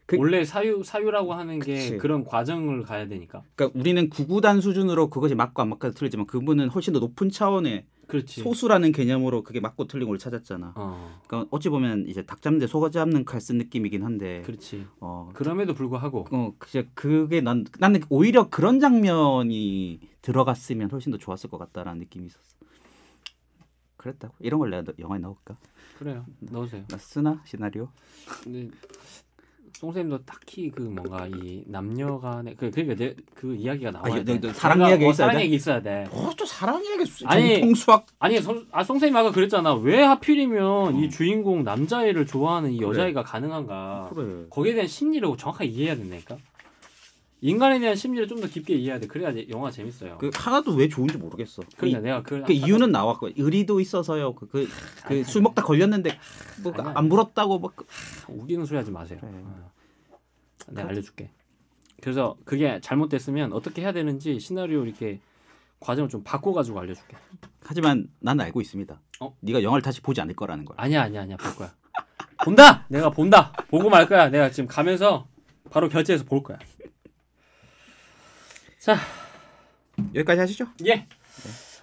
[SPEAKER 3] 그-
[SPEAKER 2] 원래 사유 사유라고 하는 게
[SPEAKER 3] 그치.
[SPEAKER 2] 그런 과정을 가야 되니까.
[SPEAKER 3] 그러니까 우리는 구구단 수준으로 그것이 맞고 안 맞고가 틀리지만 그분은 훨씬 더 높은 차원의
[SPEAKER 2] 그렇지.
[SPEAKER 3] 소수라는 개념으로 그게 맞고 틀린 걸 찾았잖아.
[SPEAKER 2] 어.
[SPEAKER 3] 그러니까 어찌 보면 이제 닭 잡는데 소 잡는 칼 쓴 느낌이긴 한데
[SPEAKER 2] 그렇지.
[SPEAKER 3] 어,
[SPEAKER 2] 그럼에도 불구하고
[SPEAKER 3] 어 그게 그게 난 나는 오히려 그런 장면이 들어갔으면 훨씬 더 좋았을 것 같다라는 느낌이 있었어. 그랬다고 이런 걸 내가 너- 영화에 넣을까?
[SPEAKER 2] 그래요. 넣으세요.
[SPEAKER 3] 나 쓰나 시나리오?
[SPEAKER 2] 근데 송쌤도 딱히 그 뭔가 이 남녀간의 그 그러니까 내, 그 이야기가 나와야
[SPEAKER 3] 여-
[SPEAKER 2] 돼.
[SPEAKER 3] 여- 여- 사랑 아, 이야기가
[SPEAKER 2] 뭔가 어,
[SPEAKER 3] 있어야
[SPEAKER 2] 사랑
[SPEAKER 3] 돼?
[SPEAKER 2] 얘기 있어야 돼.
[SPEAKER 3] 뭐또 사랑 이야기
[SPEAKER 2] 아니.
[SPEAKER 3] 정통 수학
[SPEAKER 2] 아니 송, 아 송쌤이 아까 그랬잖아. 왜 하필이면 이 주인공 남자애를 좋아하는 이
[SPEAKER 3] 어. 그래.
[SPEAKER 2] 여자애가 가능한가?
[SPEAKER 3] 그래.
[SPEAKER 2] 거기에 대한 심리를 정확하게 이해해야 된다니까. 인간에 대한 심리를 좀 더 깊게 이해해야 돼. 그래야 이제 영화 재밌어요.
[SPEAKER 3] 그 하나도 왜 좋은지 모르겠어. 그,
[SPEAKER 2] 그러니까
[SPEAKER 3] 이-
[SPEAKER 2] 내가 그걸
[SPEAKER 3] 그 이유는 나왔고 의리도 있어서요. 그 그 술 먹다 걸렸는데 뭐
[SPEAKER 2] 아니야.
[SPEAKER 3] 안 물었다고 막
[SPEAKER 2] 아까 우기는 소리 하지 마세요.
[SPEAKER 3] 그래.
[SPEAKER 2] 어. 내가 알려줄게. 그래서 그게 잘못됐으면 어떻게 해야 되는지 시나리오 이렇게 과정을 좀 바꿔가지고 알려줄게.
[SPEAKER 3] 하지만 나는 알고 있습니다.
[SPEAKER 2] 어?
[SPEAKER 3] 네가 영화를 다시 보지 않을 거라는 거야.
[SPEAKER 2] 아니야 아니야 아니야 볼 거야. 본다. 내가 본다. 보고 말 거야. 내가 지금 가면서 바로 결제해서 볼 거야. 자,
[SPEAKER 3] 여기까지 하시죠.
[SPEAKER 2] 예.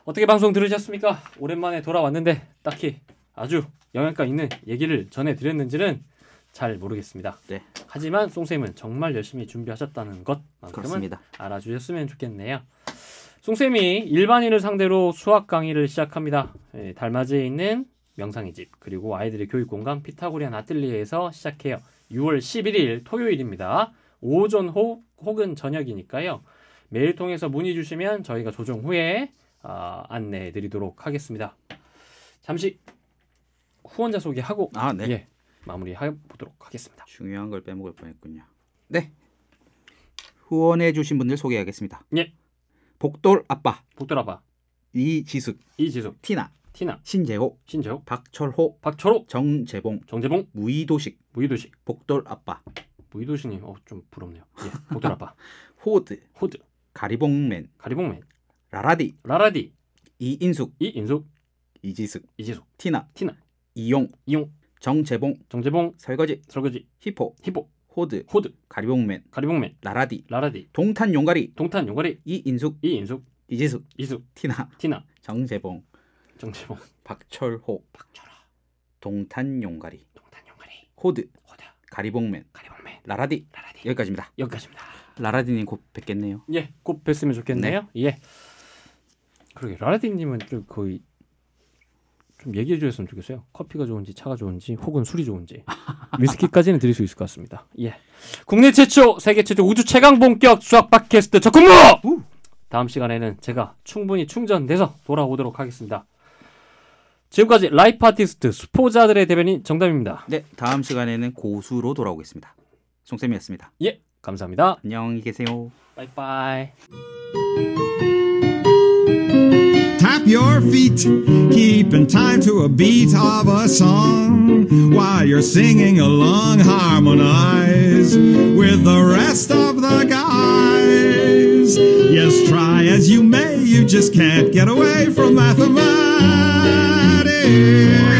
[SPEAKER 2] 어떻게 방송 들으셨습니까? 오랜만에 돌아왔는데 딱히 아주 영향가 있는 얘기를 전해드렸는지는 잘 모르겠습니다.
[SPEAKER 3] 네.
[SPEAKER 2] 하지만 송쌤은 정말 열심히 준비하셨다는 것만큼은
[SPEAKER 3] 그렇습니다.
[SPEAKER 2] 알아주셨으면 좋겠네요. 송쌤이 일반인을 상대로 수학 강의를 시작합니다. 예, 달맞이에 있는 명상의 집 그리고 아이들의 교육 공간 피타고리안 아틀리에에서 시작해요. 6월 11일 토요일입니다. 오전 호, 혹은 저녁이니까요. 메일 통해서 문의 주시면 저희가 조정 후에 아, 안내해 드리도록 하겠습니다. 잠시 후원자 소개하고
[SPEAKER 3] 아, 네.
[SPEAKER 2] 예, 마무리해 보도록 하겠습니다.
[SPEAKER 3] 중요한 걸 빼먹을 뻔했군요. 네. 후원해 주신 분들 소개하겠습니다.
[SPEAKER 2] 예.
[SPEAKER 3] 복돌 아빠,
[SPEAKER 2] 복돌아바
[SPEAKER 3] 이지숙,
[SPEAKER 2] 이지숙,
[SPEAKER 3] 티나,
[SPEAKER 2] 티나,
[SPEAKER 3] 신재호,
[SPEAKER 2] 신재욱,
[SPEAKER 3] 박철호,
[SPEAKER 2] 박철호,
[SPEAKER 3] 정재봉,
[SPEAKER 2] 정재봉,
[SPEAKER 3] 무이도식,
[SPEAKER 2] 무이도식.
[SPEAKER 3] 복돌 아빠,
[SPEAKER 2] 무이도시님 어, 좀 부럽네요. 예, 복돌 아빠,
[SPEAKER 3] 호드,
[SPEAKER 2] 호드,
[SPEAKER 3] 가리봉맨,
[SPEAKER 2] 가리봉맨,
[SPEAKER 3] 라라디,
[SPEAKER 2] 라라디,
[SPEAKER 3] 이인숙,
[SPEAKER 2] 이인숙,
[SPEAKER 3] 이지숙,
[SPEAKER 2] 이지숙,
[SPEAKER 3] 티나,
[SPEAKER 2] 티나,
[SPEAKER 3] 이용,
[SPEAKER 2] 이용,
[SPEAKER 3] 정재봉,
[SPEAKER 2] 정재봉,
[SPEAKER 3] 설거지,
[SPEAKER 2] 설거지,
[SPEAKER 3] 히포,
[SPEAKER 2] 히보,
[SPEAKER 3] 호드,
[SPEAKER 2] 호드,
[SPEAKER 3] 가리봉맨,
[SPEAKER 2] 가리봉맨,
[SPEAKER 3] 라라디,
[SPEAKER 2] 라라디,
[SPEAKER 3] 동탄 용가리,
[SPEAKER 2] 동탄, 용가리,
[SPEAKER 3] 이인숙,
[SPEAKER 2] 이인숙,
[SPEAKER 3] 이지숙,
[SPEAKER 2] 이숙,
[SPEAKER 3] 티나,
[SPEAKER 2] 티나,
[SPEAKER 3] 정재봉,
[SPEAKER 2] 정재봉,
[SPEAKER 3] 박철호,
[SPEAKER 2] 박철아,
[SPEAKER 3] 동탄 용가리,
[SPEAKER 2] 동탄, 용가리,
[SPEAKER 3] 호드,
[SPEAKER 2] 호드,
[SPEAKER 3] 가리봉맨,
[SPEAKER 2] 가리봉맨,
[SPEAKER 3] 라라디
[SPEAKER 2] 라라디.
[SPEAKER 3] 여기까지입니다.
[SPEAKER 2] 여기까지입니다.
[SPEAKER 3] 라라디님 곧 뵙겠네요.
[SPEAKER 2] 예, 곧 뵀으면 좋겠네요. 예. 그러게 라라디님은 좀 거의 좀 얘기해 주셨으면 좋겠어요. 커피가 좋은지 차가 좋은지 혹은 술이 좋은지 위스키까지는 드릴 수 있을 것 같습니다. 예. 국내 최초, 세계 최초 우주 최강 본격 수학 팟캐스트 적군무. 다음 시간에는 제가 충분히 충전돼서 돌아오도록 하겠습니다. 지금까지 라이프 아티스트 수포자들의 대변인 정담입니다.
[SPEAKER 3] 네, 다음 시간에는 고수로 돌아오겠습니다. 송쌤이었습니다.
[SPEAKER 2] 예, 감사합니다.
[SPEAKER 3] 안녕히 계세요.
[SPEAKER 2] 바이바이.
[SPEAKER 4] Tap your feet, keeping time to a beat of a song while you're singing along. Harmonize with the rest of the guys. Yes, try as you may, you just can't get away from mathematics.